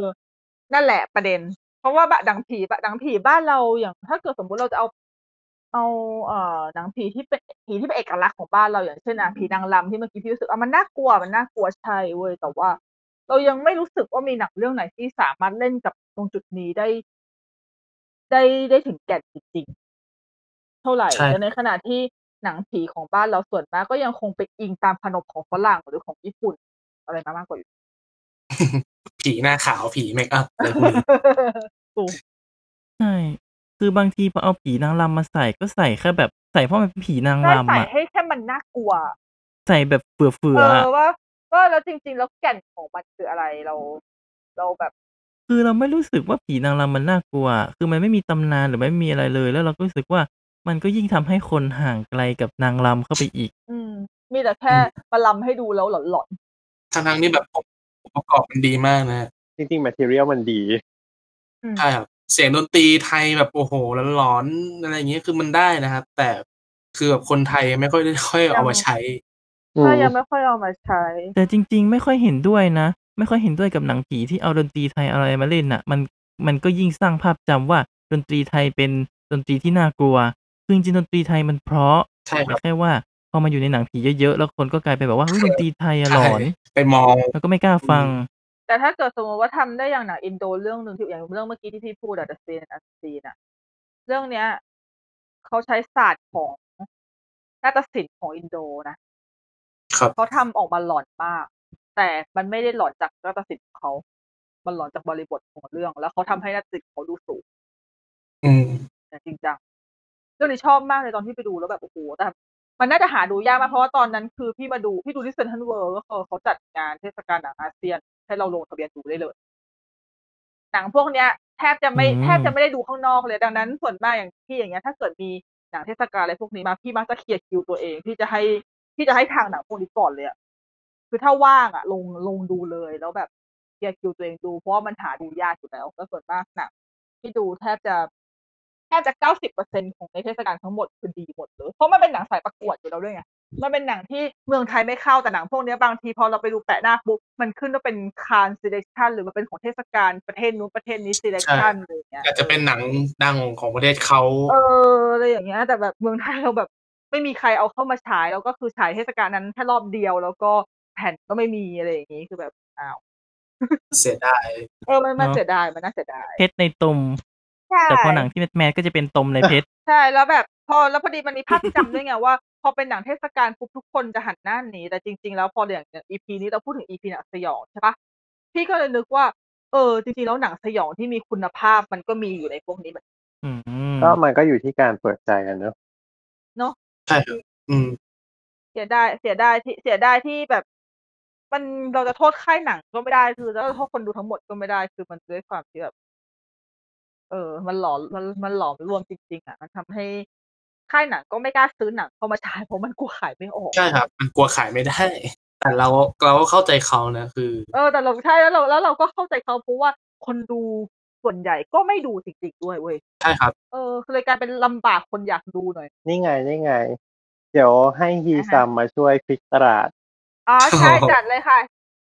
นั่นแหละประเด็น เพราะว่าแบบหนังผีแบบหนังผีบ้านเราอย่าง ถ้าเกิดสมมุติเราจะเอา เอาเอ่อหนังผีที่เป็นผีที่เป็นเอกลักษณ์ของบ้านเราอย่างเช่นหนังผีนางรำที่เมื่อกี้พี่รู้สึกว่ามันน่ากลัวมันน่ากลัวใช่เว้ยแต่ว่า เรายังไม่รู้สึกว่ามีหนังเรื่องไหนที่สามารถเล่นกับตรงจุดนี้ได้ ได้ได้ถึงแก่นจริงๆเท่าไหร่ ใช่ แต่ในขณะที่หนังผีของบ้านเราส่วนมากก็ยังคงไปอิงตามขนบของฝรั่งหรือของญี่ปุ่น อะไรมามากกว่า <laughs> อยู่ ผีหน้าขาวผีเมคอัพอะไรพวกนี้ <laughs> ถูก ใช่ คือบางทีพอเอาผีนางรำมาใส่ก็ใส่แค่แบบใส่เพราะมันเป็นผีนาง ได้ใส่ รำอ่ะ ให้แค่มันน่ากลัว ใส่แบบเฟื่อเฟือ เออๆอะ ว่าว่าแล้วจริง ๆ แล้วแก่นของมันคืออะไรเรา เราแบบ คือเราไม่รู้สึกว่าผีนางรำมันน่ากลัว คือมันไม่มีตำนานหรือไม่มีอะไรเลย แล้วเราก็รู้สึกว่ามันก็ยิ่งทำให้คนห่างไกลกับนางรำเข้าไปอีก อืม มีแต่แค่ อืม มาลำให้ดูแล้วหลอน ทั้งทั้งๆที่แบบอุปกรณ์มันดีมากนะ จริงๆแมทเทียลมันดี ๆอืม ใช่ครับเสียงดนตรีไทยแบบโอ้โหหลอนๆอะไรอย่างเงี้ยคือมันได้นะครับ แต่คือแบบคนไทยไม่ค่อยได้ค่อยเอามาใช้ อืม ถ้ายังไม่ค่อยเอามาใช้ แต่จริง ๆ ไม่ค่อยเห็นด้วยนะ ไม่ค่อยเห็นด้วยกับหนังผีที่เอาดนตรีไทยอะไรมาเล่นน่ะ มันมันก็ยิ่งสร้างภาพจำว่าดนตรีไทยเป็นดนตรีที่น่ากลัวคือจริงๆดนตรีไทยมันเพราะ ใช่ค แต่ รับ แค่ว่าพอมาอยู่ในหนังผีเยอะๆแล้วคนก็กลายไปแบบว่าเฮ้ยดนตรีไทยอะหลอน ไปมอง แล้วก็ไม่กล้าฟัง แต่ถ้าเกิดสมมติว่าทำได้อย่างหนังอินโดเรื่องหนึ่งที่อย่างเรื่องเมื่อกี้ที่พี่พูดอะ The Sin and Unseen อะเรื่องเนี้ยเขาใช้ศาสตร์ของนาฏศิลป์ของอินโดนะ ครับ เขาทำออกมาหลอนมาก แต่มันไม่ได้หลอนจากนาฏศิลป์ของเขา มันหลอนจากบริบทของเรื่อง แล้วเขาทำให้นาฏศิลป์เขาดูสูง อืม อย่างจริงจังเรื่องนี้ชอบมากเลยตอนที่ไปดูแล้วแบบโอ้โหแต่มันน่าจะหาดูยากมากเพราะว่าตอนนั้นคือพี่มาดูพี่ดูที่เซนทรัลเวิลด์ก็คือเขาจัดงานเทศกาลหนังอาเซียน ให้เราลงทะเบียนดูได้เลย หนังพวกเนี้ยแทบจะไม่ อืม แทบจะไม่ได้ดูข้างนอกเลย ดังนั้นส่วนมากอย่างพี่อย่างเงี้ย ถ้าเกิดมีหนังเทศกาลอะไรพวกนี้มาพี่มักจะเคลียร์คิวตัวเองที่จะให้ที่จะให้ทางหนังพวกนี้ก่อนเลยอะคือถ้าว่างอะลงลงดูเลยแล้วแบบเคลียร์คิวตัวเองดู เพราะว่ามันหาดูยากอยู่แล้วแล้วส่วนมากหนังที่ดูแทบจะแทบจะเก้าสิบเปอร์เซ็นของในเทศกาลทั้งหมดคือดีหมดเลยเพราะมันเป็นหนังสายประกวดอยู่แล้วด้วยไงมันเป็นหนังที่เมืองไทยไม่เข้าแต่หนังพวกเนี้ยบางทีพอเราไปดูแปะหน้าปุ๊บมันขึ้นว่าเป็นคานซีเลคชันหรือมันเป็นของเทศกาลประเทศนู้นประเทศนี้ซีเลคชันอะไรอย่างเงี้ย อาจจะเป็นหนังดังของประเทศเขา เอออะไรอย่างเงี้ย แต่แบบเมืองไทยเราแบบ ไม่มีใครเอาเข้ามาฉายแล้วก็คือฉายเทศกาลนั้นแค่รอบเดียว แล้วก็แผ่นก็ไม่มีอะไรอย่างงี้คือแบบอ้าว เสียดาย เออมันมัน เนอะ เสียดายมันน่าเสียดาย เพชรในตม ใช่ แต่พอหนังที่แมทแมนก็จะเป็นตมในเพชร ใช่แล้วแบบ พอแล้วพอดีมันมีภาพจำด้วยไงว่า พอเป็นหนังเทศกาลปุ๊บทุกคนจะหันหน้าหนีแต่จริง ๆ แล้วพออย่างอีพีนี้เราพูดถึงอีพีหนังสยองใช่ปะพี่ก็เลยนึกว่า เออ จริงๆแล้วหนังสยองที่มีคุณภาพมันก็มีอยู่ในพวกนี้เหมือน อืม ก็มันก็อยู่ที่การเปิดใจกันเนอะ ใช่ครับอืม เสียดายเสียดายที่เสียดายที่แบบ มันเราจะโทษค่ายหนังก็ไม่ได้คือแล้วโทษคนดูทั้งหมดก็ไม่ได้คือมันด้วยความที่แบบเออ มันหลอมมันมันหลอมรวมจริง ๆ อ่ะ มันทำให้ค่ายหนังก็ไม่กล้าซื้อหนังเข้ามาฉายเพราะมันกลัวขายไม่ออก ใช่ครับมันกลัวขายไม่ได้ <laughs> แต่เราเราก็เข้าใจเขานะคือ เออแต่เราใช่แล้วเราแล้วเราก็เข้าใจเขาเพราะว่าคนดูส่วนใหญ่ก็ไม่ดูจริงๆด้วยเว้ย ใช่ครับ เออคือเลยกลายเป็นลำบากคนอยากดูหน่อย นี่ไงนี่ไง เดี๋ยวให้ฮีซัมมาช่วยพลิกตลาด อ๋อใช่ โอ้โห จัดเลยค่ะ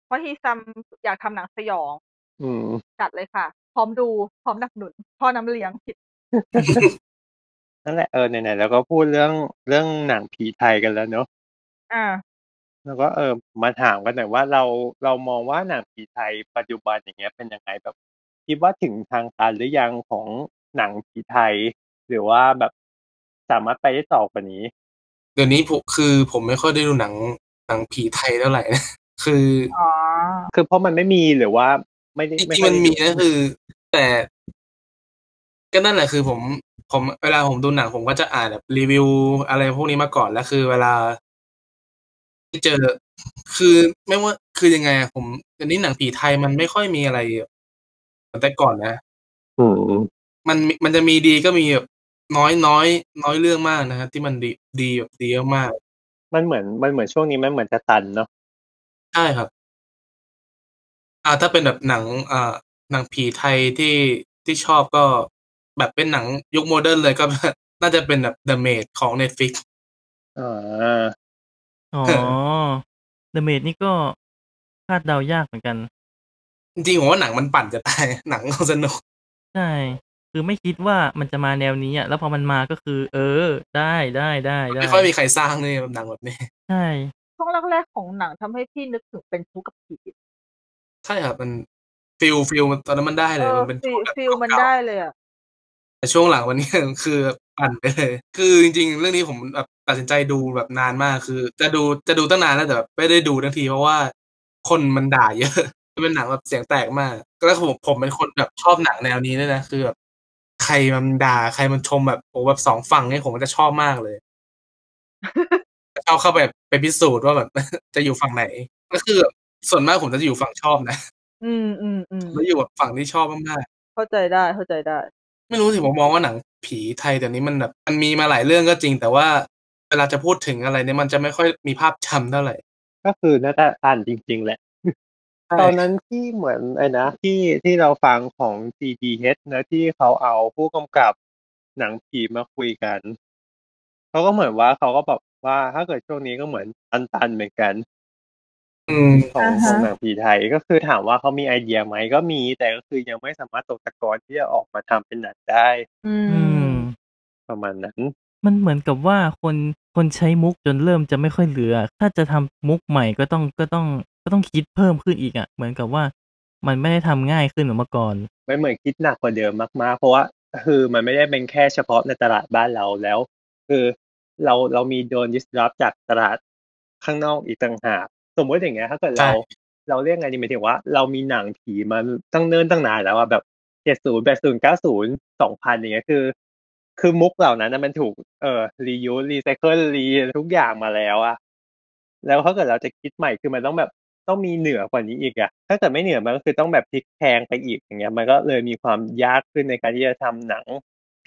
เพราะฮีซัมอยากทำหนังสยอง อืม จัดเลยค่ะ พร้อมดูพร้อมหนักหนุนพ่อน้ำเลี้ยงผิด นั่นแหละเออไหนๆแล้วก็พูดเรื่องเรื่องหนังผีไทยกันแล้วเนอะ อ่า แล้วก็เออมาถามกันหน่อยว่าเราเรามองว่าหนังผีไทยปัจจุบันอย่างเงี้ยเป็นยังไงแบบคิดว่าถึงทางการหรือยังของหนังผีไทย หรือว่าแบบสามารถไปได้ต่อกว่านี้ เดี๋ยวนี้ผมคือผมไม่ค่อยได้ดูหนังหนังผีไทยเท่าไหร่นะ <laughs> คือ อ๋อ คือเพราะมันไม่มีหรือว่าไม่ได้ จ ไค่อยริงๆมัน ได้ มี ดู นะคือ แต่ ก็นั่นแหละคือผม ผมเวลาผมดูหนังผมก็จะอ่านแบบรีวิวอะไรพวกนี้มาก่อนแล้วคือเวลาที่เจอ คือไม่ว่าคือยังไงอะผมเดี๋ยวนี้หนังผีไทยมันไม่ค่อยมีอะไรเหมือนแต่ก่อนนะ อืม มันมีมันจะมีดีก็มีแบบน้อยน้อยน้อยเรื่องมากนะฮะที่มันดีดีแบบดีมาก มันเหมือนมันเหมือนช่วงนี้มันเหมือนจะตันเนาะ ๆใช่ครับ อ่า ถ้าเป็นแบบหนังอ่าหนังผีไทยที่ที่ชอบก็แบบเป็นหนังยุคโมเดิร์นเลยก็ <laughs> น่าจะเป็นแบบ The Maid ของ Netflix อ่า อ๋อเดเมดนี่ก็คาดเดายากเหมือนกัน จริงๆผมว่าหนังมันปั่นจะตาย <laughs> หนังสนุก ใช่ คือไม่คิดว่ามันจะมาแนวนี้อ่ะ แล้วพอมันมาก็คือ เออ ได้ได้ได้ได้ ไม่ค่อยมีใครสร้างเลยหนังแบบนี้ ใช่ ช่วงแรกๆของหนังทำให้พี่นึกถึงเป็นชู้กับผี ใช่ครับมันฟิลฟิลตอนนั้นมันได้ เอ เลย อ มันเป็น ฟิล แบบ ฟิลมัน เก่าๆ ได้เลยอ่ะ แต่ช่วงหลังวันนี้ <laughs> คือปั่นไปเลย คือจริงๆ เรื่องนี้ผมแบบตัดสินใจดูแบบนานมากคือ จะดูจะดูตั้งนานแล้วแต่แบบไม่ได้ดูทันทีเพราะว่าคนมันด่าเยอะ <laughs> เป็นหนังแบบเสียงแตกมากแล้วผมผมเป็นคนแบบชอบหนังแนวนี้ด้วยนะคือแบบใครมันด่าใครมันชมแบบโอ้แบบสองฝั่งเนี่ยผมก็จะชอบมากเลยชอบเข้าไปแบบไปพิสูจน์ว่าแบบ <laughs> จะอยู่ฝั่งไหน ก็คือแบบส่วนมากผมจะอยู่ฝั่งชอบนะ อืมอืมอืม แล้วอยู่แบบฝั่งที่ชอบมากๆ เข้าใจได้เข้าใจได้ ไม่รู้สิผมมองว่าหนังผีไทยเดี๋ยวนี้มันแบบมันมีมาหลายเรื่องก็จริง แต่ว่าเวลาจะพูดถึงอะไรเนี่ยมันจะไม่ค่อยมีภาพจำเท่าไหร่ ก็คือน่าจะตันจริง ๆ แหละ ตอนนั้นที่เหมือนไอ้นะที่ที่เราฟังของ g d h นะที่เขาเอาผู้กำกับหนังผีมาคุยกัน เขาก็เหมือนว่าเขาก็บอกว่าถ้าเกิดช่วงนี้ก็เหมือนตันๆเหมือนกัน อืม ของ อ่า ข ฮะ องหนังผีไทยก็คือถามว่าเขามีไอเดียไหมก็มีแต่ก็คือยังไม่สามารถตกตะกอนที่จะออกมาทำเป็นหนังได้ อื อื ม ม ประมาณนั้น มันเหมือนกับว่าคนคนใช้มุกจนเริ่มจะไม่ค่อยเหลือ ถ้าจะทำมุกใหม่ก็ต้องก็ต้องก็ต้องคิดเพิ่มขึ้นอีกอ่ะ เหมือนกับว่ามันไม่ได้ทำง่ายขึ้นเหมือนเมื่อก่อน ไม่เหมือนคิดหนักกว่าเดิมมากๆ เพราะว่าคือมันไม่ได้เป็นแค่เฉพาะในตลาดบ้านเราแล้ว คือเราเรามีโดน disrupt จากตลาดข้างนอกอีกต่างหากสมมติอย่างเงี้ยถ้าเกิดเราเราเรียกไงดีหมายถึงว่า เรามีหนังผีมาตั้งเนิ่นตั้งนานแล้วอะแบบเจ็ดศูนย์แปดศูนย์เก้าศูนย์สองพันอย่างเงี้ยคือ คือมุกเหล่านั้นนะมันถูกเอ่อรียูรีไซเคิลรีทุกอย่างมาแล้วอะแล้วถ้าเกิดเราจะคิดใหม่คือมันต้องแบบ ต้องมีเหนือกว่านี้อีกอะถ้าเกิดไม่เหนือมันก็คือต้องแบบพลิกแพลงไปอีกอย่างเงี้ย มันก็เลยมีความยากขึ้นในการที่จะทำหนัง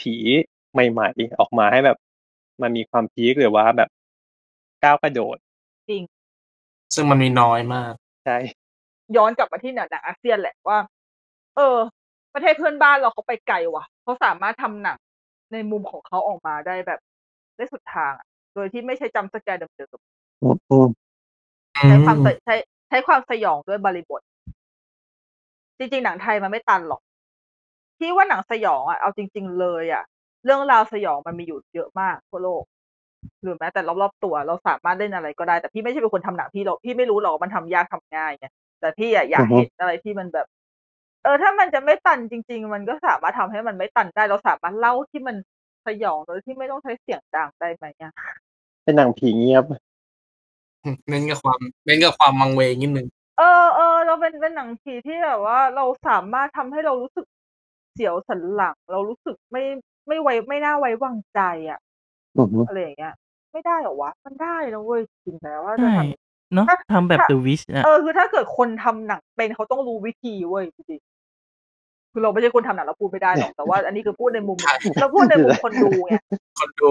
ผีใหม่ๆ ออกมาให้แบบ มันมีความพีคหรือว่าแบบก้าวกระโดด ซึ่งมันมีน้อยมาก ใช่ ย้อนกลับมาที่หนังอาเซียนแหละว่า เออ ประเทศเพื่อนบ้านเราเขาไปไกลว่ะเขาสามารถทำหนังในมุมของเขาออกมาได้แบบได้สุดทางอะโดยที่ไม่ใช่จำสแกนเดิม อืม ๆใช้ความใช้ใช้ความสยองด้วยบริบท จริงๆ หนังไทยมันไม่ตันหรอก ที่ว่าหนังสยองอ่ะเอาจริง ๆ เลยอ่ะ เรื่องราวสยองมันมีอยู่เยอะมากทั่วโลก หรือแม้แต่รอบๆตัวเราสามารถเล่นอะไรก็ได้ แต่พี่ไม่ใช่เป็นคนทำหนังพี่หรอกพี่ไม่รู้หรอกว่ามันทำยากทำง่ายไงแต่พี่อะอยากเห็นอะไรที่มันแบบ เออ ถ้ามันจะไม่ตันจริง ๆ มันก็สามารถทำให้มันไม่ตันได้ เราสามารถเล่าที่มันสยองโดยที่ไม่ต้องใช้เสียงดังได้ไหมอะ เป็นหนังผีเงียบ เน้นกับความเน้นกับความมังเวงนิดนึง เออเออเราเป็นเป็นหนังผีที่แบบว่า เราสามารถทำให้เรารู้สึก เสียวสันหลัง เรารู้สึกไม่ไม่ไว้ไม่น่าไว้วางใจอ่ะ อือฮึ อะไรอย่างเงี้ย ไม่ได้เหรอวะ มันได้นะเว้ยจริงแล้วว่าจะ ใช่ ท เนาะ ถ้า ทำแบบ ถ้า The Witch ำอ่ะเออคือถ้าเกิดคนทำหนังเป็นเขาต้องรู้วิธีเว้ยจริงๆคือเราไม่ใช่คนทำหนังเราพูดไม่ได้หรอกแต่ว่าอันนี้คือพูดในมุม เราพูดในมุมคนดูไง คนดู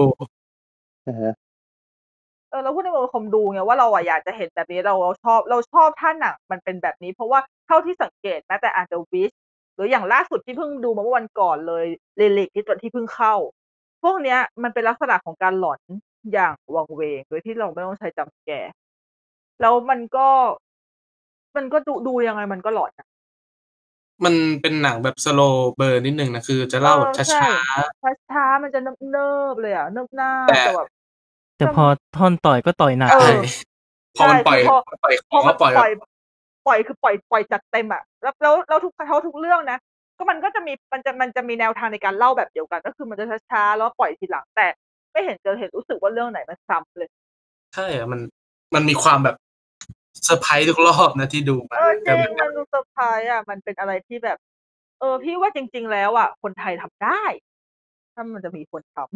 อ่าฮะ เออเราพูดในมุมคนดูไงว่าเราอะอยากจะเห็นแบบนี้เราเราชอบเราชอบท่าหนังมันเป็นแบบนี้ เพราะว่าเท่าที่สังเกตแม้แต่อาร์เดวิชหรืออย่างล่าสุดที่เพิ่งดูมาเมื่อวันก่อนเลยเลลิกที่ตัวที่เพิ่งเข้า พวกเนี้ยมันเป็นลักษณะของการหลอนอย่างวังเวงโดยที่เราไม่ต้องใช้จำแก่แล้วมันก็มันก็ดูดูยังไงมันก็หลอนอะ มันเป็นหนังแบบสโลเบอร์นิดนึงนะคือ จะเล่าแบบ เออใช่ ช้า ช้าช้าๆมันจะเนิบๆเลยอะเนิบหน้า แต่ แต่แบบ แต่พอท่อนต่อยก็ต่อยหนัก ๆ เออเลยใช่พอมันปล่อย ใช่ ปล่อยข พ อ องมั ก็ น ป ป ล่ ล่ อ อยย ปล่อยคือปล่อยปล่อยจัดเต็มอะแล้วแล้วแล้วทุกเขาทุกเรื่องนะ ก็มันก็จะมีมันจะมันจะมีแนวทางในการเล่าแบบเดียวกัน ก็คือมันจะช้าๆแล้วปล่อยทีหลัง แต่ไม่เห็นเจอเห็นรู้สึกว่าเรื่องไหนมันซ้ำเลย ใช่อะมันมันมีความแบบเซอร์ไพรส์ทุกรอบนะที่ดู เอ มา อจ แต่ ริ มั ง น มันดูเซอร์ไพรส์อะมันเป็นอะไรที่แบบ เออ พี่ว่าจริง ๆ แล้วอะคนไทยทำได้ ถ้ามันจะมีคนทำ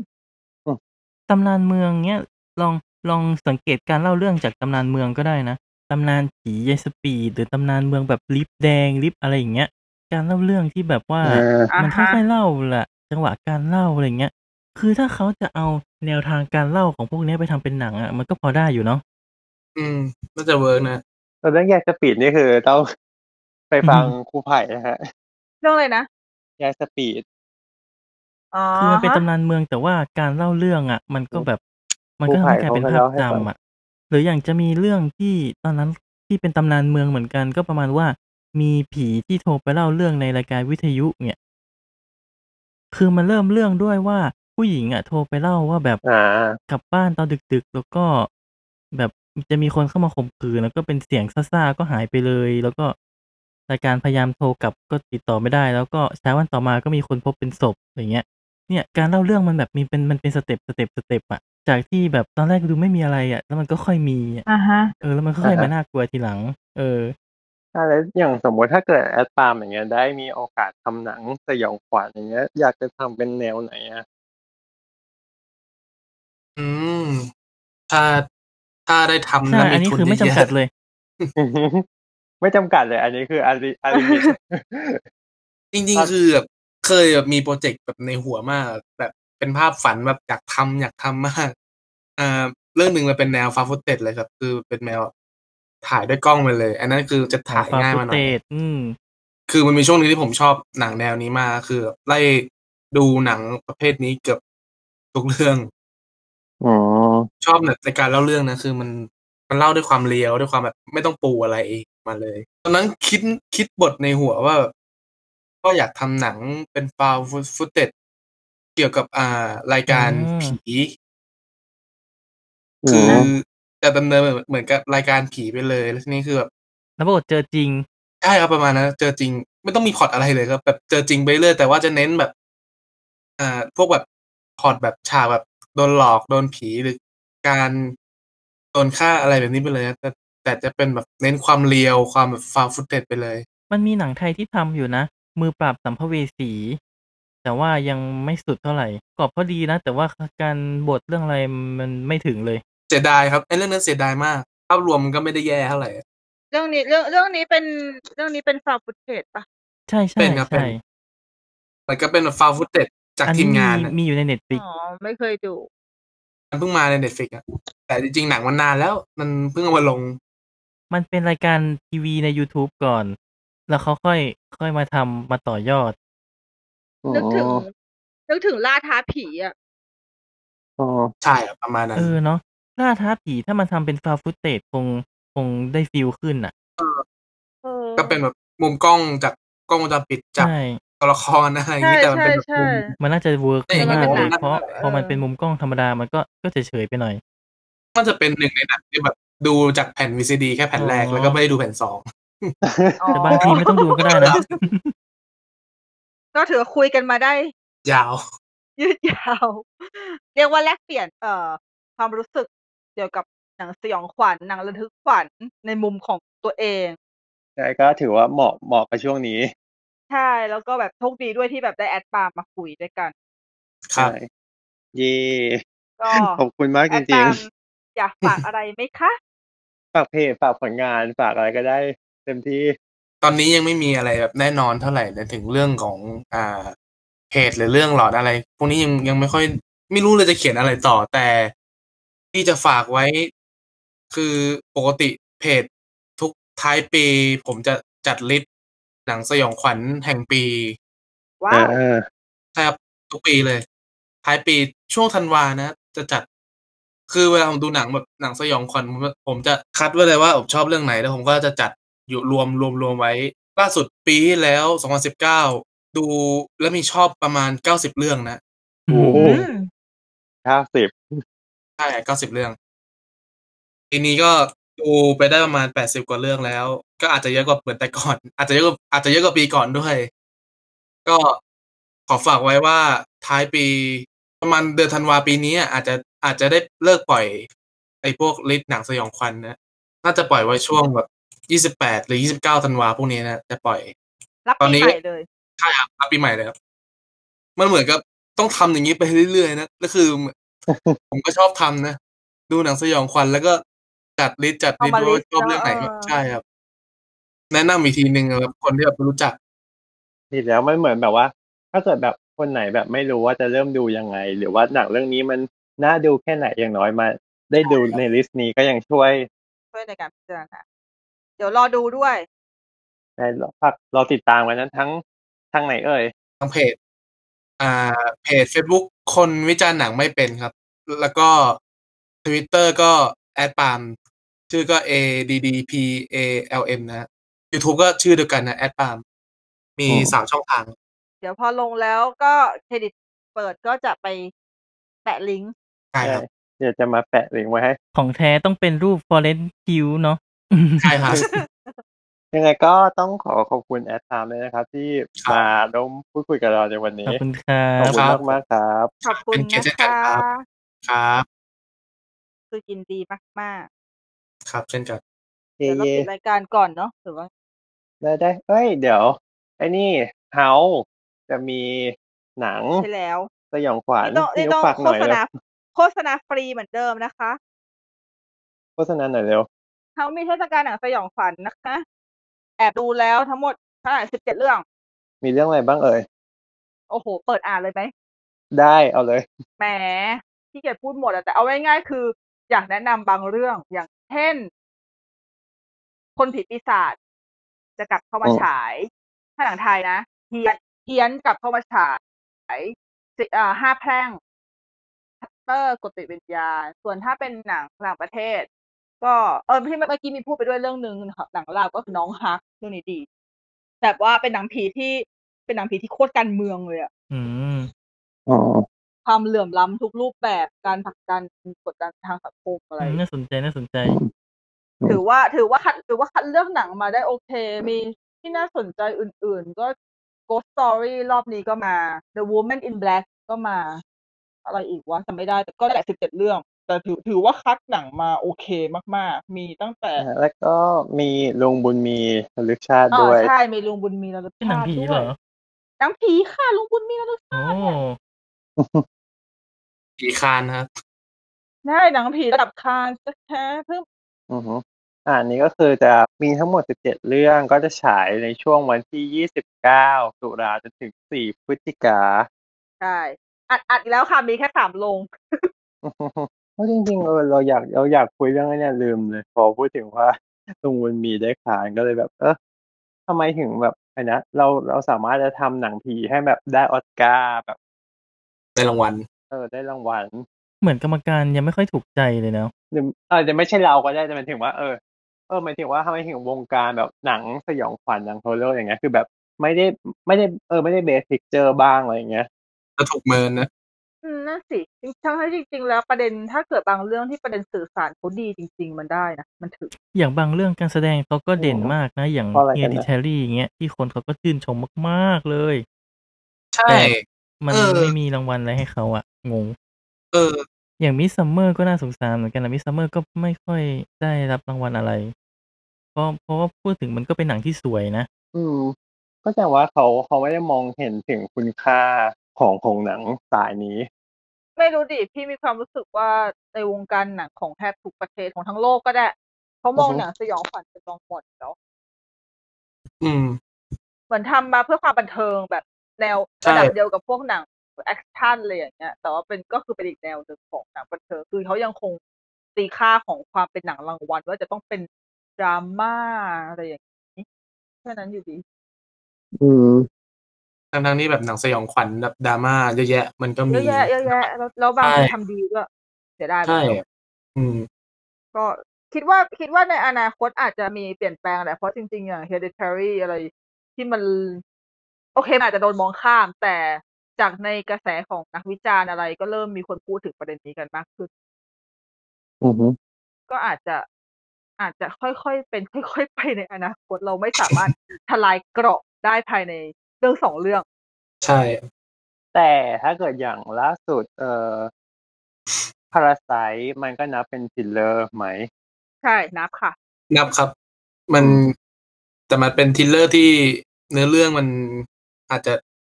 ตำนานเมืองเนี้ยลองลองสังเกตการเล่าเรื่องจากตำนานเมืองก็ได้นะ ตำนานผียายสปีดหรือตำนานเมืองแบบลิฟต์แดงลิฟต์อะไรอย่างเงี้ย การเล่าเรื่องที่แบบว่า เออ มัน อ่า ค่ ฮะ อยๆเล่าแหละจังหวะการเล่าอะไรเงี้ย คือถ้าเขาจะเอาแนวทางการเล่าของพวกเนี้ยไปทำเป็นหนังอ่ะมันก็พอได้อยู่เนาะ อืมน่าจะเวิร์กนะ ตอนนั้นแยกสปีดนี่คือต้องไปฟังครูไผ่นะฮะ เรื่องอะไรนะ แยกสปีด อ๋อ คือมันเป็น ฮะ ตำนานเมืองแต่ว่าการเล่าเรื่องอ่ะ มันก็แบบ มันก็ทำให้กลายเป็นภาพจำอ่ะ หรืออย่างจะมีเรื่องที่ตอนนั้นที่เป็นตำนานเมืองเหมือนกันก็ประมาณว่า มีผีที่โทรไปเล่าเรื่องในรายการวิทยุเนี่ย คือมันเริ่มเรื่องด้วยว่าผู้หญิงอ่ะ โทรไปเล่าว่าแบบ อ่า กลับบ้านตอนดึก ๆ แล้วก็แบบจะมีคนเข้ามาข่มขืนแล้วก็เป็นเสียงซ่าๆก็หายไปเลย แล้วก็รายการพยายามโทรกลับก็ติดต่อไม่ได้ แล้วก็เช้าวันต่อมาก็มีคนพบเป็นศพอะไรเงี้ย เนี่ยการเล่าเรื่องมันแบบมีเป็นมันเป็นสเต็ปสเต็ปสเต็ปอะจากที่แบบตอนแรกดูไม่มีอะไรอะแล้วมันก็ค่อยมีอะ อ่าฮะ เออแล้วมันก็ค่อย อ่าฮะ มาน่ากลัวทีหลัง เออ ถ้าแล้วอย่างสมมติถ้าเกิดแอดปาล์มอย่างเงี้ยได้มีโอกาสทำหนังสยองขวัญอย่างเงี้ย อยากจะทำเป็นแนวไหนอ่ะ <laughs> อืม ถ้าถ้าได้ทำ ใช่ แล้ว อัน มี นี้ ทุน คือไม่จำ เยอะๆ กัดเลย ไม่จำกัดเลย อันนี้คืออาริอาริมิต จริง ตอน ๆคือแบบเคยแบบมีโปรเจกต์แบบในหัวมากแบบเป็นภาพฝันแบบอยากทำอยากทำมาก <laughs> อ่าเรื่องหนึ่งมันเป็นแนวฟาฟุตเต็ดเลยครับ คือเป็นแนวถ่ายด้วยกล้องไปเลย อันนั้นคือจะถ่าย ฟา ง่าย ฟู มาหน่ เต อย ดอืม คือมันมีช่วงหนึงที่ผมชอบหนังแนวนี้มาก คือไล่ดูหนังประเภทนี้เกือบทุกเรื่อง <laughs> อ๋อ ชอบแบบในการเล่าเรื่องนะคือมันมันเล่าด้วยความเลียวด้วยความแบบไม่ต้องปูอะไรมาเลย ตอนนั้นคิดคิดบทในหัวว่าแบบก็อยากทำหนังเป็นฟาวฟุตเต็ดเกี่ยวกับอ่ารายการ อ่า ผี อื คือ ม จะดำเนินเหมือนเหมือนกับรายการผีไปเลย แล้วทีนี้คือแบบ แล้วปรากฏเจอจริง ใช่ครับประมาณนั้นเจอจริง ไม่ต้องมีพล็อตอะไรเลยครับ แบบเจอจริงไปเรื่อยแต่ว่าจะเน้นแบบ อ่า พวกแบบพล็อตแบบฉากแบบโดนหลอกโดนผีหรือการโดนฆ่าอะไรแบบนี้ไปเลยครับแต่แต่จะเป็นแบบเน้นความเรียวความแบบฟาวฟุตเต็ดไปเลย มันมีหนังไทยที่ทำอยู่นะ มือปราบสัมภเวสี แต่ว่ายังไม่สุดเท่าไหร่กรอบก็ดีนะ แต่ว่าการบทเรื่องอะไรมันไม่ถึงเลย เสียดายครับไอ้เรื่องนั้นเสียดายมาก ภาพรวมมันก็ไม่ได้แย่เท่าไหร่ เรื่องนี้เรื่องเรื่องนี้เป็นเรื่องนี้เป็นฟาวฟุตเทจปะ ใช่ เป็ ใช่ นครับเป็น ใช่ มันก็เป็นแบบฟาวฟุตเต็ดจาก อัน ที นี้ ม มี งานอะ มีอยู่ในเน็ตฟิก อ๋อไม่เคยดู มันเพิ่งมาในเน็ตฟิกอะแต่จริงๆหนังมันนานแล้ว มันเพิ่งเอามาลง มันเป็นรายการทีวีใน YouTube ก่อน แล้วเขาค่อยค่อยมาทำมาต่อยอด อ๋อ นึกถึงนึกถึงล่าท้าผีอ่ะ อ๋อ ใช่ครับประมาณนั้ เอน อเนาะล่าท้าผีถ้ามันทำเป็นฟาวฟุตเตจคงคงได้ฟิลขึ้นอ่ะ เออ ก็เป็นแบบมุมกล้องจากกล้องวงจรปิดจับ ใช่ ตัวละครอะไรอย่าง ใช่ นี้แต่มัน ใช่ เป็นแบบ ใช่ มุม มันน่าจะเวิร์ก แต่อย่างนั้ มานก เป็น เล หยนัง เพราะพอมันเป็นมุมกล้องธรรมดามันก็ก็เฉยๆไปหน่อย มันจะเป็นหนึ่งในหนังที่แบบดูจากแผ่น VCD แค่แผ่นแรก อ๋อ แล้วก็ไม่ได้ดูแผ่นสอง อ๋อ แต่บางทีไม่ต้องดูก็ได้นะ ก็ถือว่าคุยกันมาได้ ยาว ยืดย <laughs> าว เรียกว่าแลกเปลี่ยนเอ่อ ความรู้สึกเกี่ยวกับหนังสยองขวัญหนังระทึกขวัญในมุมของตัวเอง ใช่ก็ถือว่าเหมาะเหมาะกับช่วงนี้ ใช่ แล้วก็แบบโชคดีด้วยที่แบบได้แอดปาล์มมาคุยด้วยกัน ครับ ใช่เย่ ก็ ขอบคุณมาก แอ จ ด ริ ปาง ล์มอยากฝากอะไรไหมคะ ๆฝากเพจฝากผลงานฝากอะไรก็ได้ เต็มที่ ตอนนี้ยังไม่มีอะไรแบบแน่นอนเท่าไหร่แต่ถึงเรื่องของอ่าเพจหรือเรื่องหลอดอะไร พวกนี้ยังยังไม่ค่อย ไม่รู้เลยจะเขียนอะไรต่อแต่ที่จะฝากไว้ คือปกติเพจทุกท้ายปี ผมจะจัดลิสต์หนังสยองขวัญแห่งปี ว้าว เออ ใช่ครับทุกปีเลยท้ายปีช่วงธันวานะ จะจัด คือเวลาผมดูหนังแบบหนังสยองขวัญผมผมจะคัดไว้เลยว่าผมชอบเรื่องไหน แล้วผมก็จะจัดอยู่รวมรวมรวมไว้ ล่าสุดปีที่แล้วสองพันสิบเก้าดูแล้วมีชอบประมาณเก้าสิบเรื่องนะ โอ้โห อืม ห้าสิบ ใช่เก้าสิบเรื่องปีนี้ก็ดูไปได้ประมาณแปดสิบกว่าเรื่องแล้ว ก็อาจจะเยอะกว่าเหมือนแต่ก่อน <laughs> อาจจะเยอะกว่าอาจจะเยอะกว่าปีก่อนด้วย ก็ขอฝากไว้ว่าท้ายปีประมาณเดือนธันวาปีนี้อาจจะอาจจะได้เลิกปล่อย ไอ้พวกลิสต์หนังสยองขวัญนะน่าจะปล่อยไว้ช่วงแบบยี่สิบแปดหรือยี่สิบเก้าธันวาพวกนี้นะจะปล่อย รับ ตอน ปี นี้ ใหม่เลย ใช่ครับรับปีใหม่เลยครับ มันเหมือนกับต้องทำอย่างนี้ไปเรื่อยๆนะก็ <laughs> คือ ผมก็ชอบทำนะ ดูหนังสยองขวัญแล้วก็จัดลิสต์จัดลิสต์ เอามา ว่าชอบ ลิสต์เนอะเอเรื่องไหนอ ใช่ครับ แนะนำอีกทีหนึ่งครับคนที่แบบไม่รู้จัก ผิดแล้วมันเหมือนแบบว่า ถ้าเกิดแบบคนไหนแบบไม่รู้ว่าจะเริ่มดูยังไง หรือว่าหนังเรื่องนี้มันน่าดูแค่ไหนอย่างน้อยมา ได้ดูในลิสต์นี้ก็ยังช่วย ช่วยในการพิจารณาเดี๋ยวรอดูด้วย ได้ฝากเราติดตามกันนั้นทั้งทางไหนเอ่ย ทางเพจ อ่า เพจ Facebook คนวิจารณ์หนังไม่เป็นครับ แล้วก็ Twitter ก็แอดปามชื่อก็ A D D P A L M นะฮะ YouTube ก็ชื่อเดียวกันนะแอดปามมี อืม สามช่องทาง เดี๋ยวพอลงแล้วก็เครดิตเปิดก็จะไปแปะลิงก์ ใช่ครับ เดี๋ยวจะมาแปะลิงก์ไว้ให้ ของแท้ต้องเป็นรูปฟอเรนคิว <laughs> เนาะ ใช่ครับ ยังไงก็ต้องขอขอบคุณแอดไทม์เลยนะครับ ที่ ครับ มาร่วมพูดคุยกับเราในวัน ขอ นี้ บคุณครั ขอบบ คุณ ครับ มากมากๆครับ ขอบคุณ เป็นเกียรติ นะ เช่นกัน คะ ครับ <laughs> ครับ คือยินดีมาก ครับเช่นกัน ๆ เดี๋ยวเรา เย่ ปิดรายการก่อนเนาะหรือว่า ๆได้ได้เอ้ย เดี๋ยว ไอ้นี่เฮาจะมีหนัง ใช่แล้ว สยองขวัญ นี่ต้อง พี่ นี่ นุ๊ ต้อกง ฝากห โฆ น่อย ษ เร็ ณาว โฆษณาฟรีเหมือนเดิมนะคะ โฆษณาหน่อยเร็ว เขามีเทศกาลหนังสยองขวัญนะคะ แอบดูแล้วทั้งหมดเท่าไหร่สิบเจ็ดเรื่อง มีเรื่องอะไรบ้างเอ่ย โอ้โห เปิดอ่านเลยไหม ได้เอาเลย แหมที่เกียจพูดหมดอะแต่เอาง่ายๆคืออยากแนะนำบางเรื่องอย่างเช่น คนผีปีศาจจะกลับเข้ามา อืม ฉายถ้าหนังไทยนะเฮียนเฮียนกลับเข้ามาฉายสิเอ่อห้าแพร่งชัตเตอร์กติวิญญาณส่วนถ้าเป็นหนังต่างประเทศ ก็เออที่เมื่อกี้มีพูดไปด้วยเรื่องหนึ่งค่ะหนังลาวก็คือน้องฮักเรื่องนี้ดี แบบว่าเป็นหนังผีที่เป็นหนังผีที่โคตรการเมืองเลยอะ อืม อ๋อ ความเหลื่อมล้ำทุกรูปแบบการผลักดันกดดันทางสังคมอะไร น่าสนใจน่าสนใจ ม ถือว่าถือว่าคัดถือว่าคัดเลือกหนังมาได้โอเค มีที่น่าสนใจอื่นๆ ก็ Ghost Story รอบนี้ก็มา The Woman in Black ก็มา อะไรอีกวะจำไม่ได้แต่ก็ได้สิบเจ็ดเรื่อง แต่ถือถือว่าคัดหนังมาโอเคมากๆ มีตั้งแต่ แล้วก็มีลุงบุญมีระลึกชาติ อ๋อ ด้วย ใช่มีลุงบุญมีระลึก เป็นหนัง ชาติ ผี ด้ เห ว ร ย อ หนังผีค่ะลุงบุญมีระลึกชา โอ้ ติ อีคานนะครับ ใช่หนังผีระดับคานแท้ๆเพิ่ง อือฮึอ่าอันนี้ก็คือจะมีทั้งหมด 17 เรื่องก็จะฉายในช่วงวันที่ 29 ตุลาจนถึง 4 พฤศจิกา ใช่ อัดอัดอีกแล้วค่ะ มีแค่สามลง เพราะจริงๆเออเราอยากเราอยากคุยเรื่องไอ้เนี่ยลืมเลยพอพูดถึงว่า <laughs> ตรงมันมีได้ขานก็เลยแบบ เออทำไมถึงแบบไอ้นะเราเราสามารถจะทำหนังผีให้แบบได้ออสการ์แบบ ในรางวัล เออได้รางวัล เหมือนกรรมการยังไม่ค่อยถูกใจเลยเนาะ หรืออาจจะไม่ใช่เราก็ได้แต่หมันถึงว่า เออเออหมายถึงว่าทำไมถึงวงการแบบหนังสยองขวัญหนังฮอร์เรอร์อย่างเงี้ยคือแบบไม่ได้ไม่ได้เออไม่ได้เบสิกเจอบ้างอะไรอย่างเงี้ย จะถูกเมินนะ อืมนั่นสิจริงๆทั้งที่จริง ๆ แล้วประเด็นถ้าเกิดบางเรื่องที่ประเด็นสื่อสารเขาดีจริง ๆ มันได้นะ มันถึง อย่างบางเรื่องการแสดงเขาก็เด่นมากนะ อย่าง เพราะอะไร เฮ กันนะ ดิเทอรี่อย่างเงี้ยที่คนเขาก็ชื่นชมมากๆเลย ใช่ แต่ มัน เออ ไม่มีรางวัลอะไรให้เขาอะงง เออ อย่างมิสซัมเมอร์ก็น่าสงสารเหมือนกันนะมิสซัมเมอร์ก็ไม่ค่อยได้รับรางวัลอะไร เพราะเพราะว่าพูดถึงมันก็เป็นหนังที่สวยนะ อืม ก็แสดงว่าเขาเขาไม่ได้มองเห็นถึงคุณค่าของของหนังสายนี้ ไม่รู้ดิพี่มีความรู้สึกว่าในวงการหนังของแทบทุกประเทศของทั้งโลกก็ได้เขามอง อือฮึ หนังสยองขวัญเป็นรองหมดแล้ว อืม เหมือนทำมาเพื่อความบันเทิงแบบแนว ใช่ ระดับเดียวกับพวกหนังแอคชั่นอะไรอย่างเงี้ย แต่ว่าเป็นก็คือเป็นอีกแนวหนึ่งของหนังบันเทิงคือเขายังคงตีค่าของความเป็นหนังรางวัลว่าจะต้องเป็นดราม่าอะไรอย่างนี้แค่นั้นอยู่ดี อืม ทั้งทั้งๆนี้แบบหนังสยองขวัญแบบดราม่าเยอะแยะ มันก็ เย มี อะแยะเยอะแยะแล้วแล้วบาง ใช่ ทีทำดีด้วยเสียดายเหมือ ใช่ นกัน อืม ก็คิดว่าคิดว่าในอนาคตอาจจะมีเปลี่ยนแปลงแหละเพราะจริงๆอย่าง hereditary อะไรที่มัน โอเคมันอาจจะโดนมองข้าม แต่จากในกระแสของนักวิจารณ์อะไรก็เริ่มมีคนพูดถึงประเด็นนี้กันมากขึ้น อือฮึ ก็อาจจะอาจจะค่อยๆ เป็น ค่อยๆ ไปในอนาคตเราไม่สามารถ ทลายเกราะได้ภายในเรื่องสองเรื่อง ใช่ แต่ถ้าเกิดอย่างล่าสุด เอ่อพาราไซมันก็นับเป็นฟิลเลอร์ไหม ใช่นับค่ะ นับครับ มันแต่มันเป็นทริลเลอร์ที่เนื้อเรื่องมันอาจจะ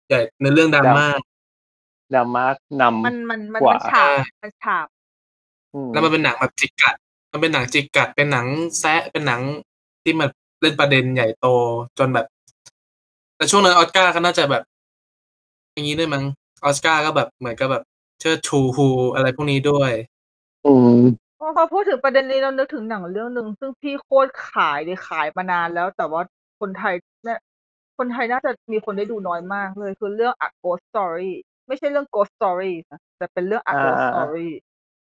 ใหญ่เนื้อเรื่องดราม่า ดรามานำ มันมันมัน กว่ามั มันฉาบมันฉาบ อืม แล้วมันเป็นหนังแบบจิกกัด มันเป็นหนังจิกกัด เป็นหนังแซะ เป็นหนังที่มันเล่นประเด็นใหญ่โตจนแบบ แต่ช่วงนั้นออสการ์ก็น่าจะแบบ อย่างนี้ด้วยมั้ง ออสการ์ก็แบบเหมือนกับแบบเชิดชูฮูอะไรพวกนี้ด้วย อืม พอพอพูดถึงประเด็นนี้เรานึกถึงหนังเรื่องหนึ่งซึ่งพี่โคตรขายเลยขายมานานแล้ว แต่ว่าคนไทยเนี่ยคนไทยน่าจะมีคนได้ดูน้อยมากเลย คือเรื่อง A Ghost Story ไม่ใช่เรื่อง Ghost Story นะแต่เป็นเรื่อง A อ่า Ghost อ่า Story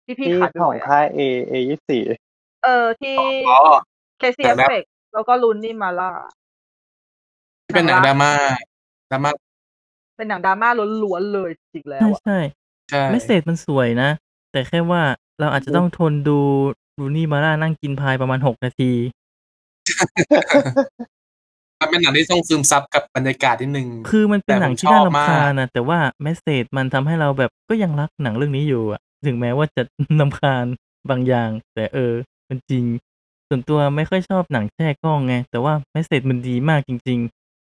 ที่พี่ ที่ ขายไป ข หม อง ดอะ ค่ายเอเอยี่สี่ เออที่ อ๋อ Casey แต่ละ Affleck แล้วก็ลุนนี่มาล่า ที่เป็นหนังดราม่าดราม่า เป็นหนังดราม่าล้วนๆเลยจริงๆแล้ ใช่ วอะ ใช่ ใช่ เมสเซจมันสวยนะ แต่แค่ว่าเราอาจจะต้องทนดูรูนี่มาร่านั่งกินพายประมาณหกนาที มันเป็นหนังที่ต้องซึมซับกับบรรยากาศนิดนึง คือมันเป็นหนังที่น่า แต่ผมชอบมารำกคาญนะแต่ว่าเมสเซจมันทำให้เราแบบก็ยังรักหนังเรื่องนี้อยู่อะถึงแม้ว่าจะ รำคาญบางอย่าง แต่เออ มันจริง ส่วนตัวไม่ค่อยชอบหนังแช่กล้องไง แต่ว่าเมสเซจมันดีมากจริง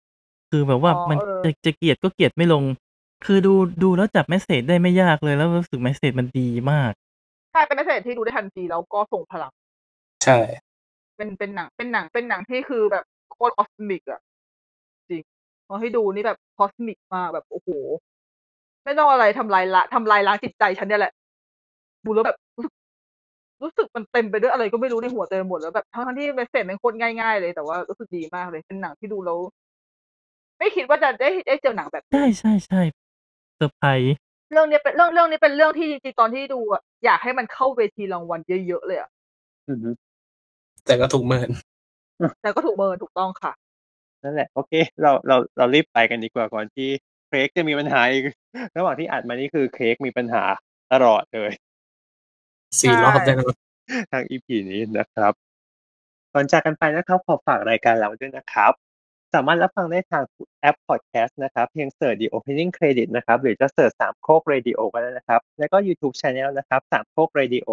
ๆ คือแบบว่ามันจะจะเกลียดก็เกลียดไม่ลง คือดูดูแล้วจับเมสเซจได้ไม่ยากเลยแล้วรู้สึกเมสเซจมันดีมาก ใช่เป็นนักแสดงที่ดูได้ทันทีแล้วก็ส่งพลัง ใช่ เป็นเป็นหนังเป็นหนังเป็นหนังที่คือแบบโคตรคอสมิกอะจริงพอให้ดูนี่แบบคอสมิกมากแบบโอ้โห ไม่ต้องอะไรทำลายละทำลายล้างจิตใจฉันเนี่ยแหละ ดูแล้วแบบรู้สึกรู้สึกมันเต็มไปด้วยอะไรก็ไม่รู้ในหัวเต็มไปหมดแล้วแบบทั้งทั้งที่เมสเซจมันโคตรง่ายๆเลยแต่ว่ารู้สึกดีมากเลย เป็นหนังที่ดูแล้วไม่คิดว่าจะได้ได้เจอหนังแบบนี้ ใช่ใช่ใช่เซอร์ไพรส์ เรื่องเนี้ยเป็นเรื่องเรื่องนี้เป็นเรื่องที่จริงๆตอนที่ดูอะอยากให้มันเข้าเวทีรางวัลเยอะๆเลยอะ อือฮึ แต่ก็ถูกเมิน แต่ก็ถูกเมินถูกต้องค่ะ นั่นแหละ โอเค เราเราเรารีบไปกันดีกว่าก่อนที่เค้กจะมีปัญหาอีก <laughs> ระหว่างที่อัดมานี่คือเค้กมีปัญหาตลอดเลย สี่รอบได้แล้ว ทางอีพีนี้นะครับ ก่อนจากกันไปนะครับ ขอฝากรายการเราด้วยนะครับ สามารถรับฟังได้ทางแอปพอดแคสต์นะครับ เพียงเสิร์ช The Opening Credit นะครับ หรือจะเสิร์ชสามโคก Radio ก็ได้นะครับ แล้วก็ YouTube Channel นะครับสามโคก Radio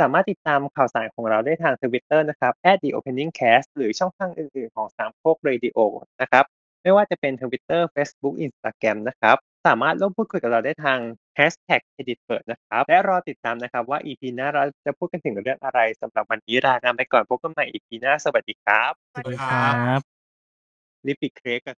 สามารถติดตามข่าวสารของเราได้ทาง Twitter นะครับ @The Opening Cast หรือช่องทางอื่นๆของสามโคก Radio นะครับ ไม่ว่าจะเป็น Twitter Facebook Instagram นะครับ สามารถร่วมพูดคุยกับเราได้ทาง Hashtag Edit เปิดนะครับ และรอติดตามนะครับว่า EP หน้าเราจะพูดกันถึงเรื่องอะไรสำหรับวันนี้ลากันไปก่อนพบกันใหม่ EP หน้า สวัสดีครับ สวัสดี ค ค ร รั ับ ลิปปิดเค้กกัน